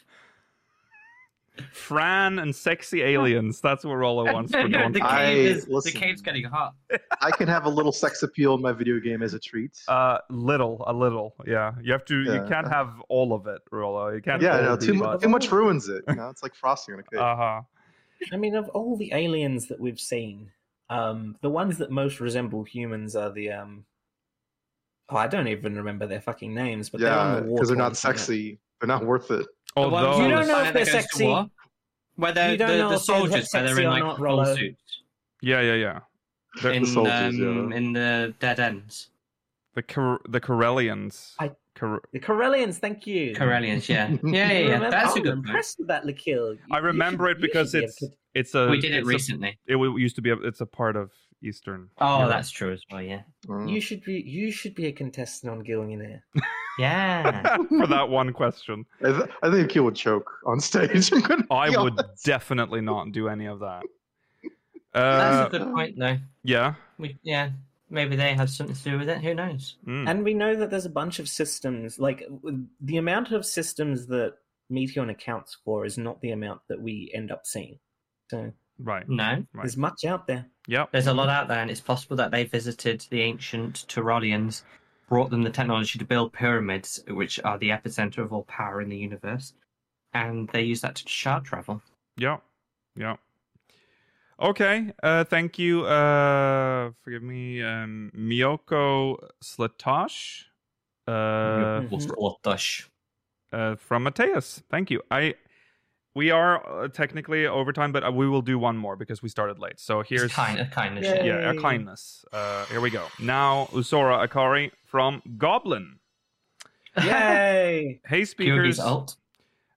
Speaker 1: Fran and sexy aliens. That's what Rollo wants for Dawn.
Speaker 4: the, cave
Speaker 5: I-
Speaker 4: is, the
Speaker 5: listen.
Speaker 4: cave's getting hot.
Speaker 5: I can have a little sex appeal in my video game as a treat.
Speaker 1: Uh, little, a little. Yeah, you have to. You
Speaker 5: Yeah.
Speaker 1: can't have all of it, Rollo. You can't.
Speaker 5: yeah,
Speaker 1: all
Speaker 5: no,
Speaker 1: be
Speaker 5: too, mu-
Speaker 1: butt.
Speaker 5: too much ruins it. You know, it's like frosting on a cake.
Speaker 1: Uh huh.
Speaker 3: I mean, of all the aliens that we've seen, um, the ones that most resemble humans are the um. Oh, I don't even remember their fucking names, but they're
Speaker 5: yeah,
Speaker 3: on the war
Speaker 5: because they're not
Speaker 3: torn planet.
Speaker 5: sexy. They're not worth it.
Speaker 4: The ones-
Speaker 1: Although
Speaker 3: You don't know
Speaker 4: planet
Speaker 3: if
Speaker 4: that
Speaker 3: they're
Speaker 4: goes to
Speaker 3: sexy.
Speaker 4: war, Where they're,
Speaker 3: You don't
Speaker 4: the,
Speaker 3: know
Speaker 4: the
Speaker 3: if they're
Speaker 4: soldiers, where they're
Speaker 3: sexy
Speaker 4: in
Speaker 3: or
Speaker 4: like
Speaker 3: not,
Speaker 4: full
Speaker 3: Rollo.
Speaker 4: suits.
Speaker 1: Yeah, yeah, yeah. They're-
Speaker 4: in,
Speaker 5: The soldiers,
Speaker 4: um,
Speaker 5: yeah.
Speaker 4: in the dead ends.
Speaker 1: The Kar- the Karelians.
Speaker 3: I-
Speaker 1: Kar-
Speaker 3: The Corellians, thank you.
Speaker 4: Corellians, yeah. Yeah,
Speaker 3: You
Speaker 4: yeah, yeah.
Speaker 3: remember-
Speaker 4: That's
Speaker 3: I'm
Speaker 4: a good point.
Speaker 3: impressed with that, Lakil. You-
Speaker 1: I
Speaker 3: you
Speaker 1: remember
Speaker 3: should-
Speaker 1: it
Speaker 3: you
Speaker 1: because
Speaker 3: should be able
Speaker 1: it's
Speaker 3: to-
Speaker 1: it's a.
Speaker 4: We did it
Speaker 1: it's a-
Speaker 4: recently.
Speaker 1: it w- used to be. A, it's a part of Eastern.
Speaker 4: Oh,
Speaker 1: Europe.
Speaker 4: that's true as well, yeah.
Speaker 5: Mm.
Speaker 3: You should be. You should be a contestant on Gillionaire.
Speaker 4: Yeah.
Speaker 1: for that one question.
Speaker 5: I, th- I think Akil would choke on stage. I'm gonna be
Speaker 1: I would
Speaker 5: honest.
Speaker 1: definitely not do any of that.
Speaker 4: That's
Speaker 1: Uh,
Speaker 4: a good point, though.
Speaker 1: yeah.
Speaker 4: We, yeah, maybe they have something to do with it. Who knows?
Speaker 1: Mm.
Speaker 3: And we know that there's a bunch of systems. Like w- the amount of systems that Meteon accounts for is not the amount that we end up seeing. So
Speaker 1: Right.
Speaker 4: No,
Speaker 1: Right.
Speaker 3: there's much out there.
Speaker 1: Yep.
Speaker 4: there's a lot out there, and it's possible that they visited the ancient Turalians, brought them the technology to build pyramids, which are the epicenter of all power in the universe, and they use that to shard travel.
Speaker 1: Yep. Yep. Okay. Uh, thank you. Uh, forgive me. Um, Miyoko Slatosh.
Speaker 4: Mm-hmm.
Speaker 1: Uh,
Speaker 3: Mhm.
Speaker 1: uh, from Mateus. Thank you. I we are uh, technically over time, but uh, we will do one more because we started late. So here's
Speaker 4: It's kind of kindness.
Speaker 3: Yeah.
Speaker 4: Yeah.
Speaker 1: yeah, a
Speaker 3: Yay.
Speaker 1: kindness. Uh, here we go. Now Usora Akari from Goblin.
Speaker 3: Yay!
Speaker 1: Hey
Speaker 4: Kyogi's
Speaker 1: speakers.
Speaker 4: alt.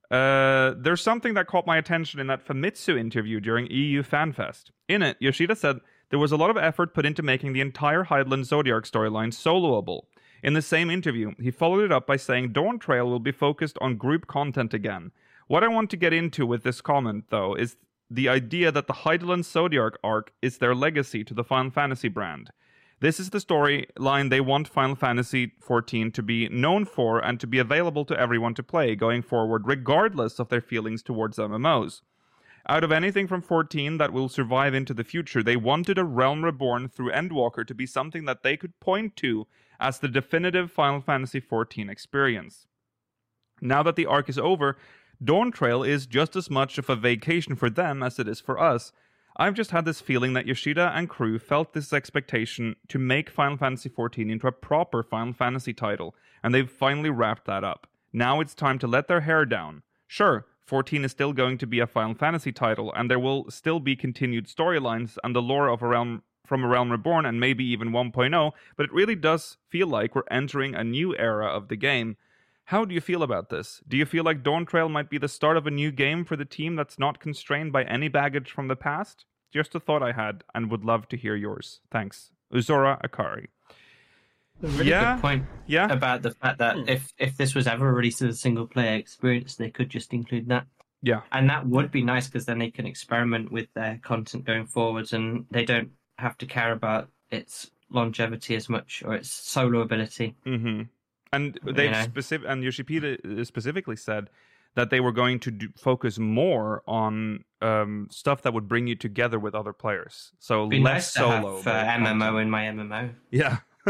Speaker 1: Uh, there's something that caught my attention in that Famitsu interview during EU FanFest. In it, Yoshida said there was a lot of effort put into making the entire Highland Zodiac storyline soloable. In the same interview, he followed it up by saying Dawn Trail will be focused on group content again. What I want to get into with this comment, though, is the idea that the Highland Zodiac arc is their legacy to the Final Fantasy brand. This is the storyline they want Final Fantasy XIV to be known for and to be available to everyone to play going forward, regardless of their feelings towards MMOs. Out of anything from 14 that will survive into the future, they wanted a Realm Reborn through Endwalker to be something that they could point to as the definitive Final Fantasy XIV experience. Now that the arc is over, Dawn Trail is just as much of a vacation for them as it is for us. I've just had this feeling that Yoshida and crew felt this expectation to make Final Fantasy XIV into a proper Final Fantasy title, and they've finally wrapped that up. Now it's time to let their hair down. Sure, 14 is still going to be a Final Fantasy title, and there will still be continued storylines and the lore of a realm from a realm reborn and maybe even 1.0, but it really does feel like we're entering a new era of the game. How do you feel about this? Do you feel like Dawn Trail might be the start of a new game for the team that's not constrained by any baggage from the past? Just a thought I had and would love to hear yours. Thanks. Uzora Akari.
Speaker 4: Really
Speaker 1: Yeah.
Speaker 4: good point
Speaker 1: Yeah?
Speaker 4: about the fact that
Speaker 3: Hmm.
Speaker 4: if if this was ever released as a single player experience, they could just include that.
Speaker 1: Yeah.
Speaker 4: and that would be nice because then they can experiment with their content going forwards and they don't have to care about its longevity as much or its solo ability
Speaker 1: Mm-hmm. And they
Speaker 4: know.
Speaker 1: have specific and Yoshipita specifically said that they were going to do, focus more on um, stuff that would bring you together with other players. So
Speaker 4: be
Speaker 1: less
Speaker 4: nice to have
Speaker 1: solo
Speaker 4: uh,
Speaker 1: but
Speaker 4: mmo
Speaker 1: content.
Speaker 4: in my mmo
Speaker 1: Yeah.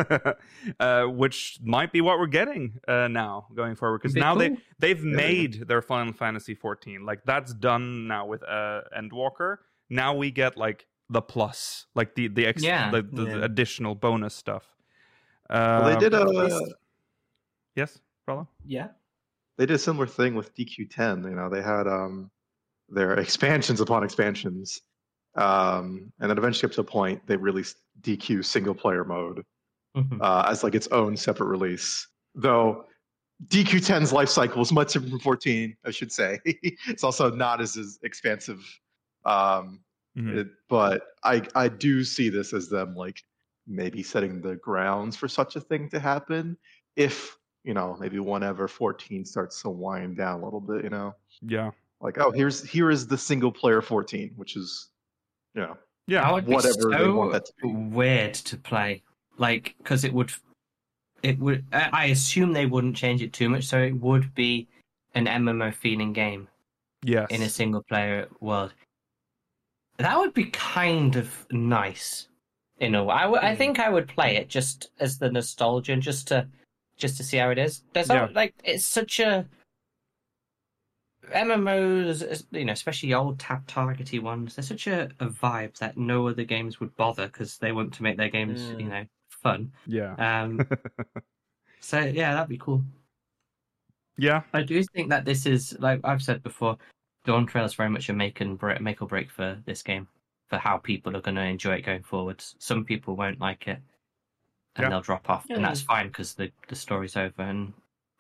Speaker 1: uh, which might be what we're getting uh, now going forward because
Speaker 4: Be
Speaker 1: now they
Speaker 4: cool.
Speaker 1: they've
Speaker 5: Yeah.
Speaker 1: made their Final Fantasy 14 like that's done now with uh, Endwalker. Now we get like the plus, like the the ex-
Speaker 4: Yeah.
Speaker 1: the, the, the
Speaker 3: Yeah.
Speaker 1: additional bonus stuff.
Speaker 5: Well, they
Speaker 1: Um,
Speaker 5: did uh, a
Speaker 3: least-
Speaker 1: yes, Rollo?
Speaker 3: Yeah.
Speaker 5: they did a similar thing with DQ10. You know, they had um their expansions upon expansions, um, and then eventually up to a point they released DQ single player mode
Speaker 4: Mhm.
Speaker 5: uh, as like its own separate release. Though DQ10's life cycle is much different from 14, I should say. it's also not as, as expansive. Um,
Speaker 1: Mhm.
Speaker 5: it, but I I do see this as them like maybe setting the grounds for such a thing to happen if you know maybe whenever 14 starts to wind down a little bit you know
Speaker 1: Yeah.
Speaker 5: like oh here's here is the single player 14 which is you know
Speaker 1: Yeah.
Speaker 4: that would be
Speaker 5: whatever
Speaker 4: so
Speaker 5: they want that to be.
Speaker 4: weird to play like because it would it would i I assume they wouldn't change it too much so it would be an mmo feeling game
Speaker 1: Yes.
Speaker 4: in a single player world. That would be kind of nice, in a way. I, w- I
Speaker 3: Mm.
Speaker 4: think I would play it just as the nostalgia, and just to just to see how it is. There's
Speaker 1: Yeah.
Speaker 4: not, like it's such a MMOs, es- you know, especially old tab targety ones. They're such a, a vibe that no other games would bother because they want to make their games, you
Speaker 3: Mm.
Speaker 4: know, fun.
Speaker 1: yeah.
Speaker 4: Um, so yeah, that'd be cool.
Speaker 1: Yeah.
Speaker 4: I do think that this is like I've said before, Dawn Trail is very much a make and break, make or break for this game, for how people are going to enjoy it going forwards. Some people won't like it, and
Speaker 1: Yeah.
Speaker 4: they'll drop off, and
Speaker 3: Yeah.
Speaker 4: that's fine because the the story's over, and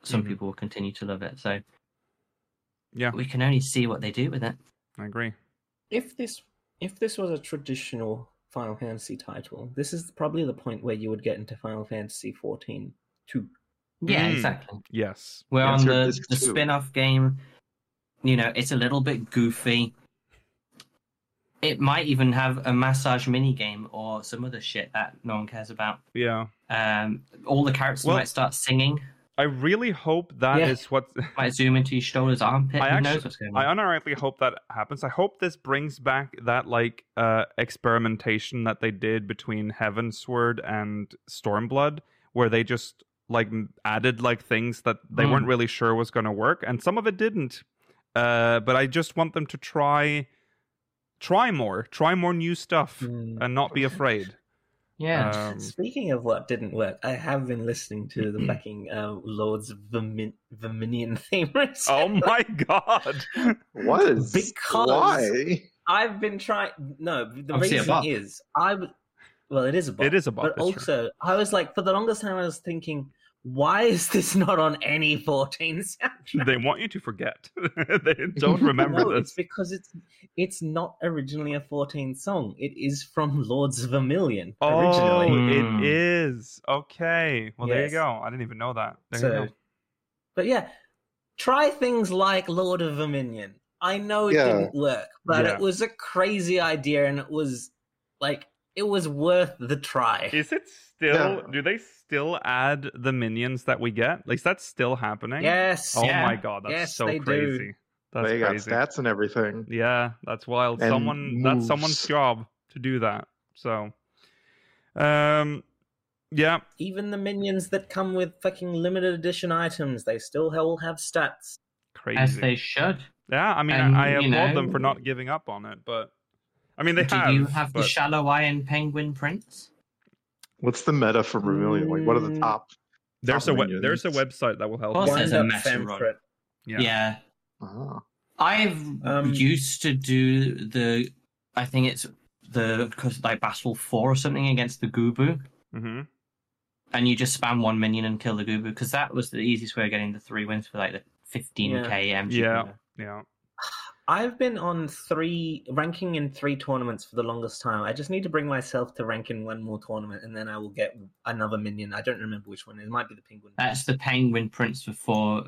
Speaker 4: some
Speaker 1: Mhm.
Speaker 4: people will continue to love it. So
Speaker 1: Yeah.
Speaker 4: we can only see what they do with it.
Speaker 1: I agree.
Speaker 3: if this if this was a traditional Final Fantasy title, this is probably the point where you would get into Final Fantasy 14 too.
Speaker 4: Yeah,
Speaker 1: Mm.
Speaker 4: exactly.
Speaker 1: Yes.
Speaker 4: We're on
Speaker 5: Insert
Speaker 4: the
Speaker 5: disc
Speaker 4: the
Speaker 5: two.
Speaker 4: spin off game. You know, it's a little bit goofy. It might even have a massage mini game or some other shit that no one cares about.
Speaker 1: Yeah.
Speaker 4: Um, all the characters
Speaker 1: Well-
Speaker 4: might start singing,
Speaker 1: I really hope that is
Speaker 3: Yeah.
Speaker 1: what
Speaker 4: might zoom into your shoulders, armpit.
Speaker 1: I
Speaker 4: Who
Speaker 1: actually-
Speaker 4: knows what's going
Speaker 1: I
Speaker 4: on?
Speaker 1: unironically hope that happens. I hope this brings back that like uh experimentation that they did between Heavensward and Stormblood, where they just like m- added like things that they
Speaker 3: Hmm.
Speaker 4: Mm.
Speaker 1: weren't really sure was going to work, and some of it didn't. Uh, but I just want them to try, try more, try more new stuff,
Speaker 3: Hmm.
Speaker 1: and not be afraid.
Speaker 4: yeah,
Speaker 1: Um,
Speaker 3: Speaking of what didn't work, I have been listening to the fucking uh, Lords of Vermin- Verminion theme recently.
Speaker 1: oh my god!
Speaker 5: What is
Speaker 3: Because-
Speaker 5: why?
Speaker 3: I've been trying. No, the
Speaker 4: Obviously a
Speaker 3: reason
Speaker 4: bop.
Speaker 3: is I. w- Well, it is a bop.
Speaker 1: It is a bop,
Speaker 3: But
Speaker 1: that's true.
Speaker 3: also, I was like, for the longest time, I was thinking, why is this not on any 14 soundtrack?
Speaker 1: they want you to forget. they don't remember
Speaker 3: no, it's
Speaker 1: this.
Speaker 3: because it's it's not originally a 14 song. It is from Lords of a Million
Speaker 1: Oh,
Speaker 3: originally.
Speaker 1: it
Speaker 4: Hmm.
Speaker 1: is okay. Well, there you
Speaker 3: Yes.
Speaker 1: go. I didn't even know that. There you
Speaker 3: So,
Speaker 1: go.
Speaker 3: but yeah, try things like Lord of a Minion. I know it
Speaker 5: Yeah.
Speaker 3: didn't work, but
Speaker 1: Yeah.
Speaker 3: it was a crazy idea, and it was like it was worth the try.
Speaker 1: Is it still?
Speaker 5: Yeah.
Speaker 1: Do they still add the minions that we get? At least that's still happening.
Speaker 3: yes,
Speaker 1: Oh
Speaker 4: Yeah.
Speaker 1: my god, that's
Speaker 3: Yes,
Speaker 1: so
Speaker 3: they do.
Speaker 1: crazy. That's
Speaker 5: they got
Speaker 1: crazy.
Speaker 5: stats and everything.
Speaker 1: Yeah, that's wild.
Speaker 5: And
Speaker 1: Someone that's someone's
Speaker 5: moves.
Speaker 1: job to do that. So, um, yeah,
Speaker 3: even the minions that come with fucking limited edition items, they still all have stats.
Speaker 1: crazy.
Speaker 4: as they should.
Speaker 1: Yeah, I mean,
Speaker 4: And,
Speaker 1: I, I
Speaker 4: you
Speaker 1: applaud them
Speaker 4: know-
Speaker 1: for not giving up on it, but I mean, they
Speaker 4: do
Speaker 1: have.
Speaker 4: you have
Speaker 1: but
Speaker 4: the shallow eye and penguin prints?
Speaker 5: What's the meta for Vermilion? Like, what are the
Speaker 3: Mm.
Speaker 5: top?
Speaker 1: there's a
Speaker 5: top
Speaker 1: web,
Speaker 5: minions?
Speaker 1: there's a website that will help.
Speaker 4: Of course
Speaker 1: you.
Speaker 4: there's a
Speaker 3: Wind-up
Speaker 4: meta run.
Speaker 3: Sanskrit.
Speaker 1: Yeah.
Speaker 5: Ah.
Speaker 4: I've
Speaker 3: Um,
Speaker 4: used to do the, I think it's the cause like battle four or something against the Gubu,
Speaker 1: Mhm.
Speaker 4: and you just spam one minion and kill the Gubu because that was the easiest way of getting the three wins for like the 15k MG.
Speaker 1: Yeah. Yeah.
Speaker 3: I've been on three ranking in three tournaments for the longest time. I just need to bring myself to rank in one more tournament, and then I will get another minion. I don't remember which one. It might be the penguin.
Speaker 4: That's the penguin prints for four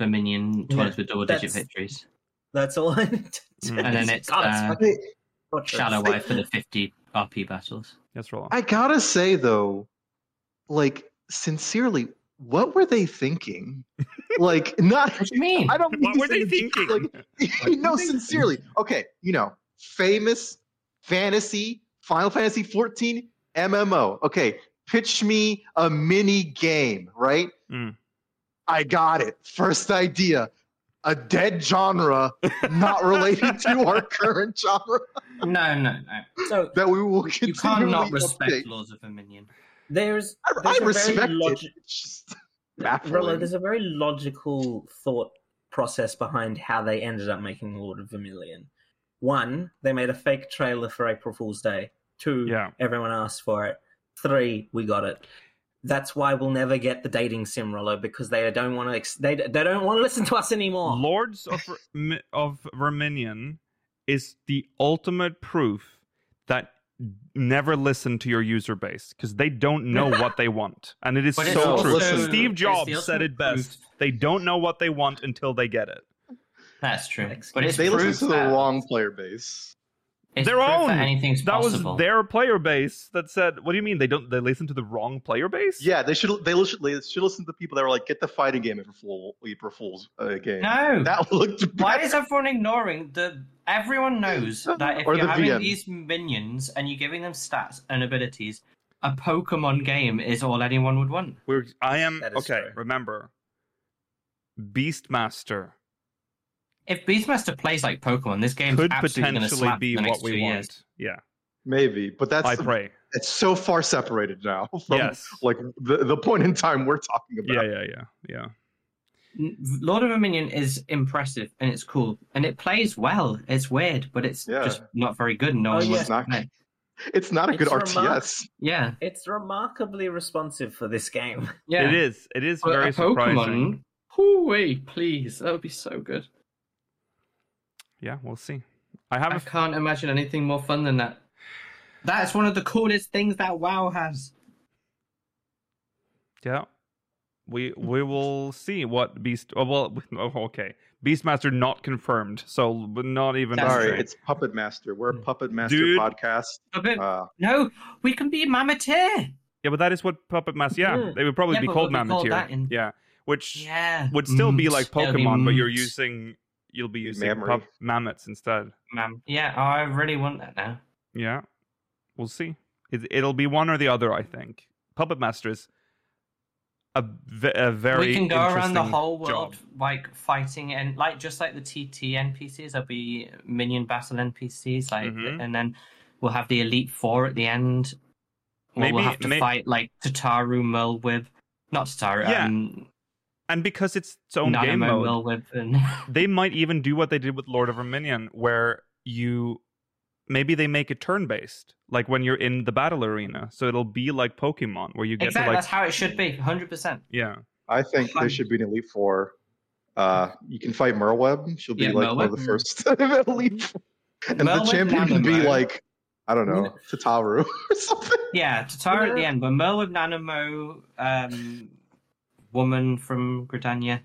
Speaker 4: Verminion toilets with double digit
Speaker 3: that's-
Speaker 4: victories.
Speaker 3: That's all. I need to do.
Speaker 1: Mm.
Speaker 4: And then it's,
Speaker 3: God,
Speaker 4: uh,
Speaker 3: fucking
Speaker 5: Hey,
Speaker 3: torturous.
Speaker 4: Shallow Eye for the 50 RP battles.
Speaker 1: Yes, roll.
Speaker 5: I gotta say though, like sincerely, what were they thinking? like, not.
Speaker 4: What do you mean?
Speaker 5: I don't. mean
Speaker 1: what
Speaker 5: to
Speaker 1: were
Speaker 5: say
Speaker 1: they
Speaker 5: in a joke,
Speaker 1: thinking?
Speaker 5: Like, no, sincerely. Okay, you know, famous fantasy Final Fantasy 14 MMO. Okay, pitch me a mini game, right?
Speaker 1: Mm.
Speaker 5: I got it. First idea. A dead genre not related to our current genre
Speaker 4: No, no, no.
Speaker 3: So
Speaker 5: that we will
Speaker 4: You
Speaker 5: continually
Speaker 4: can't not respect
Speaker 5: update.
Speaker 4: Laws of Verminion.
Speaker 3: there's
Speaker 5: I,
Speaker 3: there's
Speaker 5: I
Speaker 3: a
Speaker 5: respect
Speaker 3: very logi-
Speaker 5: it. It's just
Speaker 3: Rollo,
Speaker 5: baffling.
Speaker 3: there's a very logical thought process behind how they ended up making Lord of Vermilion. One, they made a fake trailer for April Fool's Day. Two,
Speaker 1: Yeah.
Speaker 3: everyone asked for it. Three, we got it. That's why we'll never get the dating sim Rollo because they don't want to. Ex- they they don't want to listen to us anymore.
Speaker 1: Lords of Ver- of Verminion is the ultimate proof that never listen to your user base because they don't know what they want, and it is
Speaker 4: But it's
Speaker 1: so
Speaker 5: also-
Speaker 1: true.
Speaker 5: Listen.
Speaker 1: Steve
Speaker 4: it's the
Speaker 1: Jobs said
Speaker 4: ultimate
Speaker 1: it best:
Speaker 4: proof.
Speaker 1: they don't know what they want until they get it.
Speaker 4: That's true.
Speaker 3: Excuse
Speaker 4: But it's
Speaker 5: They
Speaker 4: proof
Speaker 5: listen to the
Speaker 4: that-
Speaker 5: wrong player base.
Speaker 4: It's
Speaker 1: Their
Speaker 4: proof
Speaker 1: own!
Speaker 4: That anything's
Speaker 1: That was
Speaker 4: possible.
Speaker 1: their player base that said, "What do you mean they don't? They listen to the wrong player base?"
Speaker 5: Yeah, they should they should, they should listen to people that were like, get the fighting game for Fool April Fool's uh, game.
Speaker 4: No.
Speaker 5: That looked
Speaker 4: Why
Speaker 5: bad.
Speaker 4: is everyone ignoring the? Everyone knows that if
Speaker 5: Or
Speaker 4: you're
Speaker 5: the
Speaker 4: having
Speaker 5: VM.
Speaker 4: these minions and you're giving them stats and abilities, a Pokemon game is all anyone would want.
Speaker 1: We're, I am
Speaker 3: That is
Speaker 1: okay.
Speaker 3: true.
Speaker 1: Remember, Beastmaster
Speaker 4: If Beastmaster plays like Pokemon, this game
Speaker 1: could
Speaker 4: absolutely going to
Speaker 1: potentially
Speaker 4: slap
Speaker 1: be
Speaker 4: the next
Speaker 1: what
Speaker 4: two
Speaker 1: we
Speaker 4: years.
Speaker 1: want. Yeah,
Speaker 5: Maybe, but that's
Speaker 1: I pray.
Speaker 5: it's so far separated now from
Speaker 1: Yes.
Speaker 5: like the, the point in time we're talking about.
Speaker 1: Yeah, yeah, yeah, yeah.
Speaker 4: N- Lord of Dominion is impressive and it's cool and it plays well. It's weird, but it's
Speaker 5: Yeah.
Speaker 4: just not very good. and No
Speaker 3: Oh,
Speaker 4: one
Speaker 3: yeah.
Speaker 4: wants
Speaker 5: It's
Speaker 4: to
Speaker 5: not-
Speaker 4: play.
Speaker 5: It's not a
Speaker 3: It's
Speaker 5: good
Speaker 3: remark-
Speaker 5: RTS.
Speaker 4: Yeah,
Speaker 3: It's remarkably responsive for this game.
Speaker 4: yeah.
Speaker 1: It is. It is
Speaker 4: But
Speaker 1: very
Speaker 4: a
Speaker 1: surprising.
Speaker 4: Pokemon. Hooey, please, that would be so good.
Speaker 1: Yeah, we'll see. I have a
Speaker 4: I
Speaker 1: f-
Speaker 4: can't imagine anything more fun than that. That's one of the coolest things that WoW has.
Speaker 1: Yeah. We we will see what Beast. Oh, well, oh, okay. Beastmaster not confirmed, so not even.
Speaker 4: That's
Speaker 5: Sorry,
Speaker 4: right.
Speaker 5: it's Puppet Master. We're a Puppet Master
Speaker 1: Dude.
Speaker 5: podcast.
Speaker 4: A bit-
Speaker 5: Uh,
Speaker 4: no, we can be Mamateer.
Speaker 1: Yeah, but that is what Puppet Master. Yeah,
Speaker 3: Mm.
Speaker 1: they would probably
Speaker 4: Yeah,
Speaker 1: be
Speaker 4: but
Speaker 1: called
Speaker 4: what we call
Speaker 1: Mammoth
Speaker 4: that in-
Speaker 1: Yeah, which
Speaker 4: Yeah,
Speaker 1: would still be
Speaker 4: Mm,
Speaker 1: like
Speaker 4: it'll be
Speaker 1: Pokemon, but you're
Speaker 4: mm,
Speaker 1: using you'll be using
Speaker 5: Mamrie.
Speaker 1: pup- mammoths instead.
Speaker 4: Mam. Yeah, I really want that now.
Speaker 1: Yeah, we'll see. It, it'll be one or the other, I think. Puppet Master is a, ve- a very
Speaker 4: we can go around the
Speaker 1: interesting
Speaker 4: whole
Speaker 1: job.
Speaker 4: world like fighting and like just like the TT NPCs, there'll be minion battle NPCs, like,
Speaker 1: Mhm.
Speaker 4: and then we'll have the Elite Four at the end. Or we'll
Speaker 1: Maybe-
Speaker 4: have to
Speaker 1: may-
Speaker 4: fight like Tataru, Mulwib, not Tataru,
Speaker 1: Yeah.
Speaker 4: um,
Speaker 1: And because it's its own game
Speaker 4: Nanamo,
Speaker 1: mode,
Speaker 4: Mulwib, and
Speaker 1: they might even do what they did with Lord of Verminion, where you maybe they make it turn based, like when you're in the battle arena. So it'll be like Pokemon, where you get
Speaker 4: exactly
Speaker 1: to like
Speaker 4: that's how it should be 100%
Speaker 1: yeah,
Speaker 5: I think there should be an Elite Four. Uh, you can fight Merweb. She'll be
Speaker 4: Yeah,
Speaker 5: like one of
Speaker 4: Merweb. Mm-hmm.
Speaker 5: the first Elite Four. And
Speaker 4: Merweb,
Speaker 5: the champion can be
Speaker 4: Nanamo.
Speaker 5: like, I don't know, Tataru or something.
Speaker 4: yeah Totara at the end but Merwin Nanamo um woman from Gridania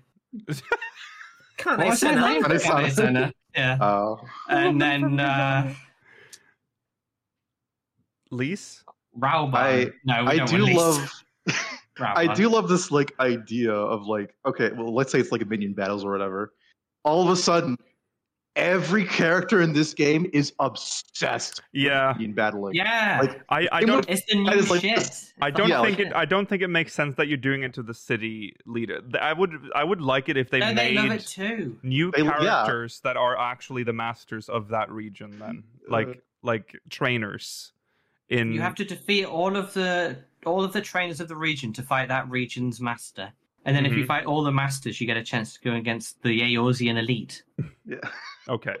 Speaker 3: Can't
Speaker 4: What
Speaker 3: I
Speaker 4: was her
Speaker 3: say
Speaker 4: name?
Speaker 5: Kane Senna.
Speaker 4: Senna, yeah
Speaker 5: Uh,
Speaker 4: and then uh
Speaker 1: lease.
Speaker 4: Raoban
Speaker 5: I-
Speaker 4: no we
Speaker 5: I
Speaker 4: don't
Speaker 5: do
Speaker 4: want Lys.
Speaker 5: love. I
Speaker 4: Raoban.
Speaker 5: do love this like idea of like okay, well let's say it's like a minion battles or whatever. All of a sudden, every character in this game is obsessed
Speaker 1: Yeah,
Speaker 5: with minion battling.
Speaker 4: yeah
Speaker 5: Like,
Speaker 1: I, I
Speaker 5: It
Speaker 1: don't
Speaker 5: would-
Speaker 4: it's the new
Speaker 5: I just like-
Speaker 4: shit It's
Speaker 1: I
Speaker 4: the
Speaker 1: don't
Speaker 5: Yeah,
Speaker 4: old
Speaker 1: think
Speaker 4: shit.
Speaker 1: it. I don't think it makes sense that you're doing it to the city leader. Th- I would. I would like it if they
Speaker 4: no they
Speaker 1: made
Speaker 4: love it too
Speaker 1: new
Speaker 5: They- yeah.
Speaker 1: characters that are actually the masters of that region. Then, like
Speaker 5: Uh.
Speaker 1: like trainers. In
Speaker 4: you have to defeat all of the all of the trainers of the region to fight that region's master and then if you
Speaker 1: Mhm.
Speaker 4: fight all the masters you get a chance to go against the Eorzean elite
Speaker 5: yeah.
Speaker 1: okay.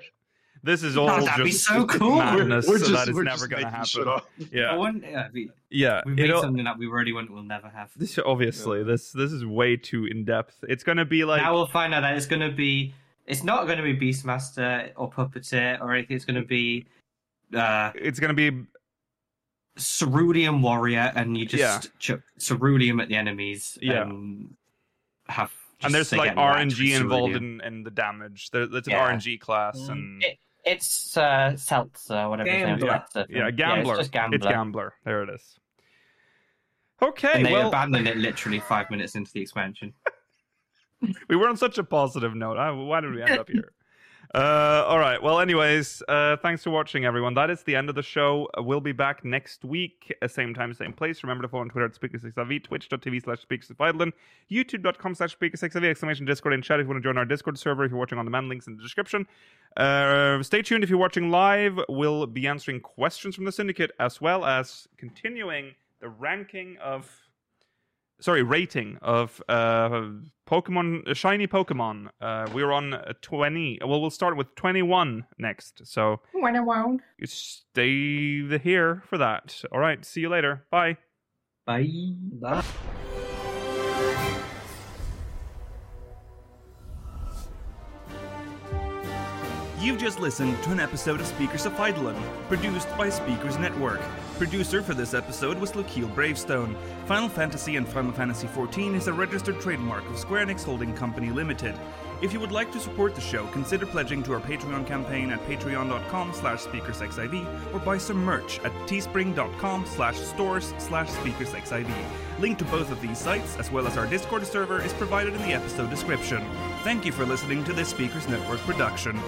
Speaker 1: This is
Speaker 4: Oh,
Speaker 1: all
Speaker 4: that'd be
Speaker 1: just
Speaker 4: so cool.
Speaker 1: madness
Speaker 5: We're- we're
Speaker 1: that
Speaker 5: just-
Speaker 1: is
Speaker 5: we're
Speaker 1: never
Speaker 5: just
Speaker 1: going to
Speaker 5: making shit
Speaker 1: happen.
Speaker 5: up.
Speaker 4: I
Speaker 1: Yeah,
Speaker 4: wonder, yeah, we-
Speaker 1: yeah.
Speaker 4: we made
Speaker 1: It'll-
Speaker 4: something that we really want will never have.
Speaker 1: This obviously this this is way too in depth. It's gonna be like
Speaker 4: now we'll find out that it's going to be. It's not going to be Beastmaster or Puppeteer or anything. It's going to be uh,
Speaker 1: it's gonna be
Speaker 4: Cerulean Warrior, and you just
Speaker 1: Yeah.
Speaker 4: chuck Ceruleum at the enemies.
Speaker 1: Yeah.
Speaker 4: And have just
Speaker 1: and there's
Speaker 4: they
Speaker 1: like
Speaker 4: get whacked
Speaker 1: RNG
Speaker 4: with
Speaker 1: involved
Speaker 4: Cerulean.
Speaker 1: in, in the damage. There, it's an
Speaker 4: Yeah.
Speaker 1: RNG class
Speaker 3: Mm.
Speaker 1: and
Speaker 4: It- It's uh, Seltzer, whatever his name
Speaker 3: Gambler.
Speaker 4: is. Seltzer.
Speaker 1: yeah,
Speaker 4: Yeah,
Speaker 1: gambler.
Speaker 4: it's just Gambler.
Speaker 1: It's gambler. There it is. Okay,
Speaker 4: And they
Speaker 1: well,
Speaker 4: abandoned it literally five minutes into the expansion.
Speaker 1: we were on such a positive note. I, why did we end up here? Uh, all right. Well, anyways, uh, thanks for watching, everyone. That is the end of the show. We'll be back next week, uh, same time, same place. Remember to follow on Twitter at Speaker6IV, twitch.tv slash Speaker6Violin, youtube.com slash Speaker6IV, exclamation Discord, and chat if you want to join our Discord server. If you're watching on demand, links in the description. Uh, stay tuned if you're watching live. We'll be answering questions from the Syndicate as well as continuing the ranking of sorry rating of uh pokemon uh, shiny pokemon uh we're on uh, 20 well we'll start with 21 next so
Speaker 4: When I won't.
Speaker 1: you stay the- here for that all right see you later bye
Speaker 4: Bye.
Speaker 3: Bye.
Speaker 6: You've just listened to an episode of Speakers of Eidolon, produced by Speakers Network. Producer for this episode was Lukiel Bravestone. Final Fantasy and Final Fantasy XIV is a registered trademark of Square Enix Holding Company Limited. If you would like to support the show, consider pledging to our Patreon campaign at patreon.com slash speakersxiv or buy some merch at teespring.com slash stores slash speakersxiv. Link to both of these sites, as well as our Discord server, is provided in the episode description. Thank you for listening to this Speakers Network production.